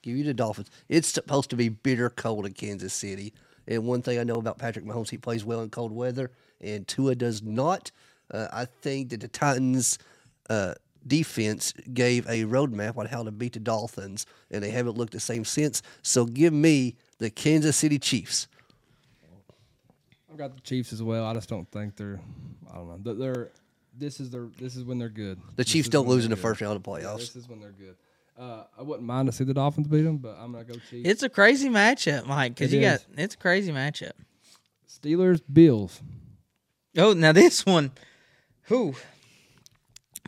[SPEAKER 3] give you the Dolphins. It's supposed to be bitter cold in Kansas City. And one thing I know about Patrick Mahomes, he plays well in cold weather, and Tua does not. Uh, I think that the Titans' uh, defense gave a roadmap on how to beat the Dolphins, and they haven't looked the same since. So give me the Kansas City Chiefs.
[SPEAKER 6] I've got the Chiefs as well. I just don't think they're. I don't know. They're. they're this is their. This is when they're good.
[SPEAKER 3] The
[SPEAKER 6] This
[SPEAKER 3] Chiefs
[SPEAKER 6] is
[SPEAKER 3] don't
[SPEAKER 6] when
[SPEAKER 3] lose in
[SPEAKER 6] they're
[SPEAKER 3] the
[SPEAKER 6] good.
[SPEAKER 3] first round of playoffs.
[SPEAKER 6] This is when they're good. Uh, I wouldn't mind to see the Dolphins beat them, but I'm gonna go Chiefs.
[SPEAKER 4] It's a crazy matchup, Mike. Because
[SPEAKER 6] It
[SPEAKER 4] you
[SPEAKER 6] is.
[SPEAKER 4] got it's a crazy matchup.
[SPEAKER 6] Steelers, Bills.
[SPEAKER 4] Oh, now this one, who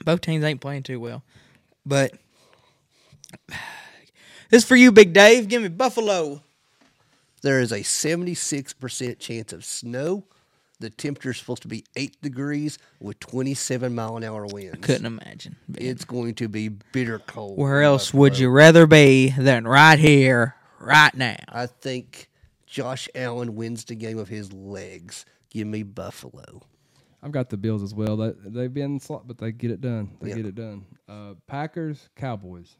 [SPEAKER 4] both teams ain't playing too well, but this for you, Big Dave. Give me Buffalo.
[SPEAKER 3] There is a 76% chance of snow. The temperature is supposed to be 8 degrees with 27 mile an hour winds.
[SPEAKER 4] Couldn't imagine. being
[SPEAKER 3] It's going to be bitter cold.
[SPEAKER 4] Where else would you rather be than right here, right now?
[SPEAKER 3] I think Josh Allen wins the game of his legs. Give me Buffalo.
[SPEAKER 6] I've got the Bills as well. They, they've been slot, but they get it done. They
[SPEAKER 3] Yeah.
[SPEAKER 6] get it done. Uh, Packers, Cowboys.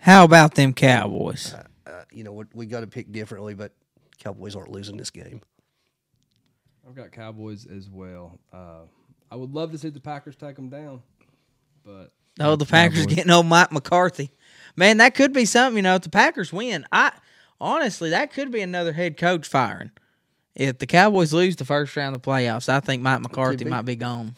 [SPEAKER 4] How about them Cowboys?
[SPEAKER 3] Uh, you know, we, we got to pick differently, but Cowboys aren't losing this game.
[SPEAKER 6] I've got Cowboys as well. Uh, I would love to see the Packers take them down, but
[SPEAKER 4] Oh, the Packers getting old Mike McCarthy. Man, that could be something, you know, if the Packers win. I honestly that could be another head coach firing. If the Cowboys lose the first round of the playoffs, I think Mike McCarthy might be gone.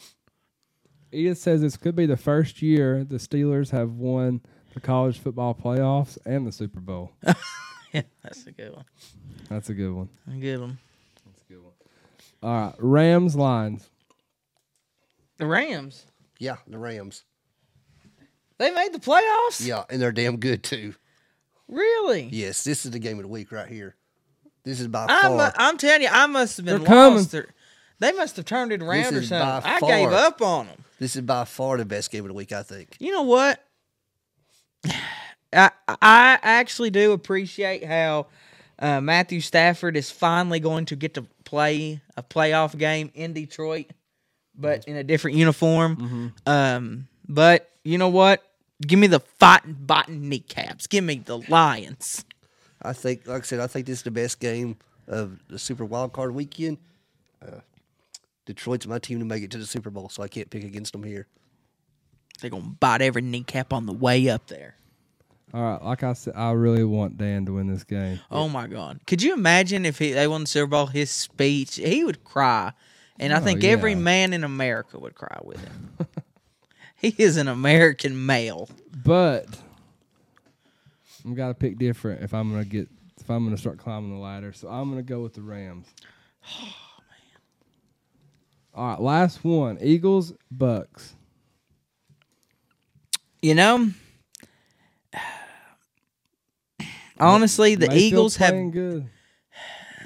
[SPEAKER 6] Edith says this could be the first year the Steelers have won the college football playoffs and the Super Bowl.
[SPEAKER 4] That's a good one.
[SPEAKER 6] That's a good one.
[SPEAKER 4] A good one.
[SPEAKER 6] That's a good one. All right, Rams, Lions.
[SPEAKER 4] The Rams.
[SPEAKER 3] Yeah, the Rams.
[SPEAKER 4] They made the playoffs?
[SPEAKER 3] Yeah, and they're damn good too.
[SPEAKER 4] Really?
[SPEAKER 3] Yes, this is the game of the week right here. This is by
[SPEAKER 4] I'm,
[SPEAKER 3] far.
[SPEAKER 4] I'm telling you, I must have been
[SPEAKER 6] They're coming.
[SPEAKER 4] lost. They're- They must have turned it around or
[SPEAKER 3] is by
[SPEAKER 4] something. I
[SPEAKER 3] far-
[SPEAKER 4] gave up on them.
[SPEAKER 3] this is by far the best game of the week. I think.
[SPEAKER 4] You know what? I I actually do appreciate how uh, Matthew Stafford is finally going to get to play a playoff game in Detroit, but in a different uniform. Um, but you know what? Give me the fighting, biting kneecaps. Give me the Lions.
[SPEAKER 3] I think, like I said, I think this is the best game of the Super Wild Card weekend. Uh, Detroit's my team to make it to the Super Bowl, so I can't pick against them here.
[SPEAKER 4] They're gonna bite every kneecap on the way up there.
[SPEAKER 6] All right, like I said, I really want Dan to win this game.
[SPEAKER 4] Oh my God! Could you imagine if he, they won the Super Bowl? His speech, he would cry, and I think every
[SPEAKER 6] Oh, yeah.
[SPEAKER 4] man in America would cry with him. he is an American male.
[SPEAKER 6] But I'm gotta pick different if I'm gonna get if I'm gonna start climbing the ladder. So I'm gonna go with the Rams.
[SPEAKER 4] Oh,
[SPEAKER 6] All right, last one. Eagles, Bucks.
[SPEAKER 4] You know. Honestly, the
[SPEAKER 6] Mayfield
[SPEAKER 4] Eagles
[SPEAKER 6] playing
[SPEAKER 4] have
[SPEAKER 6] good.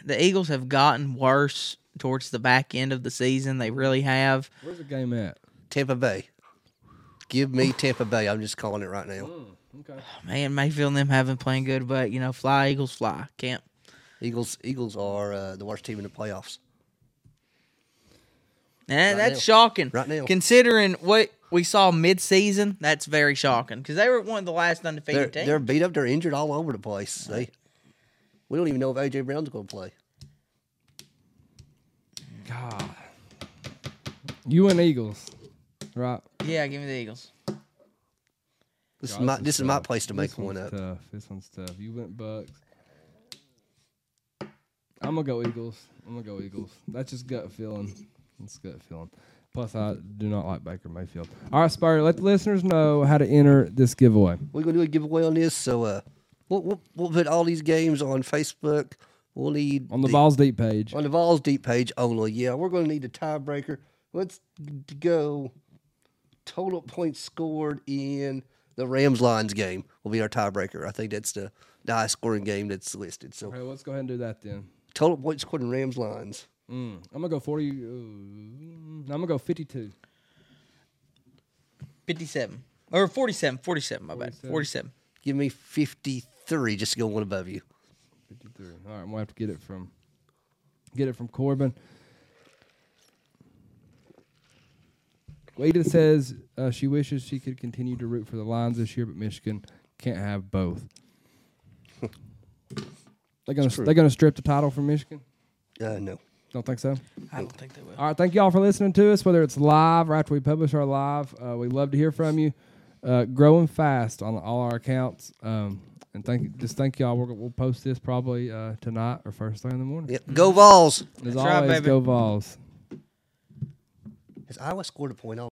[SPEAKER 4] the Eagles have gotten worse towards the back end of the season. They really have.
[SPEAKER 6] Where's the game at?
[SPEAKER 3] Tampa Bay. Give me Tampa Bay. I'm just calling it right now.
[SPEAKER 4] Man, Mayfield and them haven't playing good, but you know, fly Eagles fly. Can't
[SPEAKER 3] Eagles. Eagles are uh, the worst team in the playoffs.
[SPEAKER 4] Eh, that's
[SPEAKER 3] now.
[SPEAKER 4] shocking.
[SPEAKER 3] Right now.
[SPEAKER 4] Considering what we saw mid-season, that's very shocking because they were one of the last
[SPEAKER 3] They're,
[SPEAKER 4] undefeated teams.
[SPEAKER 3] they're beat up. They're injured all over the place. They, we don't even know if AJ Brown's going to play.
[SPEAKER 6] God. You and Eagles. Right.
[SPEAKER 4] yeah, give me the Eagles.
[SPEAKER 3] This is
[SPEAKER 6] God,
[SPEAKER 3] my
[SPEAKER 6] this is
[SPEAKER 3] this is my
[SPEAKER 6] tough.
[SPEAKER 3] place to
[SPEAKER 6] uh, This
[SPEAKER 3] make
[SPEAKER 6] uh,
[SPEAKER 3] one
[SPEAKER 6] one's
[SPEAKER 3] up.
[SPEAKER 6] Tough. This one's tough. You went Bucks. I'm gonna go Eagles. I'm gonna go Eagles. That's just gut feeling. That's gut feeling. Plus, I do not like Baker Mayfield. All right, Spire, let the listeners know how to enter this giveaway.
[SPEAKER 3] We're gonna do a giveaway on this, so uh, we'll, we'll, we'll put all these games on Facebook. We'll need
[SPEAKER 6] On the Balls Deep page.
[SPEAKER 3] on the Vols deep page only. Yeah, we're gonna need a tiebreaker. Let's d- go total points scored in the Rams Lions game will be our tiebreaker. I think that's the, the high scoring game that's listed. So
[SPEAKER 6] All right, let's go ahead and do that then.
[SPEAKER 3] total points scored in Rams Lions.
[SPEAKER 6] Mm, I'm gonna go 40. Uh, no, I'm gonna go 52.
[SPEAKER 4] 57. Or 47. 47, my bad. 47.
[SPEAKER 3] Give me fifty three, just to go one above you.
[SPEAKER 6] 53. All right, I'm gonna have to get it from get it from Corbin. Wade says uh, she wishes she could continue to root for the Lions this year, but Michigan can't have both. they're gonna they're gonna strip the title from Michigan.
[SPEAKER 3] Uh, no.
[SPEAKER 6] Don't think so.
[SPEAKER 4] I don't think they will.
[SPEAKER 6] All right, thank y'all for listening to us, whether it's live or after we publish our live. Uh, we love to hear from you. Uh, growing fast on all our accounts. Um, and thank just thank y'all. We're, we'll post this probably uh, tonight or first thing in the morning.
[SPEAKER 3] Yep. Go Vols.
[SPEAKER 6] As
[SPEAKER 4] That's right,
[SPEAKER 6] always,
[SPEAKER 4] baby.
[SPEAKER 6] go Vols.
[SPEAKER 3] Has Iowa scored a point?